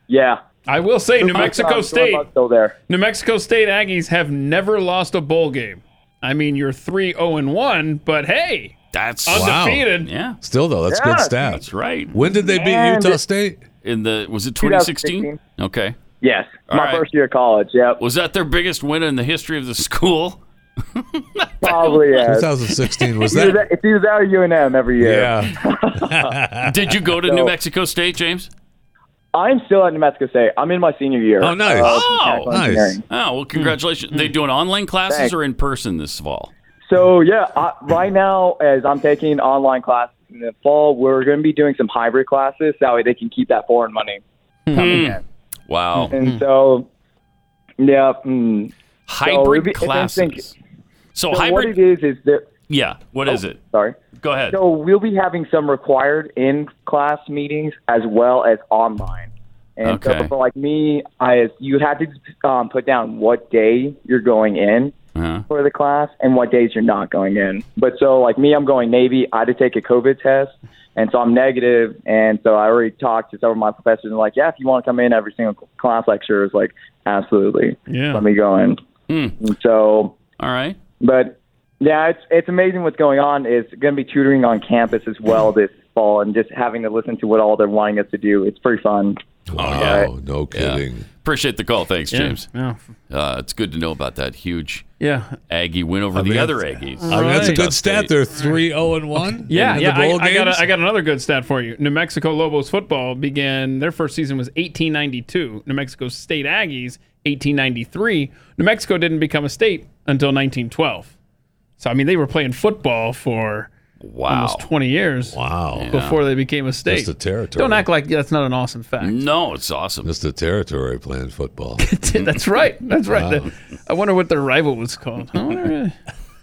Speaker 18: Yeah.
Speaker 4: I will say, New
Speaker 18: Sorry, sorry,
Speaker 4: Mexico Mm. State.
Speaker 18: I'm Still there.
Speaker 4: New Mexico State Aggies have never lost a bowl game. I mean, you're three zero and one, but hey,
Speaker 3: that's
Speaker 4: undefeated.
Speaker 3: Yeah.
Speaker 5: Still though, that's
Speaker 4: Yeah.
Speaker 5: good stats.
Speaker 3: That's right.
Speaker 5: When did they beat
Speaker 18: And-
Speaker 5: Utah State?
Speaker 3: In the was it 2016? Okay.
Speaker 18: Yes.
Speaker 3: All
Speaker 18: my
Speaker 3: right.
Speaker 18: first year of college. Yep.
Speaker 3: Was that their biggest win in the history of the school?
Speaker 18: [laughs]
Speaker 5: [laughs]
Speaker 18: Probably yeah.
Speaker 5: 2016 was
Speaker 18: It's either
Speaker 5: that?
Speaker 18: It's either that or UNM every year. [laughs]
Speaker 5: Yeah.
Speaker 3: Did you go to
Speaker 18: So-
Speaker 3: New Mexico State, James?
Speaker 18: I'm still at New Mexico State. I'm in my senior year. Uh,
Speaker 5: Oh, nice. Mm-hmm.
Speaker 18: of
Speaker 3: Oh,
Speaker 18: mechanical engineering.
Speaker 3: Oh, well, congratulations. They doing online classes
Speaker 18: Thanks.
Speaker 3: or in person this fall?
Speaker 18: So yeah, I, right now as I'm taking online classes in the fall, we're going to be doing some hybrid classes. That way they can keep that foreign money.
Speaker 3: Hmm. Wow.
Speaker 18: And
Speaker 5: Hmm.
Speaker 18: so, yeah. Mm. so
Speaker 3: Hybrid
Speaker 18: it'd be- it's interesting.
Speaker 3: classes. So,
Speaker 18: what
Speaker 3: hybrid.
Speaker 18: it is is that
Speaker 3: Yeah. What is it?
Speaker 18: sorry.
Speaker 3: Go ahead.
Speaker 18: So we'll be having some required in-class meetings as well as online. And
Speaker 3: Okay.
Speaker 18: so for like me, I you had to um, put down what day you're going in
Speaker 3: Uh-huh.
Speaker 18: for the class and what days you're not going in. But so like me, I'm going Navy. I had to take a COVID test, and so I'm negative. And so I already talked to some of my professors and like, yeah, if you want to come in every single class lecture, is like absolutely,
Speaker 3: Yeah. Hmm.
Speaker 18: let me go in. And so
Speaker 3: All right.
Speaker 18: but yeah, it's it's amazing what's going on. It's going to be tutoring on campus as well this fall, and just having to listen to what all they're wanting us to do. It's pretty fun.
Speaker 3: Oh,
Speaker 5: yeah. no kidding.
Speaker 3: Appreciate the call. Thanks,
Speaker 5: Yeah,
Speaker 3: James.
Speaker 4: yeah.
Speaker 3: Uh, it's good to know about that huge
Speaker 4: Yeah.
Speaker 3: Aggie win over
Speaker 5: I mean,
Speaker 3: the other
Speaker 5: that's-
Speaker 3: Aggies.
Speaker 5: I mean, that's a good stat. They're three zero and one.
Speaker 4: Yeah,
Speaker 5: in
Speaker 4: yeah.
Speaker 5: The
Speaker 4: I,
Speaker 5: bowl
Speaker 4: I got
Speaker 5: games.
Speaker 4: a, I got another good stat for you. New Mexico Lobos football began their first season was 1892. New Mexico State Aggies 1893. New Mexico didn't become a state until 1912. So I mean, they were playing football for almost 20 years.
Speaker 5: Wow.
Speaker 4: Before they became a state,
Speaker 5: Just a territory.
Speaker 4: Don't act like that's not an awesome fact.
Speaker 3: No, it's awesome.
Speaker 5: Just a territory playing football.
Speaker 4: [laughs] that's right. That's
Speaker 3: [laughs]
Speaker 4: right.
Speaker 5: Wow.
Speaker 4: I
Speaker 5: [laughs]
Speaker 4: wonder Oh, what their rival was called. I wonder,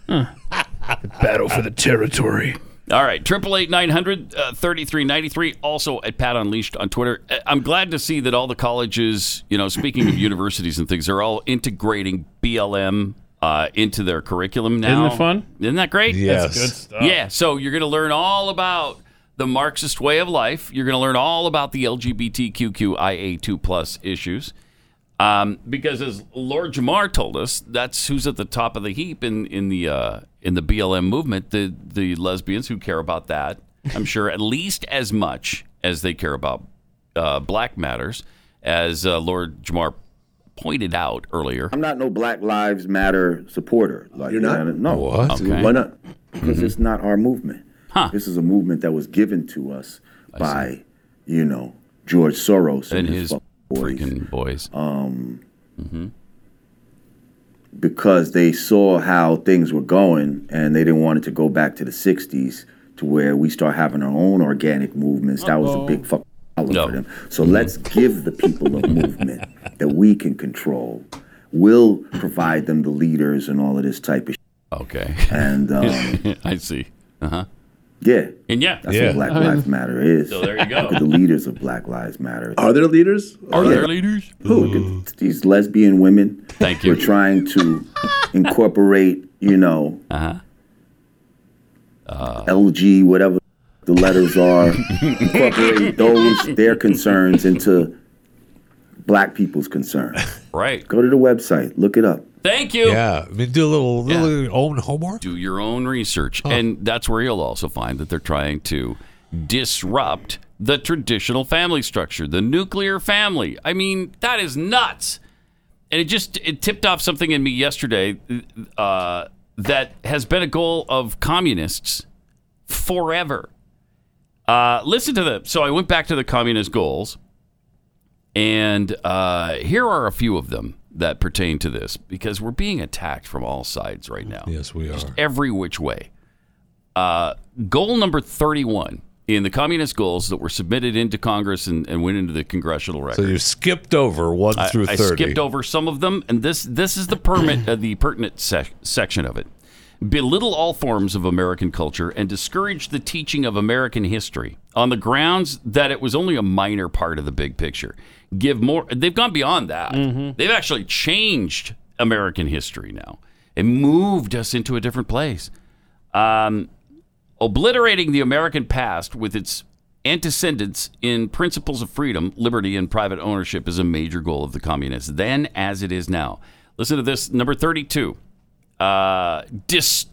Speaker 4: uh, huh. The battle for the territory.
Speaker 3: All right, triple eight nine hundred thirty three ninety three. Also at Pat Unleashed on Twitter. Uh, I'm glad to see that all the colleges, you know,
Speaker 4: [clears throat]
Speaker 3: speaking of universities and things, are all integrating BLM uh, into their curriculum now.
Speaker 4: Isn't it fun?
Speaker 3: Isn't that great?
Speaker 4: Yes. That's good stuff.
Speaker 3: Yeah. So you're going to learn all about the Marxist way of life. You're going to learn all about the LGBTQIA2 plus issues. Um, because as Lord Jamar told us, that's who's at the top of the heap in in the uh, in the BLM movement. The the lesbians who care about that, I'm sure, at least as much as they care about uh, black matters, as uh, Lord Jamar pointed out earlier.
Speaker 19: I'm not no Black Lives Matter supporter. Like,
Speaker 3: You're not?
Speaker 19: you know, no.
Speaker 3: What? Okay. Mm-hmm.
Speaker 19: Why not? Because it's not our movement. This is a movement that was given to us by, you know, George Soros and, his, fucking boys.
Speaker 3: freaking boys. Mm-hmm.
Speaker 19: Um, Because they saw how things were going and they didn't want it to go back to the 60s to where we start having our own organic movements. That was a big fucking problem for them. So let's give the people
Speaker 3: [laughs]
Speaker 19: a movement that we can control. We'll provide them the leaders and all of this type of shit.
Speaker 3: Okay.
Speaker 19: And um,
Speaker 3: [laughs] I see. Uh huh.
Speaker 19: yeah.
Speaker 3: And yeah.
Speaker 19: That's
Speaker 3: Yeah.
Speaker 19: what Black
Speaker 3: I mean-
Speaker 19: Lives Matter is.
Speaker 3: So there you go.
Speaker 19: Look at the leaders of Black Lives Matter.
Speaker 20: Are there leaders?
Speaker 3: Are
Speaker 19: Yeah.
Speaker 3: there leaders?
Speaker 19: Look at these lesbian women.
Speaker 3: Thank you.
Speaker 19: We're trying to
Speaker 3: [laughs]
Speaker 19: incorporate, you know,
Speaker 3: uh-huh.
Speaker 19: LG, whatever the letters
Speaker 3: [laughs]
Speaker 19: are, incorporate those, their concerns into black people's concerns.
Speaker 3: Right.
Speaker 19: Go to the website, look it up.
Speaker 3: Thank you.
Speaker 19: Yeah,
Speaker 5: I mean, do a little, little own homework.
Speaker 3: Do your own research. And that's where you'll also find that they're trying to disrupt the traditional family structure, the nuclear family. I mean, that is nuts. And it just it tipped off something in me yesterday uh, that has been a goal of communists forever. Uh, listen to the. So I went back to the communist goals, and uh, here are a few of them that pertain to this because we're being attacked from all sides right now. Yes, we are. Just every which way. Uh, goal number 31 in the communist goals that were submitted into Congress and, and went into the congressional record.
Speaker 5: So you skipped over one
Speaker 3: I,
Speaker 5: through
Speaker 3: I
Speaker 5: thirty.
Speaker 3: skipped over some of them, and this this is the permit uh, the pertinent sec- section of it. Belittle all forms of American culture and discourage the teaching of American history on the grounds that it was only a minor part of the big picture. Give more. They've gone beyond that.
Speaker 5: Mm-hmm.
Speaker 3: They've actually changed American history now. It moved us into a different place. Um, obliterating the American past with its antecedents in principles of freedom, liberty, and private ownership is a major goal of the communists, then as it is now. Listen to this number 32. Uh, dis,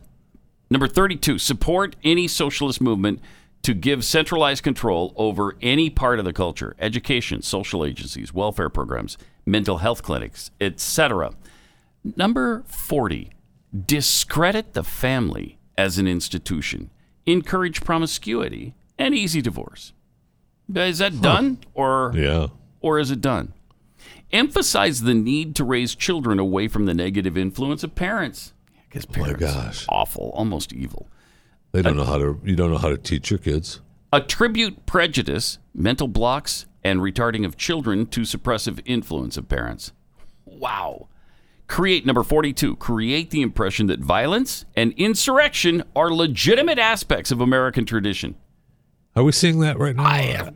Speaker 3: number 32 support any socialist movement to give centralized control over any part of the culture education social agencies welfare programs mental health clinics etc Number 40, discredit the family as an institution, encourage promiscuity and easy divorce. Uh, Is that done or
Speaker 5: Yeah.
Speaker 3: or is it done? Emphasize the need to raise children away from the negative influence of parents. Because parents are awful, almost evil.
Speaker 5: They don't know how to. You don't know how to teach your kids.
Speaker 3: Attribute prejudice, mental blocks, and retarding of children to suppressive influence of parents. Wow. Create number 42, create the impression that violence and insurrection are legitimate aspects of American tradition.
Speaker 5: Are we seeing that right now?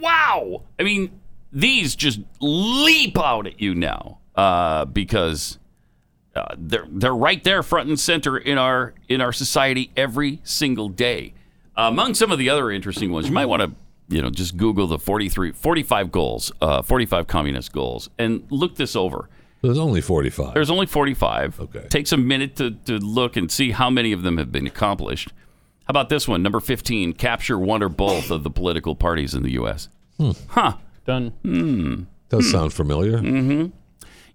Speaker 3: Wow. I mean, these just leap out at you now uh, because uh, they're they're right there, front and center in our in our society every single day. Among some of the other interesting ones, you might want to you know just Google the 43, 45 goals, uh, forty five communist goals, and look this over.
Speaker 5: There's only forty-five.
Speaker 3: There's only 45. Okay. Takes a minute to, to look and see how many of them have been accomplished. How about this one? Number 15, capture one or both of the political parties in the U.S. Huh.
Speaker 4: Done.
Speaker 3: Hmm.
Speaker 5: Hmm. Does sound familiar.
Speaker 3: hmm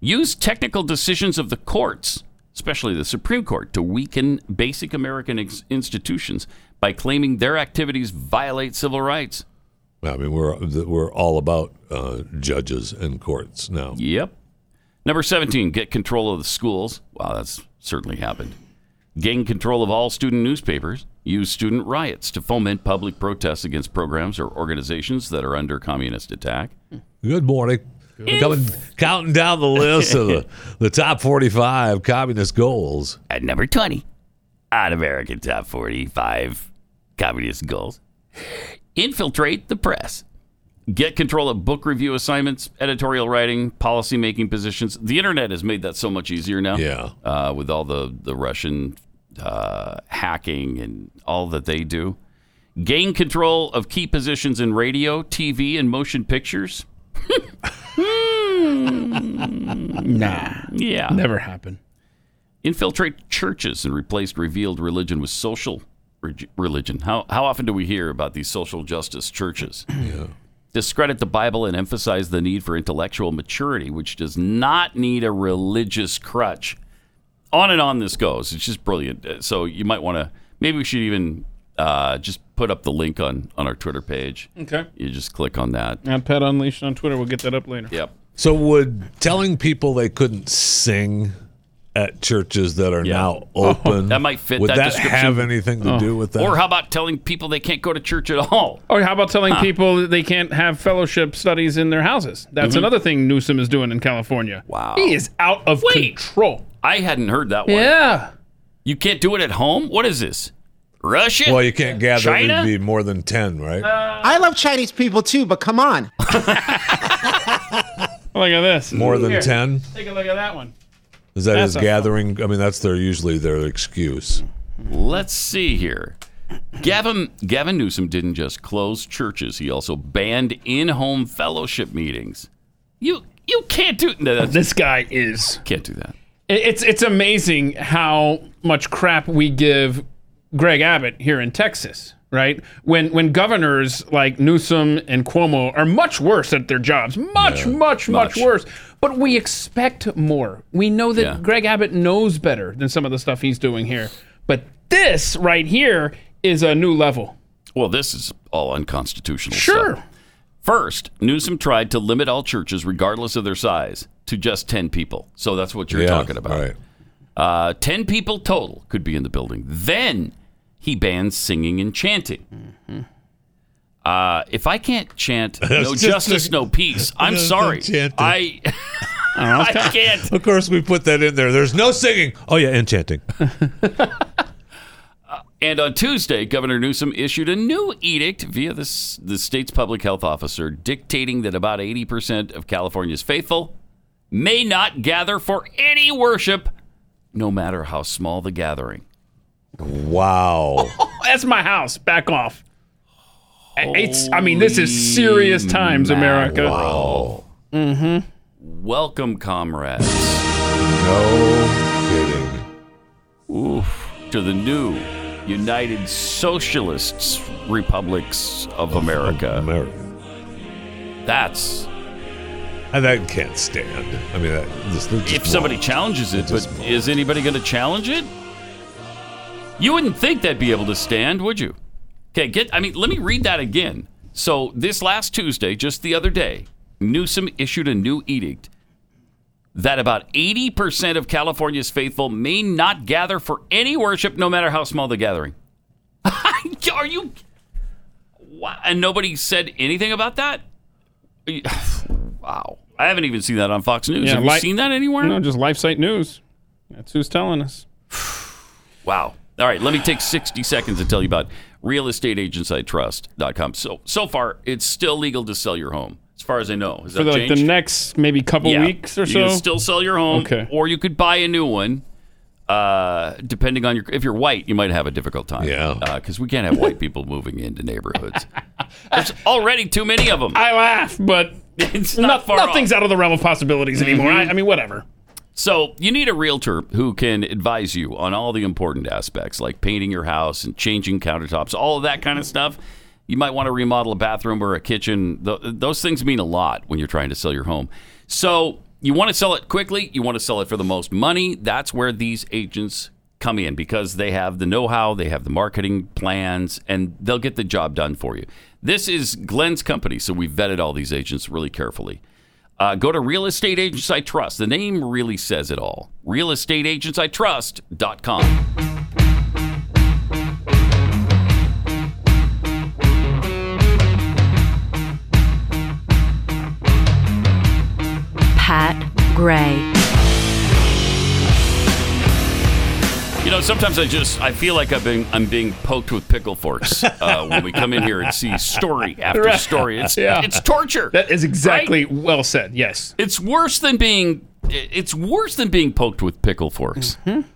Speaker 3: Use technical decisions of the courts, especially the Supreme Court, to weaken basic American ex- institutions by claiming their activities violate civil rights.
Speaker 5: I mean, we're we're all about uh, judges and courts now.
Speaker 3: Yep. Number 17, get control of the schools. Wow, that's certainly happened. Gain control of all student newspapers. Use student riots to foment public protests against programs or organizations that are under communist attack.
Speaker 5: Good morning. Coming, counting down the [laughs] list of
Speaker 3: [laughs]
Speaker 5: the, the top 45 communist goals.
Speaker 3: At number 20, on American Top 45 communist goals. Infiltrate the press. Get control of book review assignments, editorial writing, policy making positions. The internet has made that so much easier now.
Speaker 5: Yeah.
Speaker 3: Uh, with all the, the Russian uh, hacking and all that they do. Gain control of key positions in radio, TV, and motion pictures.
Speaker 4: Nah.
Speaker 3: Hmm. [laughs] Yeah.
Speaker 4: Never happened.
Speaker 3: infiltrate churches and replaced revealed religion with social reg- religion. How, how often do we hear about these social justice churches? Discredit the Bible and emphasize the need for intellectual maturity, which does not need a religious crutch. On and on this goes. It's just brilliant. Uh, So you might want to, maybe we should even uh, just put up the link on, on our Twitter page.
Speaker 4: Okay.
Speaker 3: You just click on that.
Speaker 4: At Pat Unleashed on Twitter. We'll get that up later.
Speaker 3: Yep.
Speaker 5: So would telling people they couldn't sing at churches that are now open
Speaker 3: that might fit
Speaker 5: would
Speaker 3: that
Speaker 5: that,
Speaker 3: description.
Speaker 5: have anything to do with that?
Speaker 3: Or how about telling people they can't go to church at all?
Speaker 4: Or Oh, how about telling
Speaker 3: Huh.
Speaker 4: people that they can't have fellowship studies in their houses? That's
Speaker 3: Mhm.
Speaker 4: another thing Newsom is doing in California. Wow. He is out of control.
Speaker 3: I hadn't heard that one.
Speaker 4: Yeah.
Speaker 3: You can't do it at home? What is this? Russia?
Speaker 5: well, you can't gather
Speaker 3: China?
Speaker 5: it'd be more than ten, right?
Speaker 6: Uh, I love Chinese people too, but come on.
Speaker 4: Look at this.
Speaker 5: More than
Speaker 4: Here,
Speaker 5: 10?
Speaker 4: Take a look at that one.
Speaker 5: Is that
Speaker 4: That's
Speaker 5: his
Speaker 4: a-
Speaker 5: gathering? I mean, that's their usually their excuse.
Speaker 3: Let's see here. Gavin, Gavin Newsom didn't just close churches, he also banned in home fellowship meetings. You you can't do no, that's-
Speaker 4: This guy is.
Speaker 3: Can't do that.
Speaker 4: It- It's it's amazing how much crap we give Greg Abbott here in Texas, right? When when governors like Newsom and Cuomo are much worse at their jobs, much much, much worse. But we expect more. We know that Greg Abbott knows better than some of the stuff he's doing here. But this right here is a new level.
Speaker 3: [laughs] Well, this is all unconstitutional.
Speaker 4: Sure.
Speaker 3: stuff. First, Newsom tried to limit all churches, regardless of their size, to just 10 people. So that's what you're
Speaker 5: Yeah,
Speaker 3: talking about. Uh, 10 people total could be in the building. Then he bans singing and chanting. Uh, if I can't
Speaker 5: [laughs]
Speaker 3: chant no
Speaker 5: Just
Speaker 3: justice,
Speaker 5: a-
Speaker 3: no peace, I'm
Speaker 5: just a
Speaker 3: sorry.
Speaker 5: chanting.
Speaker 3: I, [laughs] I can't.
Speaker 5: Of course, we put that in there. There's no singing. Oh yeah, enchanting.
Speaker 3: And on Tuesday, Governor Newsom issued a new edict via the, s- the state's public health officer dictating that about 80% of California's faithful may not gather for any worship, no matter how small the gathering.
Speaker 5: Wow.
Speaker 4: [laughs] That's my house. Back off. It's I mean this is serious times, America.
Speaker 3: Wow.
Speaker 4: Mm-hmm.
Speaker 3: Welcome, comrades. No kidding. Oof. To the new United Socialists Republics of America.
Speaker 5: America.
Speaker 3: That's
Speaker 5: And that can't stand. I mean, that, just, they're just
Speaker 3: if somebody
Speaker 5: wrong.
Speaker 3: challenges it, but is anybody going to challenge it? You wouldn't think they'd be able to stand, would you? Okay, get. I mean, let me read that again. So this last Tuesday, just the other day, Newsom issued a new edict that about 80% of California's faithful may not gather for any worship, no matter how small the gathering.
Speaker 4: [laughs]
Speaker 3: Are you? Wha- And nobody said anything about that. [sighs] wow, I haven't even seen that on Fox News. Have you
Speaker 4: li-
Speaker 3: seen that anywhere?
Speaker 4: No, just LifeSite News. That's who's telling us.
Speaker 3: Wow. All right, let me take 60 seconds and tell you about realestateagentsitrust.com. So so far, it's still legal to sell your home, as far as I know. Has
Speaker 4: For
Speaker 3: that
Speaker 4: the, like, the
Speaker 3: changed?
Speaker 4: next maybe couple
Speaker 3: Yeah.
Speaker 4: weeks or
Speaker 3: You
Speaker 4: so.
Speaker 3: can still sell your home,
Speaker 4: Okay.
Speaker 3: or you could buy a new one. Uh, depending on your, if you're white, you might have a difficult time. Yeah, because we can't have white people moving into neighborhoods.
Speaker 4: [laughs]
Speaker 3: There's already too many of them.
Speaker 4: I laugh, but
Speaker 3: [laughs] it's not far off. Mm-hmm.
Speaker 4: nothing's out of the realm of possibilities anymore. I, I mean, whatever.
Speaker 3: So you need a realtor who can advise you on all the important aspects, like painting your house and changing countertops, all of that kind of stuff. You might want to remodel a bathroom or a kitchen. Th- those things mean a lot when you're trying to sell your home. So you want to sell it quickly. You want to sell it for the most money. That's where these agents come in because they have the know-how, they have the marketing plans, and they'll get the job done for you. This is Glenn's company, so we vetted all these agents really carefully. Uh, go to Real Estate Agents I Trust. The name really says it all. RealEstateAgentsITrust.com.
Speaker 8: Pat Gray.
Speaker 3: You know, Sometimes I just I feel like I've been I'm being poked with pickle forks uh, when we come in here and
Speaker 4: [laughs]
Speaker 3: see story after
Speaker 4: Right.
Speaker 3: story. It's
Speaker 4: [laughs] Yeah.
Speaker 3: it's torture.
Speaker 4: That is exactly well said. Yes.
Speaker 3: It's worse than being it's worse than being poked with pickle forks.
Speaker 4: Mm-hmm.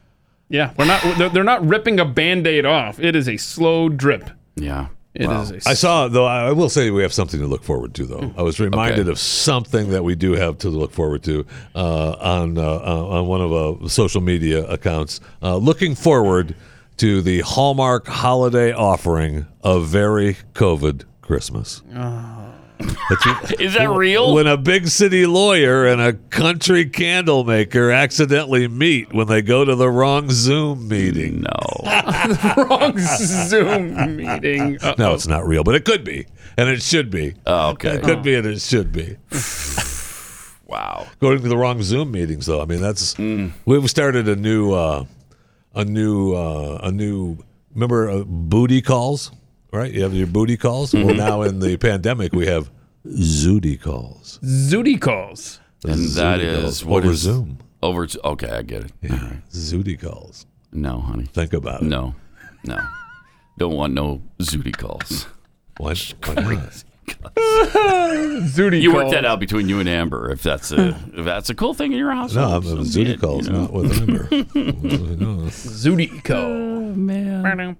Speaker 4: Yeah, we're not. They're, they're not ripping a band-aid off. It is a slow drip.
Speaker 3: Yeah.
Speaker 4: it is.
Speaker 5: Wow.
Speaker 4: A
Speaker 5: I saw though. I I will say we have something to look forward to,
Speaker 3: Hmm.
Speaker 5: though. I was reminded of something that we do have to look forward to uh, on uh, uh, on one of uh, social media accounts. Uh, looking forward to the Hallmark holiday offering of very COVID Christmas. That's-
Speaker 3: [laughs] Is that real?
Speaker 5: When a big city lawyer and a country candle maker accidentally meet when they go to the wrong Zoom meeting.
Speaker 3: No.
Speaker 4: [laughs] wrong Zoom
Speaker 3: [laughs]
Speaker 4: meeting.
Speaker 5: [laughs] No, it's not real, but it could be, and it should be.
Speaker 3: Oh, okay.
Speaker 5: It could be, and it should be.
Speaker 3: [laughs] wow. Mm.
Speaker 5: Going to the wrong Zoom meetings, though. I mean, that's we've started a new, uh, a new, uh, a new. Remember uh, booty calls, right? You have your booty calls. Well,
Speaker 3: Mm-hmm.
Speaker 4: Mhm.
Speaker 5: now in the pandemic, we have zooty calls.
Speaker 4: Zooty calls.
Speaker 3: And that is what
Speaker 5: over
Speaker 3: is-
Speaker 5: Zoom.
Speaker 3: Over okay, I get it. All right.
Speaker 5: Zooty calls.
Speaker 3: No, honey.
Speaker 5: Think about it.
Speaker 3: No, no. Don't want no zooty calls.
Speaker 5: What?
Speaker 4: Zooty.
Speaker 3: You work
Speaker 4: calls.
Speaker 3: that out between you and Amber. If that's a if that's a cool thing in your house.
Speaker 5: Hmm. No, I'm, I'm zooty calls, not with
Speaker 3: [laughs]
Speaker 5: Amber.
Speaker 4: [laughs] Zooty call.
Speaker 3: Oh man.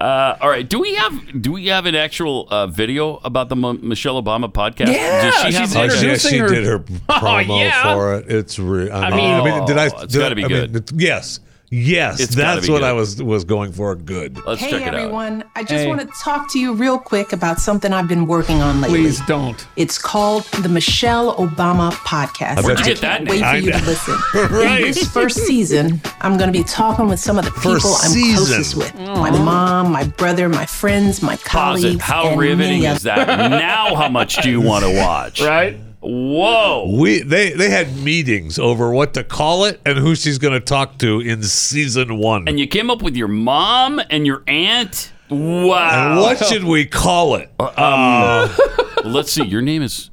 Speaker 3: Uh, all right. Do we have do we have an actual uh, video about the M- Michelle Obama podcast?
Speaker 4: Yeah,
Speaker 3: Does she
Speaker 4: she's
Speaker 3: have
Speaker 5: Oh, yeah, she
Speaker 4: her-
Speaker 5: did her
Speaker 4: [laughs] Oh,
Speaker 5: promo
Speaker 4: yeah.
Speaker 5: for it. It's real. I,
Speaker 4: I
Speaker 5: mean, I mean, did I?
Speaker 3: Oh, it's
Speaker 5: did I-
Speaker 3: gotta be
Speaker 5: I mean,
Speaker 3: good.
Speaker 5: it- yes, yes,
Speaker 3: It's gotta
Speaker 5: that's
Speaker 3: be
Speaker 5: what
Speaker 3: good.
Speaker 5: I was was going for. Good.
Speaker 3: Let's
Speaker 20: hey
Speaker 3: check it out.
Speaker 20: everyone, I just
Speaker 3: Hey.
Speaker 20: want to talk to you real quick about something I've been working on lately.
Speaker 4: Please don't.
Speaker 20: It's called the Michelle Obama Podcast.
Speaker 4: I bet
Speaker 20: I
Speaker 4: you get
Speaker 20: can't
Speaker 4: that
Speaker 20: wait
Speaker 4: name.
Speaker 20: for
Speaker 4: I
Speaker 20: you to
Speaker 4: know. [laughs]
Speaker 20: listen.
Speaker 4: Right.
Speaker 20: In this first season, I'm going to be talking with some of the people
Speaker 4: First
Speaker 20: I'm closest
Speaker 3: season.
Speaker 20: with. My mom, my brother, my friends, my
Speaker 3: Mm. Pause
Speaker 20: colleagues.
Speaker 3: it. How
Speaker 20: and
Speaker 3: riveting
Speaker 20: many [laughs]
Speaker 3: is that?
Speaker 20: others.
Speaker 3: now, how much do you want to
Speaker 5: [laughs]
Speaker 3: watch?
Speaker 4: Right.
Speaker 3: Whoa.
Speaker 5: Oh. We they they had meetings over what to call it and who she's going to talk to in season
Speaker 4: [sighs]
Speaker 5: one.
Speaker 3: And you came up with your mom and your aunt. Wow.
Speaker 5: And what should we call it? Uh.
Speaker 3: Um, let's see. Your name is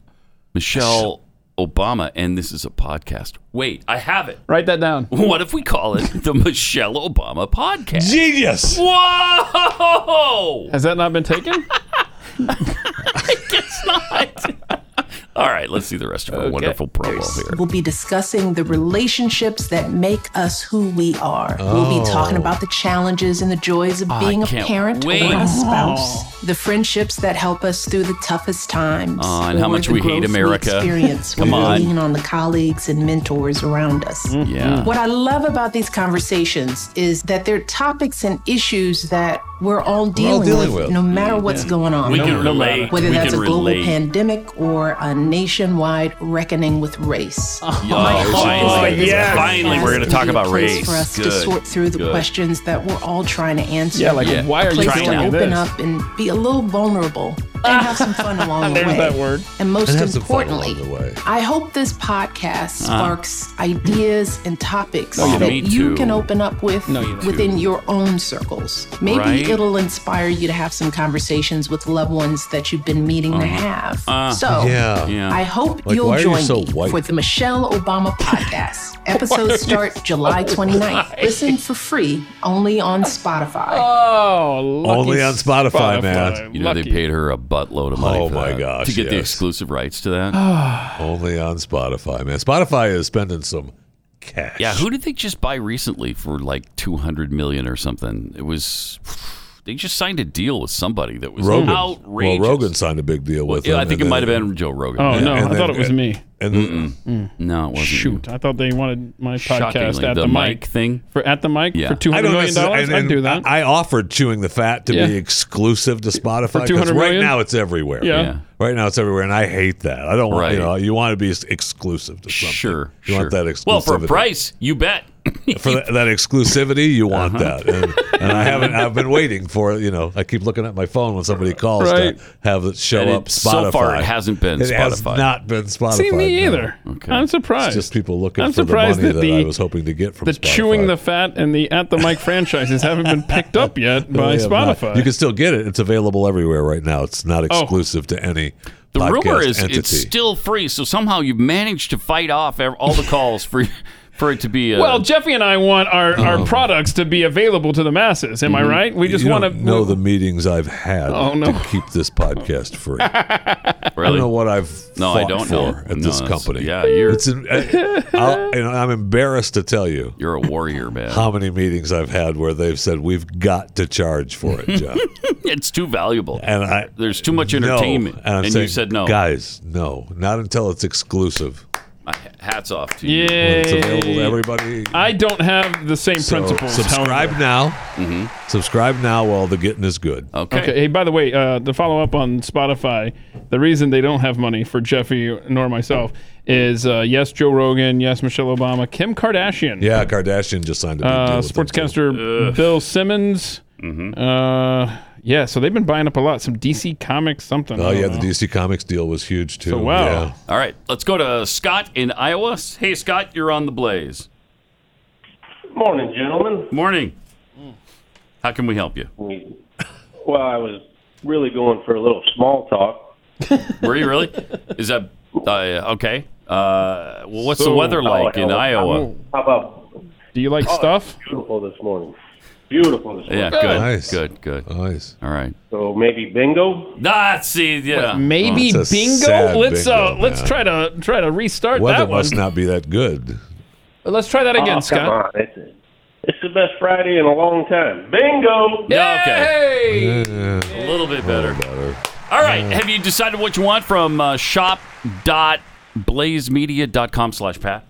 Speaker 3: Michelle Obama, and this is a podcast. Wait, I have it.
Speaker 4: Write that down.
Speaker 3: [laughs] What if we call it the Michelle Obama podcast?
Speaker 5: Genius.
Speaker 3: Whoa!
Speaker 4: Has that not been
Speaker 3: [laughs]
Speaker 4: taken?
Speaker 3: It's not. All right, let's see the rest of our wonderful promo here.
Speaker 20: We'll be discussing the relationships that make us who we are. We'll be
Speaker 3: Oh.
Speaker 20: talking about the challenges and the joys of
Speaker 3: I
Speaker 20: being a
Speaker 3: can't
Speaker 20: parent
Speaker 3: wait.
Speaker 20: or
Speaker 3: Oh.
Speaker 20: a spouse, the friendships that help us through the toughest times,
Speaker 3: Oh, and how
Speaker 20: or
Speaker 3: much
Speaker 20: the
Speaker 3: we hate
Speaker 20: growth
Speaker 3: America.
Speaker 20: experience
Speaker 3: [laughs] Come
Speaker 20: when we're
Speaker 3: on. Mm-hmm.
Speaker 20: leaning on the colleagues and mentors around us.
Speaker 3: Yeah.
Speaker 20: What I love about these conversations is that they're topics and issues that we're all dealing,
Speaker 5: dealing
Speaker 20: with,
Speaker 5: with.
Speaker 20: no matter what's going on.
Speaker 3: Mm-hmm. We can relate.
Speaker 20: Whether
Speaker 3: We
Speaker 20: that's
Speaker 3: can
Speaker 20: a global
Speaker 3: relate.
Speaker 20: pandemic or a nationwide reckoning with race.
Speaker 4: Oh.
Speaker 3: Yo,
Speaker 20: My hope is that
Speaker 3: finally,
Speaker 20: this
Speaker 3: finally,
Speaker 20: podcast
Speaker 3: we're going to
Speaker 20: will
Speaker 3: talk
Speaker 20: be a
Speaker 3: about
Speaker 20: place
Speaker 3: race.
Speaker 20: For us
Speaker 3: Good.
Speaker 20: to sort through the
Speaker 3: Good.
Speaker 20: questions that we're all trying to answer.
Speaker 3: Yeah, like, Yeah. why
Speaker 20: A
Speaker 3: are you
Speaker 20: place
Speaker 3: trying
Speaker 20: to
Speaker 3: to do
Speaker 20: open
Speaker 3: this?
Speaker 20: up and be a little vulnerable and have some
Speaker 3: [laughs]
Speaker 20: fun along the
Speaker 4: There's
Speaker 20: way.
Speaker 4: that word.
Speaker 20: And most
Speaker 4: And have some fun along
Speaker 20: importantly,
Speaker 4: the way.
Speaker 20: I hope this podcast
Speaker 4: Uh-huh.
Speaker 20: sparks ideas and topics
Speaker 4: No, you
Speaker 20: that
Speaker 4: don't. Me
Speaker 20: you
Speaker 4: too.
Speaker 20: can open up with
Speaker 4: No, you don't.
Speaker 20: within your own circles. Maybe
Speaker 4: Right.
Speaker 20: it'll inspire you to have some conversations with loved ones that you've been meaning to
Speaker 3: Uh-huh.
Speaker 20: have.
Speaker 3: Uh,
Speaker 20: so
Speaker 3: Yeah. Yeah.
Speaker 20: I hope
Speaker 3: Like,
Speaker 20: you'll
Speaker 3: why are you
Speaker 20: join
Speaker 3: so
Speaker 20: me
Speaker 3: white?
Speaker 20: for the Michelle
Speaker 3: [laughs]
Speaker 20: Obama podcast.
Speaker 3: Why are you
Speaker 20: Episodes start
Speaker 3: so
Speaker 20: July 29th.
Speaker 3: white?
Speaker 20: Listen for free only on Spotify.
Speaker 4: Oh,
Speaker 5: Only on Spotify, man.
Speaker 3: You know they paid her a buttload of money.
Speaker 5: Oh
Speaker 3: for
Speaker 5: my
Speaker 3: that,
Speaker 5: gosh,
Speaker 3: To get the
Speaker 5: yes.
Speaker 3: exclusive rights to that.
Speaker 5: Only on Spotify, man. Spotify is spending some [sighs] cash.
Speaker 3: yeah, who did they just buy recently for like two hundred million or something? It was they just signed a deal with somebody that was
Speaker 5: Rogan.
Speaker 3: outrageous.
Speaker 5: Well, Rogan signed a big deal with
Speaker 3: Yeah,
Speaker 5: him,
Speaker 3: I think
Speaker 5: and
Speaker 3: it
Speaker 5: then-
Speaker 3: might have been Joe Rogan.
Speaker 4: Oh, no,
Speaker 5: and
Speaker 4: I thought it was me.
Speaker 5: And
Speaker 3: Mm-mm. No, it wasn't.
Speaker 4: Shoot, I thought they wanted my podcast
Speaker 3: Shockingly,
Speaker 4: at
Speaker 3: the
Speaker 4: the,
Speaker 3: mic thing.
Speaker 4: for at the mic for two
Speaker 5: I
Speaker 4: hundred
Speaker 5: don't
Speaker 4: million
Speaker 5: necessar-
Speaker 4: dollars.
Speaker 5: and-
Speaker 4: I'd
Speaker 5: and
Speaker 4: do that.
Speaker 5: I I offered chewing the fat to
Speaker 4: Yeah.
Speaker 5: be exclusive to Spotify
Speaker 4: For
Speaker 5: 'cause
Speaker 4: 200
Speaker 5: right
Speaker 4: million?
Speaker 5: now it's everywhere.
Speaker 4: Yeah. Yeah.
Speaker 5: right now it's everywhere, and I hate that. I don't want
Speaker 3: Right.
Speaker 5: you know you want to be s- exclusive to something.
Speaker 3: Sure,
Speaker 5: you want
Speaker 3: sure.
Speaker 5: that exclusivity.
Speaker 3: Well, for a price, you bet.
Speaker 5: for
Speaker 3: [laughs]
Speaker 5: that, that exclusivity, you want
Speaker 4: Uh-huh.
Speaker 5: that, and, and I haven't. I've been waiting for it, you know. I keep looking at my phone when somebody calls
Speaker 4: Right.
Speaker 5: to have it show
Speaker 3: And it-
Speaker 5: up. Spotify.
Speaker 3: so far, it hasn't been
Speaker 5: It has
Speaker 3: Spotify.
Speaker 5: not been Spotify.
Speaker 4: See me
Speaker 5: no.
Speaker 4: either. I'm surprised.
Speaker 5: It's just people looking
Speaker 4: I'm
Speaker 5: for the
Speaker 4: surprised
Speaker 5: money that,
Speaker 4: that the-
Speaker 5: I was hoping to get from
Speaker 4: the
Speaker 5: Spotify.
Speaker 4: chewing the fat and the at the mic franchises haven't been picked up yet
Speaker 5: [laughs] No,
Speaker 4: by
Speaker 5: they have not.
Speaker 4: Spotify. Oh.
Speaker 5: You can still get it. It's available everywhere right now. It's not exclusive to any
Speaker 3: The rumor
Speaker 5: podcast
Speaker 3: is it's
Speaker 5: entity.
Speaker 3: still free, so somehow you've managed to fight off ev- all the calls for [laughs] for it to be. Uh,
Speaker 4: well, Jeffy and I want our, our products to be available to the masses. Am I
Speaker 5: Mhm.
Speaker 4: right? We just
Speaker 5: Um, You
Speaker 4: want to
Speaker 5: don't know the meetings I've had
Speaker 4: Oh, no.
Speaker 5: to keep this podcast
Speaker 4: [laughs]
Speaker 5: free. I
Speaker 3: Really?
Speaker 5: don't know what I've
Speaker 3: No, I
Speaker 5: fought
Speaker 3: don't know.
Speaker 5: for at
Speaker 3: No,
Speaker 5: this
Speaker 3: that's-
Speaker 5: company.
Speaker 3: yeah, you're-
Speaker 5: It's an, I, I'll- and I'm embarrassed to tell you.
Speaker 3: You're a warrior, man.
Speaker 5: How many meetings I've had where they've said we've got to charge for
Speaker 3: [laughs]
Speaker 5: it, Jeff?
Speaker 3: it's too valuable.
Speaker 5: and I
Speaker 3: There's too much
Speaker 5: no.
Speaker 3: entertainment,
Speaker 5: I'm
Speaker 3: and you
Speaker 5: saying,
Speaker 3: said no.
Speaker 5: guys. No, not until it's exclusive.
Speaker 3: Hats off to you.
Speaker 4: Yay.
Speaker 5: It's available to everybody.
Speaker 4: I don't have the same
Speaker 5: So,
Speaker 4: principles.
Speaker 5: subscribe
Speaker 4: however.
Speaker 5: now.
Speaker 3: Mm-hmm.
Speaker 5: Subscribe now while the getting is good.
Speaker 4: Okay. Hey, by the way, uh, the follow up on Spotify, the reason they don't have money for Jeffy nor myself is uh, yes, Joe Rogan, yes, Michelle Obama, Kim Kardashian,
Speaker 5: Yeah, Kardashian just signed a big deal
Speaker 4: uh,
Speaker 5: with them.
Speaker 4: sportscaster Bill Simmons.
Speaker 3: Mm-hmm.
Speaker 4: Uh, yeah, so they've been buying up a lot. Some DC Comics, something.
Speaker 5: Oh
Speaker 4: I don't
Speaker 5: yeah,
Speaker 4: know.
Speaker 5: the DC Comics deal was huge too.
Speaker 4: So, wow.
Speaker 5: Yeah.
Speaker 3: All right, let's go to Scott in Iowa. Hey, Scott, you're on the blaze.
Speaker 21: Morning, gentlemen.
Speaker 3: Morning. How can we help you?
Speaker 21: Well, I was really going for a little small talk.
Speaker 3: Were you
Speaker 21: [laughs]
Speaker 3: really? Is that uh, okay? Uh, well, what's the
Speaker 21: So-
Speaker 3: weather like in
Speaker 21: Oh,
Speaker 3: Iowa?
Speaker 21: How about?
Speaker 4: Do you like
Speaker 21: stuff? Beautiful this morning. Beautiful this morning.
Speaker 3: Yeah, good, good, good.
Speaker 5: Nice.
Speaker 3: All right.
Speaker 21: So maybe bingo.
Speaker 3: That's Ah, see, yeah.
Speaker 4: Maybe
Speaker 5: That's Oh, a
Speaker 4: bingo.
Speaker 5: sad
Speaker 4: Let's uh,
Speaker 5: bingo,
Speaker 4: let's
Speaker 5: man.
Speaker 4: try to try to restart
Speaker 5: Weather
Speaker 4: that one.
Speaker 5: must not be that good.
Speaker 4: Let's try that
Speaker 21: Oh,
Speaker 4: again,
Speaker 21: come
Speaker 4: Scott.
Speaker 21: on. It's, it's the best Friday in a long time. Bingo.
Speaker 3: Yeah, okay.
Speaker 5: A
Speaker 3: little bit better.
Speaker 5: better.
Speaker 3: All
Speaker 5: Mm.
Speaker 3: right. Have you decided what you want from uh, shop.blazemedia.com slash Pat?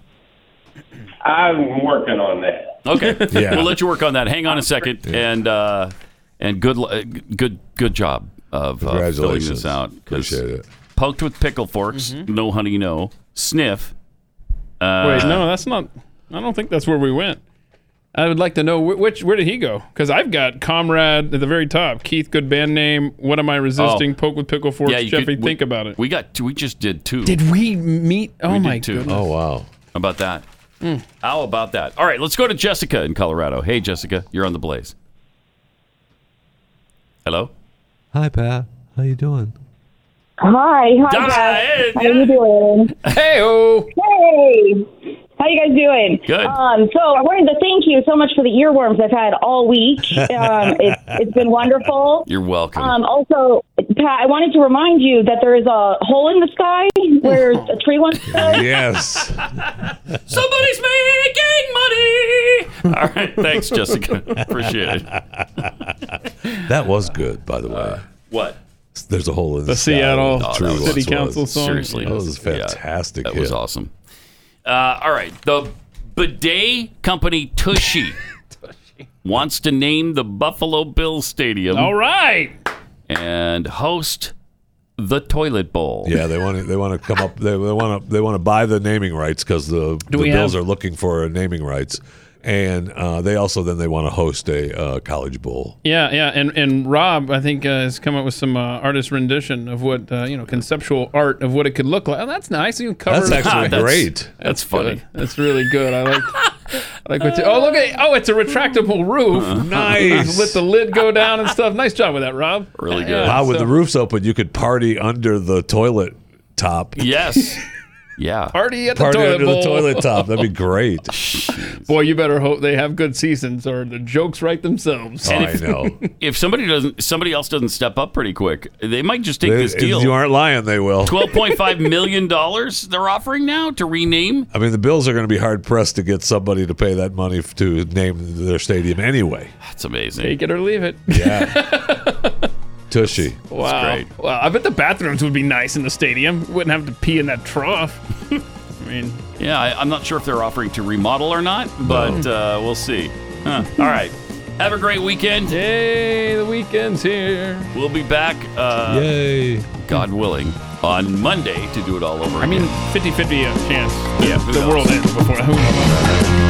Speaker 21: I'm working on that.
Speaker 5: [laughs]
Speaker 3: Okay.
Speaker 21: Yeah.
Speaker 3: We'll let you work on that. Hang on a second, and uh, and good lu- uh, good good job of uh, filling
Speaker 5: Congratulations.
Speaker 3: this out. 'cause
Speaker 5: Appreciate it.
Speaker 3: Poked with pickle forks. No honey, no sniff. Uh,
Speaker 4: Mm-hmm. Wait, no, that's not. I don't think that's where we went. I would like to know wh- which. Where did he go? Because I've got comrade at the very top. Keith, good band name. What am I resisting?
Speaker 3: Oh.
Speaker 4: Poke with pickle forks.
Speaker 3: Yeah, you could-
Speaker 4: Jeffy,
Speaker 3: we-
Speaker 4: think about it.
Speaker 3: We got two, we just did two.
Speaker 4: Did we meet? Oh
Speaker 3: we
Speaker 4: my
Speaker 3: did two.
Speaker 4: goodness.
Speaker 5: wow. How
Speaker 3: about that?
Speaker 4: Mm.
Speaker 3: How about that? All right, let's go to Jessica in Colorado. Hey, Jessica, you're on the blaze. Hello.
Speaker 22: Hi, Pat. How you doing?
Speaker 23: Hi, hi
Speaker 3: Donna,
Speaker 23: guys. How you doing?
Speaker 4: Hey,
Speaker 23: hey. How you guys doing?
Speaker 3: Good.
Speaker 23: Um, so I wanted to thank you so much for the earworms I've had all
Speaker 3: [laughs]
Speaker 23: week. Um, it's it's been wonderful.
Speaker 3: You're welcome.
Speaker 23: Um, also, Pat, I wanted to remind you that there is a hole in the sky
Speaker 3: [laughs]
Speaker 23: where a tree once was.
Speaker 5: Yes.
Speaker 3: Somebody's making money. [laughs] All right, thanks, Jessica.
Speaker 4: [laughs]
Speaker 3: Appreciate it. Uh,
Speaker 5: That was good, by the way.
Speaker 3: what?
Speaker 5: There's a hole in the,
Speaker 3: The
Speaker 5: sky
Speaker 3: Seattle
Speaker 5: where the tree
Speaker 3: City
Speaker 5: once was.
Speaker 3: Council song. Seriously.
Speaker 5: that was
Speaker 3: Yeah.
Speaker 5: fantastic.
Speaker 3: That was awesome. Uh, all right, the bidet company Tushy, wants to name the Buffalo Bills Stadium.
Speaker 4: All right.
Speaker 3: and host the toilet bowl.
Speaker 5: Yeah, they want to. They want to come up. They, they want to. They want to buy the naming rights because the, the
Speaker 4: we
Speaker 5: Bills
Speaker 4: have-
Speaker 5: are looking for naming rights, and uh, they also then they want to host a uh, college bowl.
Speaker 4: Yeah, yeah, and and Rob, I think, uh, has come up with some uh, artist rendition of what uh, you know, conceptual art of what it could look like. Oh, that's nice. You covered.
Speaker 5: That's actually
Speaker 4: that's,
Speaker 5: great.
Speaker 4: That's,
Speaker 5: That's funny.
Speaker 4: good. That's really good. I like. I like what you. Oh, look at. Oh, it's a retractable roof.
Speaker 5: Nice.
Speaker 4: [laughs] Let the lid go down and stuff. Nice job with that, Rob.
Speaker 3: Really
Speaker 4: Yeah,
Speaker 5: How with
Speaker 4: so-
Speaker 5: the roofs open, you could party under the toilet top.
Speaker 3: Yes. yeah.
Speaker 4: Party at the
Speaker 5: Party
Speaker 4: toilet
Speaker 5: under
Speaker 4: bowl.
Speaker 5: the toilet top.
Speaker 4: [laughs]
Speaker 5: That'd be great.
Speaker 3: [laughs]
Speaker 4: Boy, you better hope they have good seasons, or the jokes write themselves.
Speaker 3: And if, if somebody doesn't, somebody else doesn't step up pretty quick, they might just take
Speaker 5: They-
Speaker 3: this
Speaker 5: if
Speaker 3: deal.
Speaker 5: You aren't lying. They will.
Speaker 3: Twelve [laughs] point five million dollars they're offering now to rename.
Speaker 5: I mean, the Bills are going to be hard pressed to get somebody to pay that money f- to name their stadium anyway.
Speaker 3: That's amazing.
Speaker 4: Take it or leave it.
Speaker 5: Tushy.
Speaker 4: Wow. Wow. I bet the bathrooms would be nice in the stadium. Wouldn't have to pee in that trough. I mean,
Speaker 3: Yeah, I, I'm not sure if they're offering to remodel or not, but uh, we'll see. Huh. All right. Have a great weekend.
Speaker 4: Yay, the weekend's here.
Speaker 3: We'll be back, uh,
Speaker 5: Yay.
Speaker 3: God willing, on Monday to do it all over
Speaker 4: I mean,
Speaker 3: again.
Speaker 4: 50 50 uh, chance.
Speaker 3: Yeah,
Speaker 4: Yeah,
Speaker 3: who
Speaker 4: the
Speaker 3: knows?
Speaker 4: world ends before. Who knows?